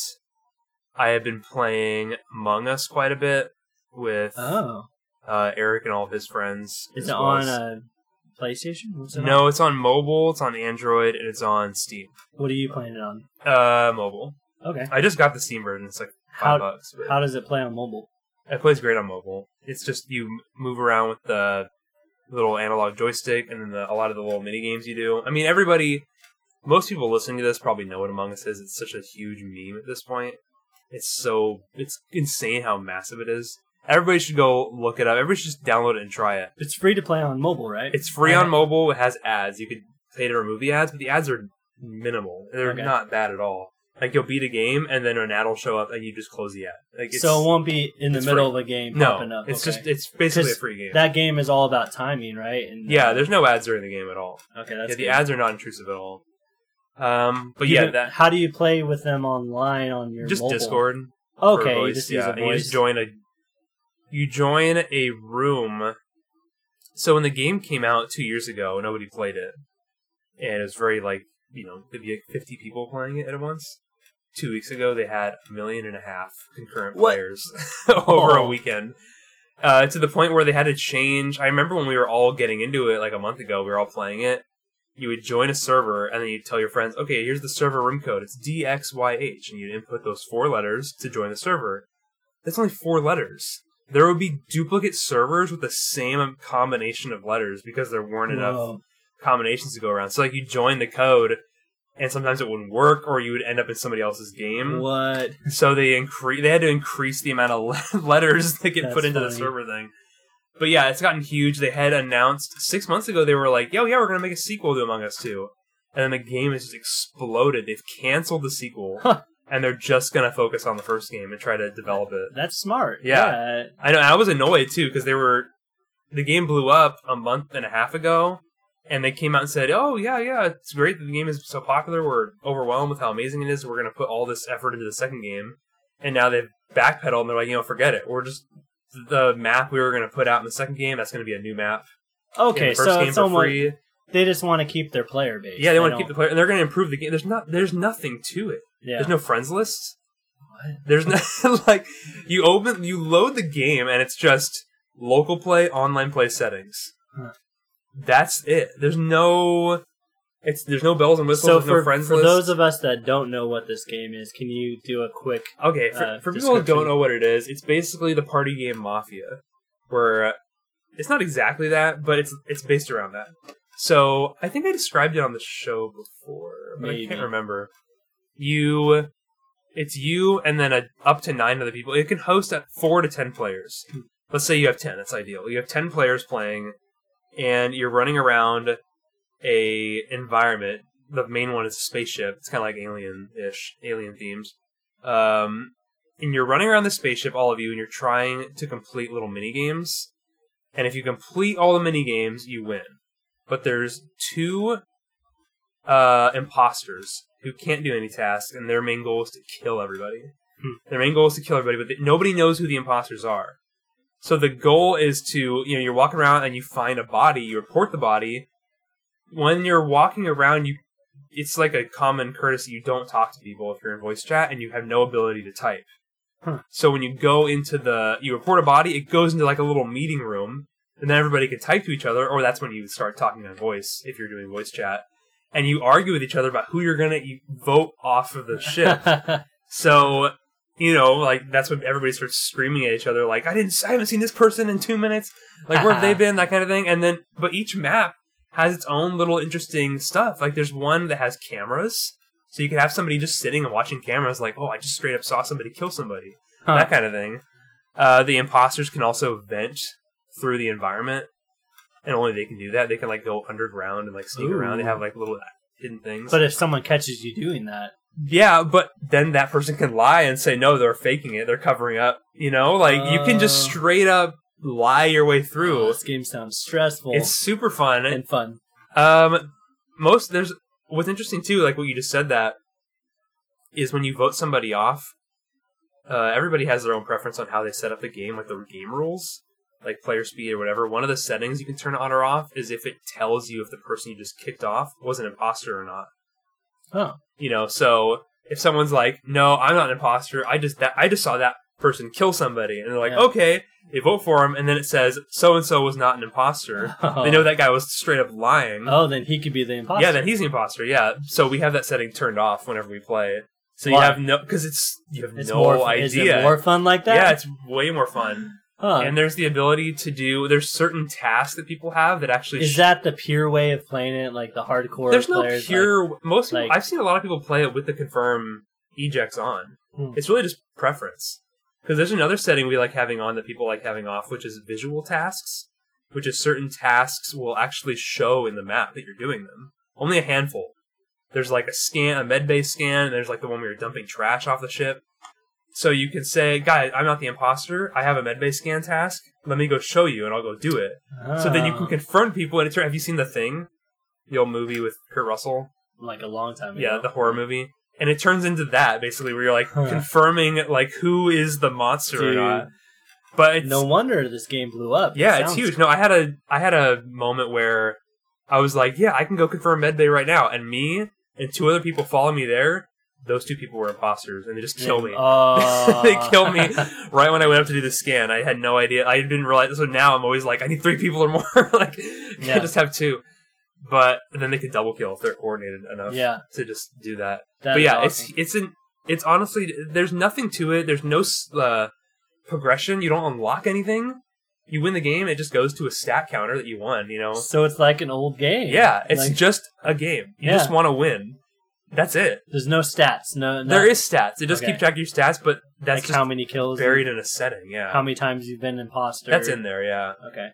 S1: I have been playing Among Us quite a bit with
S2: Oh,
S1: uh, Eric and all of his friends.
S2: is
S1: as
S2: it
S1: well
S2: on
S1: as-
S2: uh, PlayStation? What's it on?
S1: no, it's on mobile, it's on Android, and it's on Steam.
S2: What are you playing it on?
S1: Uh, mobile.
S2: Okay.
S1: I just got the Steam version. It's like five
S2: How
S1: bucks. But
S2: How does it play on mobile?
S1: it plays great on mobile. It's just you m- move around with the little analog joystick, and then the, a lot of the little mini games you do. I mean, everybody, most people listening to this probably know what Among Us is. It's such a huge meme at this point. It's so it's insane how massive it is. Everybody should go look it up. Everybody should just download it and try it.
S2: It's free to play on mobile, right?
S1: It's free
S2: Okay.
S1: on mobile. It has ads. You could pay to remove the ads, but the ads are minimal. They're
S2: Okay.
S1: not bad at all. Like you'll beat a game, and then an ad will show up, and you just close the ad. Like it's,
S2: so it won't be in the
S1: it's
S2: middle
S1: free.
S2: of a game popping
S1: no,
S2: up.
S1: it's
S2: okay.
S1: just it's basically a
S2: 'Cause
S1: free game.
S2: that game is all about timing, right? And uh,
S1: yeah, there's no ads during the game at all.
S2: okay. That's
S1: yeah, the
S2: good.
S1: ads are not intrusive at all. Um, but
S2: You
S1: yeah,
S2: do-
S1: that
S2: how do you play with them online on your
S1: just
S2: mobile?
S1: Discord. for
S2: Okay, you
S1: voice,
S2: just
S1: yeah,
S2: use a
S1: and
S2: voice.
S1: You just join a you join a room. So when the game came out two years ago, nobody played it, and it was very like you know maybe like fifty people playing it at once. Two weeks ago, they had a million and a half concurrent
S2: What?
S1: players (laughs) over a
S2: Oh.
S1: weekend, uh, to the point where they had to change. I remember when we were all getting into it like a month ago. We were all playing it. You would join a server and then you would tell your friends, "Okay, here's the server room code. It's DXYH," and you'd input those four letters to join the server. That's only four letters. There would be duplicate servers with the same combination of letters because there weren't enough
S2: Whoa.
S1: combinations to go around. So like you join the code, and sometimes it wouldn't work, or you would end up in somebody else's game.
S2: What?
S1: So they increase. They had to increase the amount of le- (laughs) letters that get
S2: That's
S1: put into the
S2: funny.
S1: server thing. But yeah, it's gotten huge. They had announced six months ago they were like, "Yo, yeah, we're gonna make a sequel to Among Us 2. and then the game has just exploded. They've canceled the sequel,
S2: Huh.
S1: and they're just gonna focus on the first game and try to develop it.
S2: That's smart.
S1: Yeah. I know. I was annoyed too because they were the game blew up a month and a half ago, and they came out and said, "Oh yeah, yeah, it's great that the game is so popular. We're overwhelmed with how amazing it is. We're going to put all this effort into the second game." And now they've backpedaled and they're like, "You know, forget it. We're just the map we were going to put out in the second game. That's going to be a new map.
S2: Yeah.
S1: in
S2: Okay,
S1: the first
S2: so
S1: game
S2: it's
S1: for
S2: almost
S1: free.
S2: they just want to keep their player base.
S1: Yeah, they, want to keep the
S2: don't-
S1: player, and they're going to improve the game. There's not, there's nothing to it.
S2: Yeah.
S1: There's no friends list. There's no (laughs) like you open you load the game and it's just local play, online play settings.
S2: Huh.
S1: That's it. There's no it's there's no bells and whistles,
S2: so
S1: there's
S2: for,
S1: no friends
S2: for
S1: list.
S2: those of us that don't know what this game is, can you do a quick?
S1: okay, for,
S2: uh,
S1: for people who
S2: description.
S1: don't know what it is, it's basically the party game Mafia, where uh, it's not exactly that, but it's it's based around that. So I think I described it on the show before, but I
S2: Maybe.
S1: can't remember. You, it's you, and then a, up to nine other people. It can host at four to ten players. Let's say you have ten. That's ideal. You have ten players playing, and you're running around a environment. The main one is a spaceship. It's kind of like alien ish, alien themes. Um, and you're running around the spaceship, all of you, and you're trying to complete little mini games. And if you complete all the mini games, you win. But there's two uh, imposters who can't do any tasks, and their main goal is to kill everybody.
S2: Hmm.
S1: Their main goal is to kill everybody, but th- nobody knows who the imposters are. So the goal is to, you know, you're walking around and you find a body, you report the body. When you're walking around, you it's like a common courtesy you don't talk to people if you're in voice chat and you have no ability to type.
S2: Huh.
S1: So when you go into the you report a body, it goes into like a little meeting room, and then everybody can type to each other, or that's when you start talking on voice if you're doing voice chat, and you argue with each other about who you're gonna you vote off of the
S2: (laughs)
S1: ship. So, you know, like that's when everybody starts screaming at each other, like, I didn't, I haven't seen this person in two minutes. Like, where have
S2: (laughs)
S1: they
S2: Uh-huh.
S1: been? That kind of thing. And then, but each map has its own little interesting stuff. Like, there's one that has cameras. So you could have somebody just sitting and watching cameras, like, oh, I just straight up saw somebody kill somebody.
S2: Huh.
S1: That kind of thing. Uh, the imposters can also vent through the environment. And only they can do that. They can, like, go underground and, like, sneak around. They
S2: Ooh.
S1: have, like, little hidden things.
S2: but if someone catches you doing that,
S1: Yeah, but then that person can lie and say no, they're faking it, they're covering up. You know, like you can just
S2: Oh.
S1: straight up lie your way
S2: oh,
S1: through.
S2: this game sounds stressful
S1: It's super fun.
S2: and fun.
S1: Um, most there's what's interesting too, like what you just said that is when you vote somebody off. Uh, everybody has their own preference on how they set up the game, like the game rules, like player speed or whatever. One of the settings you can turn on or off is if it tells you if the person you just kicked off was an imposter or not.
S2: Huh.
S1: You know, so if someone's like, "No, I'm not an imposter. I just that I just saw that person kill somebody," and they're like,
S2: Yeah.
S1: "Okay," they vote for him, and then it says, "So and so was not an imposter." They know that guy was straight up lying.
S2: (laughs) Oh, then he could be the imposter.
S1: Yeah, then he's the imposter. Yeah, so we have that setting turned off whenever we play it. So you
S2: Why?
S1: have no because it's you have
S2: it's
S1: no
S2: more, Is
S1: idea.
S2: it more fun like that?
S1: yeah, it's way more fun.
S2: Huh.
S1: And there's the ability to do. There's certain tasks that people have that actually.
S2: Is
S1: sh-
S2: that the pure way of playing it? Like the hardcore
S1: there's no
S2: players?
S1: pure. most people,
S2: like-
S1: I've seen a lot of people play it with the confirm ejects on.
S2: Hmm.
S1: It's really just preference. Because there's another setting we like having on that people like having off, which is visual tasks, which is certain tasks will actually show in the map that you're doing them. Only a handful. There's like a scan, a med bay scan, and there's like the one where you're dumping trash off the ship. So you can say, guys, I'm not the imposter. I have a med bay scan task. Let me go show you, and I'll go do it.
S2: Like,
S1: So then you
S2: Ah,
S1: can confront people, and it's have you seen the thing, the old movie with Kurt Russell?
S2: like a long time ago.
S1: yeah, the horror movie. And it turns into that basically, where you're like
S2: Huh.
S1: confirming like who is the monster or
S2: Dude.
S1: not. But it's,
S2: No wonder this game blew up.
S1: yeah,
S2: It
S1: it's
S2: sounds-
S1: huge. No, I had a I had a moment where I was like, yeah, I can go confirm Medbay right now, and me and two other people follow me there, those two people were imposters, and they just
S2: And-
S1: killed me.
S2: Oh.
S1: (laughs) they killed me right when I went up to do the scan. I had no idea. I didn't realize. So now I'm always like, I need three people or more. (laughs) like,
S2: Yeah.
S1: I just have two. But then they could double kill if they're coordinated enough
S2: (laughs) yeah.
S1: to just do that.
S2: that
S1: but
S2: is
S1: yeah,
S2: awesome.
S1: it's it's an it's honestly there's nothing to it. There's no s- uh, progression. You don't unlock anything. You win the game. It just goes to a stat counter that you won. You know.
S2: so it's like an old game.
S1: Yeah, it's
S2: Like-
S1: just a game. You
S2: Yeah.
S1: just want to win. That's it.
S2: There's no stats. No, no
S1: There is stats. It does
S2: Okay.
S1: keep track of your stats, but that's
S2: like
S1: just
S2: how many kills,
S1: buried in a setting. Yeah.
S2: how many times you've been imposter.
S1: That's in there, yeah.
S2: Okay.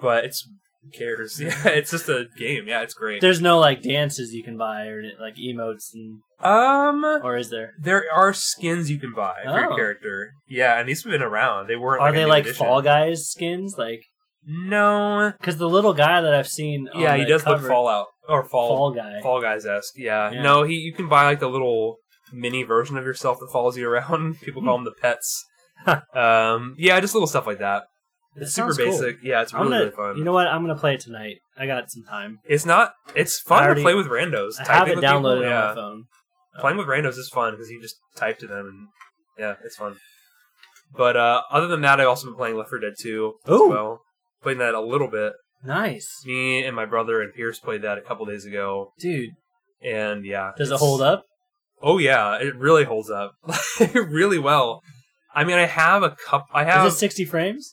S1: But it's who cares. (laughs) Yeah, it's just a game. Yeah, it's great.
S2: There's no like dances you can buy or like emotes, and,
S1: Um,
S2: or is there?
S1: there are skins you can buy for
S2: Oh.
S1: your character. Yeah, and these have been around. They weren't.
S2: Are
S1: like, a
S2: they
S1: new
S2: like
S1: addition.
S2: Fall Guys skins? Like,
S1: No.
S2: because the little guy that I've seen, on
S1: Yeah, he
S2: the
S1: does
S2: cover,
S1: look Fallout or Fall
S2: Fall Guy.
S1: Fall Guys esque. Yeah.
S2: Yeah.
S1: No, he you can buy like the little mini version of yourself that follows you around. (laughs) People
S2: (laughs)
S1: call them the pets. um, yeah, just little stuff like that.
S2: That
S1: It's super
S2: sounds cool.
S1: basic. Yeah, it's
S2: I'm
S1: really
S2: gonna-
S1: really fun.
S2: You know what? I'm gonna play it tonight. I got some time.
S1: it's not. It's
S2: I
S1: fun
S2: already-
S1: to play with randos.
S2: I have
S1: Typing
S2: it
S1: with people,
S2: downloaded
S1: yeah.
S2: on my phone.
S1: playing with randos is fun because you just type to them and yeah, it's fun. But uh, other than that, I've also been playing Left 4 Dead 2
S2: Ooh.
S1: as well. Playing that a little bit.
S2: Nice,
S1: Me and my brother and Pierce played that a couple days ago,
S2: dude.
S1: and yeah.
S2: Does it
S1: it's-
S2: hold up?
S1: Oh yeah, it really holds up (laughs) really well. I mean, I have a cup. I have
S2: Is it 60 frames?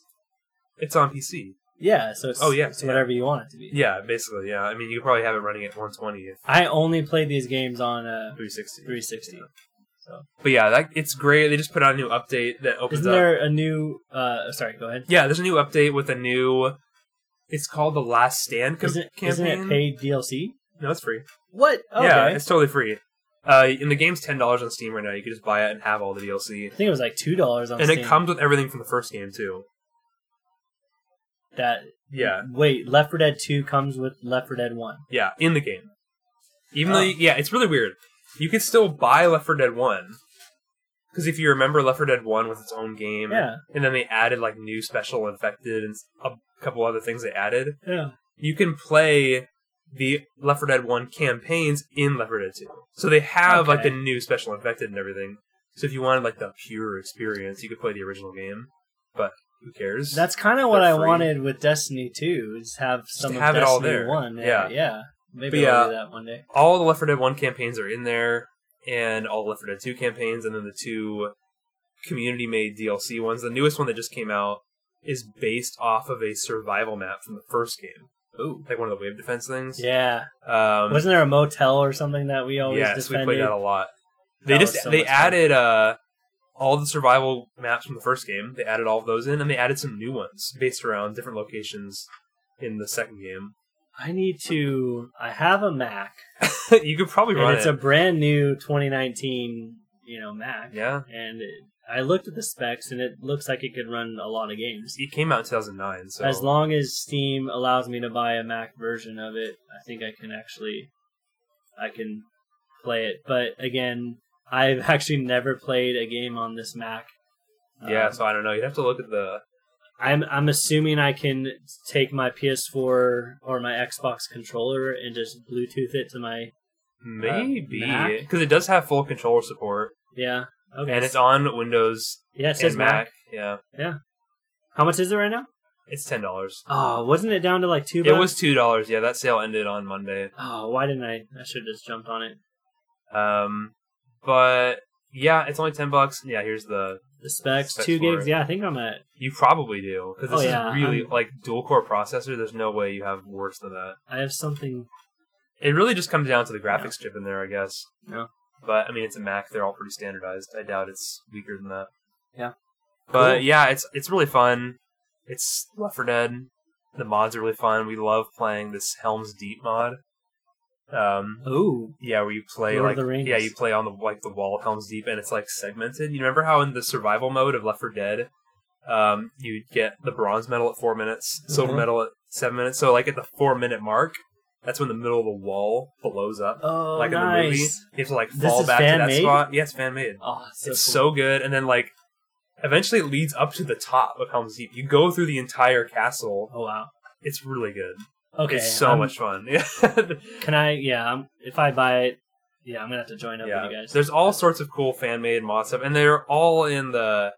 S1: it's on PC.
S2: Yeah. So it's
S1: Oh, yeah,
S2: it's
S1: yeah.
S2: whatever you want it to be.
S1: Yeah, basically. Yeah, I mean, you probably have it running at 120 if
S2: I only played these games on uh,
S1: 360.
S2: 360. So
S1: But yeah, that, it's great. They just put out a new update that opens
S2: isn't
S1: up.
S2: there a new? uh Sorry, go ahead.
S1: Yeah, there's a new update with a new. It's called the Last Stand com-
S2: Isn't,
S1: campaign.
S2: isn't it paid DLC?
S1: No, it's free.
S2: What? Okay.
S1: Yeah, it's totally free. Uh, and the game's ten dollars on Steam right now. You can just buy it and have all the DLC,
S2: I think it was like two dollars on
S1: and
S2: Oh, Steam.
S1: it comes with everything from the first game too.
S2: that.
S1: Yeah,
S2: Wait, Left 4 Dead 2 comes with Left 4 Dead 1.
S1: yeah, in the game. Even
S2: Oh.
S1: though, you- yeah, it's really weird. You can still buy Left 4 Dead One, because if you remember, Left 4 Dead One was its own game.
S2: Yeah.
S1: And then they added like new special infected and s- a couple other things they added.
S2: Yeah.
S1: you can play the Left 4 Dead 1 campaigns in Left 4 Dead 2. So they have like
S2: Okay.
S1: the new special infected and everything. So if you wanted like the pure experience, you could play the original game. But who cares?
S2: That's kind of what
S1: They're
S2: I
S1: free.
S2: wanted with Destiny 2 is have some
S1: to
S2: of
S1: have it
S2: Destiny
S1: all there.
S2: 1. Yeah.
S1: Yeah.
S2: yeah. Maybe
S1: But
S2: I'll
S1: yeah.
S2: do that one day.
S1: all the Left 4 Dead 1 campaigns are in there, and all the Left 4 Dead 2 campaigns, and then the two community made DLC ones. The newest one that just came out is based off of a survival map from the first game.
S2: Ooh.
S1: Like one of the wave defense things.
S2: Yeah.
S1: Um,
S2: Wasn't there a motel or something that we always
S1: yes,
S2: defended?
S1: we played that a lot. They
S2: That was
S1: just
S2: so
S1: they
S2: much fun.
S1: added uh all the survival maps from the first game. They added all of those in, and they added some new ones based around different locations in the second game. (laughs)
S2: I need to. I have a Mac,
S1: you could probably run
S2: and it's
S1: it.
S2: a brand new 2019, you know, Mac.
S1: yeah,
S2: And it, I looked at the specs, and it looks like it could run a lot of games.
S1: it came out in 2009. So
S2: As long as Steam allows me to buy a Mac version of it, I think I can actually, I can play it. But again, I've (laughs) actually never played a game on this Mac.
S1: yeah,
S2: Um,
S1: so I don't know. You'd have to look at the
S2: I'm I'm assuming I can take my PS4 or my Xbox controller and just Bluetooth it to my
S1: maybe
S2: Mac?
S1: because it does have full controller support,
S2: yeah. Okay.
S1: and it's on Windows
S2: yeah, it says
S1: and
S2: Mac.
S1: Mac. Yeah,
S2: How much is it right now?
S1: it's ten dollars.
S2: Oh, wasn't it down to like two?
S1: It
S2: bucks?
S1: was two dollars. Yeah, that sale ended on Monday.
S2: Oh, why didn't I? I should have just jumped on it.
S1: Um, but yeah, it's only ten bucks. Yeah, here's the
S2: The specs,
S1: Specs
S2: two
S1: for
S2: gigs.
S1: it.
S2: Yeah, I think I'm at.
S1: You probably do because
S2: Oh,
S1: this
S2: yeah,
S1: is really
S2: I'm-
S1: like dual core processor. There's no way you have worse than that.
S2: I have something.
S1: It really just comes down to the graphics chip in there, I guess.
S2: Yeah.
S1: But I mean, it's a Mac. They're all pretty standardized. I doubt it's weaker than that.
S2: Yeah.
S1: But
S2: Cool.
S1: yeah, it's it's really fun. It's Left 4 Dead. The mods are really fun. We love playing this Helm's Deep mod. Um,
S2: Oh,
S1: yeah, where you play
S2: Lord of
S1: like
S2: the Rings.
S1: yeah, you play on the like the wall of Helm's Deep, and it's like segmented. You remember how in the survival mode of Left 4 Dead, um, you get the bronze medal at four minutes, silver
S2: Mhm.
S1: medal at seven minutes. So like at the four minute mark, that's when the middle of the wall blows up,
S2: oh,
S1: like in the movie. You
S2: nice.
S1: have to like
S2: This
S1: fall
S2: is
S1: back to that
S2: fan-made?
S1: spot. Yes, fan made.
S2: Oh, so
S1: it's
S2: cool.
S1: so good, and then like eventually it leads up to the top of Helm's Deep. You go through the entire castle.
S2: Oh wow.
S1: It's really good.
S2: Okay.
S1: it's so
S2: I'm- (laughs)
S1: much fun. (laughs) Yeah.
S2: Can I? Yeah. I'm, if I buy it, Yeah, I'm gonna have to join up
S1: yeah.
S2: with you guys.
S1: There's all sorts of cool fan made mod stuff, and they're all in the.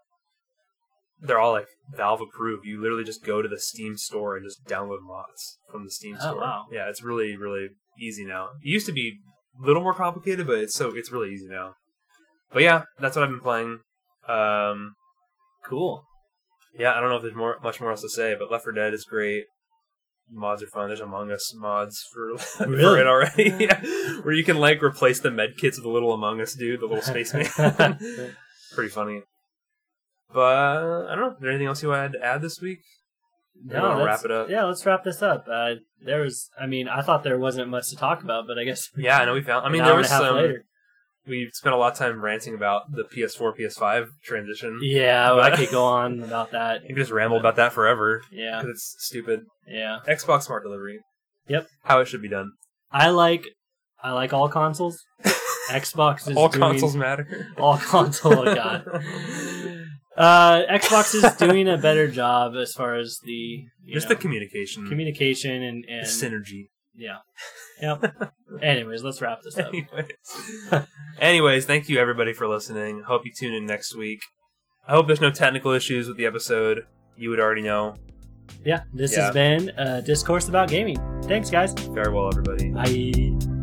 S1: They're all like Valve approved. You literally just go to the Steam store and just download mods from the Steam
S2: Oh,
S1: store.
S2: wow.
S1: Yeah, it's really really easy now. It used to be a little more complicated, but it's so it's really easy now. But yeah, that's what I've been playing. Um,
S2: cool.
S1: yeah, I don't know if there's more much more else to say, but Left 4 Dead is great. Mods are fun. There's Among Us mods for, (laughs) for
S2: Really?
S1: it already, yeah. (laughs) where you can like replace the med kits of the little Among Us dude, the little
S2: (laughs)
S1: spaceman. (laughs) Pretty funny. But I don't know. Is there anything else you wanted to add this week? You wanna
S2: no,
S1: wrap it up.
S2: Yeah, let's wrap this up. Uh, there was, I mean, I thought there wasn't much to talk about, but I guess
S1: Yeah, I know we found. I mean,
S2: an
S1: there
S2: hour and
S1: was
S2: a half
S1: some.
S2: later.
S1: We spent a lot of time ranting about the PS4, PS5 transition.
S2: Yeah, well, I
S1: But-
S2: could
S1: (laughs)
S2: go on about that.
S1: You can just ramble about that forever
S2: Yeah,
S1: because it's stupid.
S2: yeah.
S1: Xbox Smart Delivery.
S2: Yep.
S1: How it should be done.
S2: I like, I like all consoles.
S1: (laughs)
S2: Xbox is
S1: All
S2: doing-
S1: consoles matter.
S2: (laughs) All console.
S1: (laughs)
S2: Oh God. Uh, Xbox is doing a better job as far as the you
S1: Just the
S2: know,
S1: communication,
S2: communication and,
S1: Mm. the
S2: and
S1: synergy.
S2: (laughs)
S1: (laughs)
S2: yeah, yep. Anyways, let's wrap this up.
S1: Anyways. (laughs) Anyways, thank you everybody for listening. Hope you tune in next week. I hope there's no technical issues with the episode. You would already know.
S2: Yeah, this
S1: Yeah.
S2: has been uh, discourse about gaming. Thanks, guys.
S1: Farewell, everybody.
S2: Bye.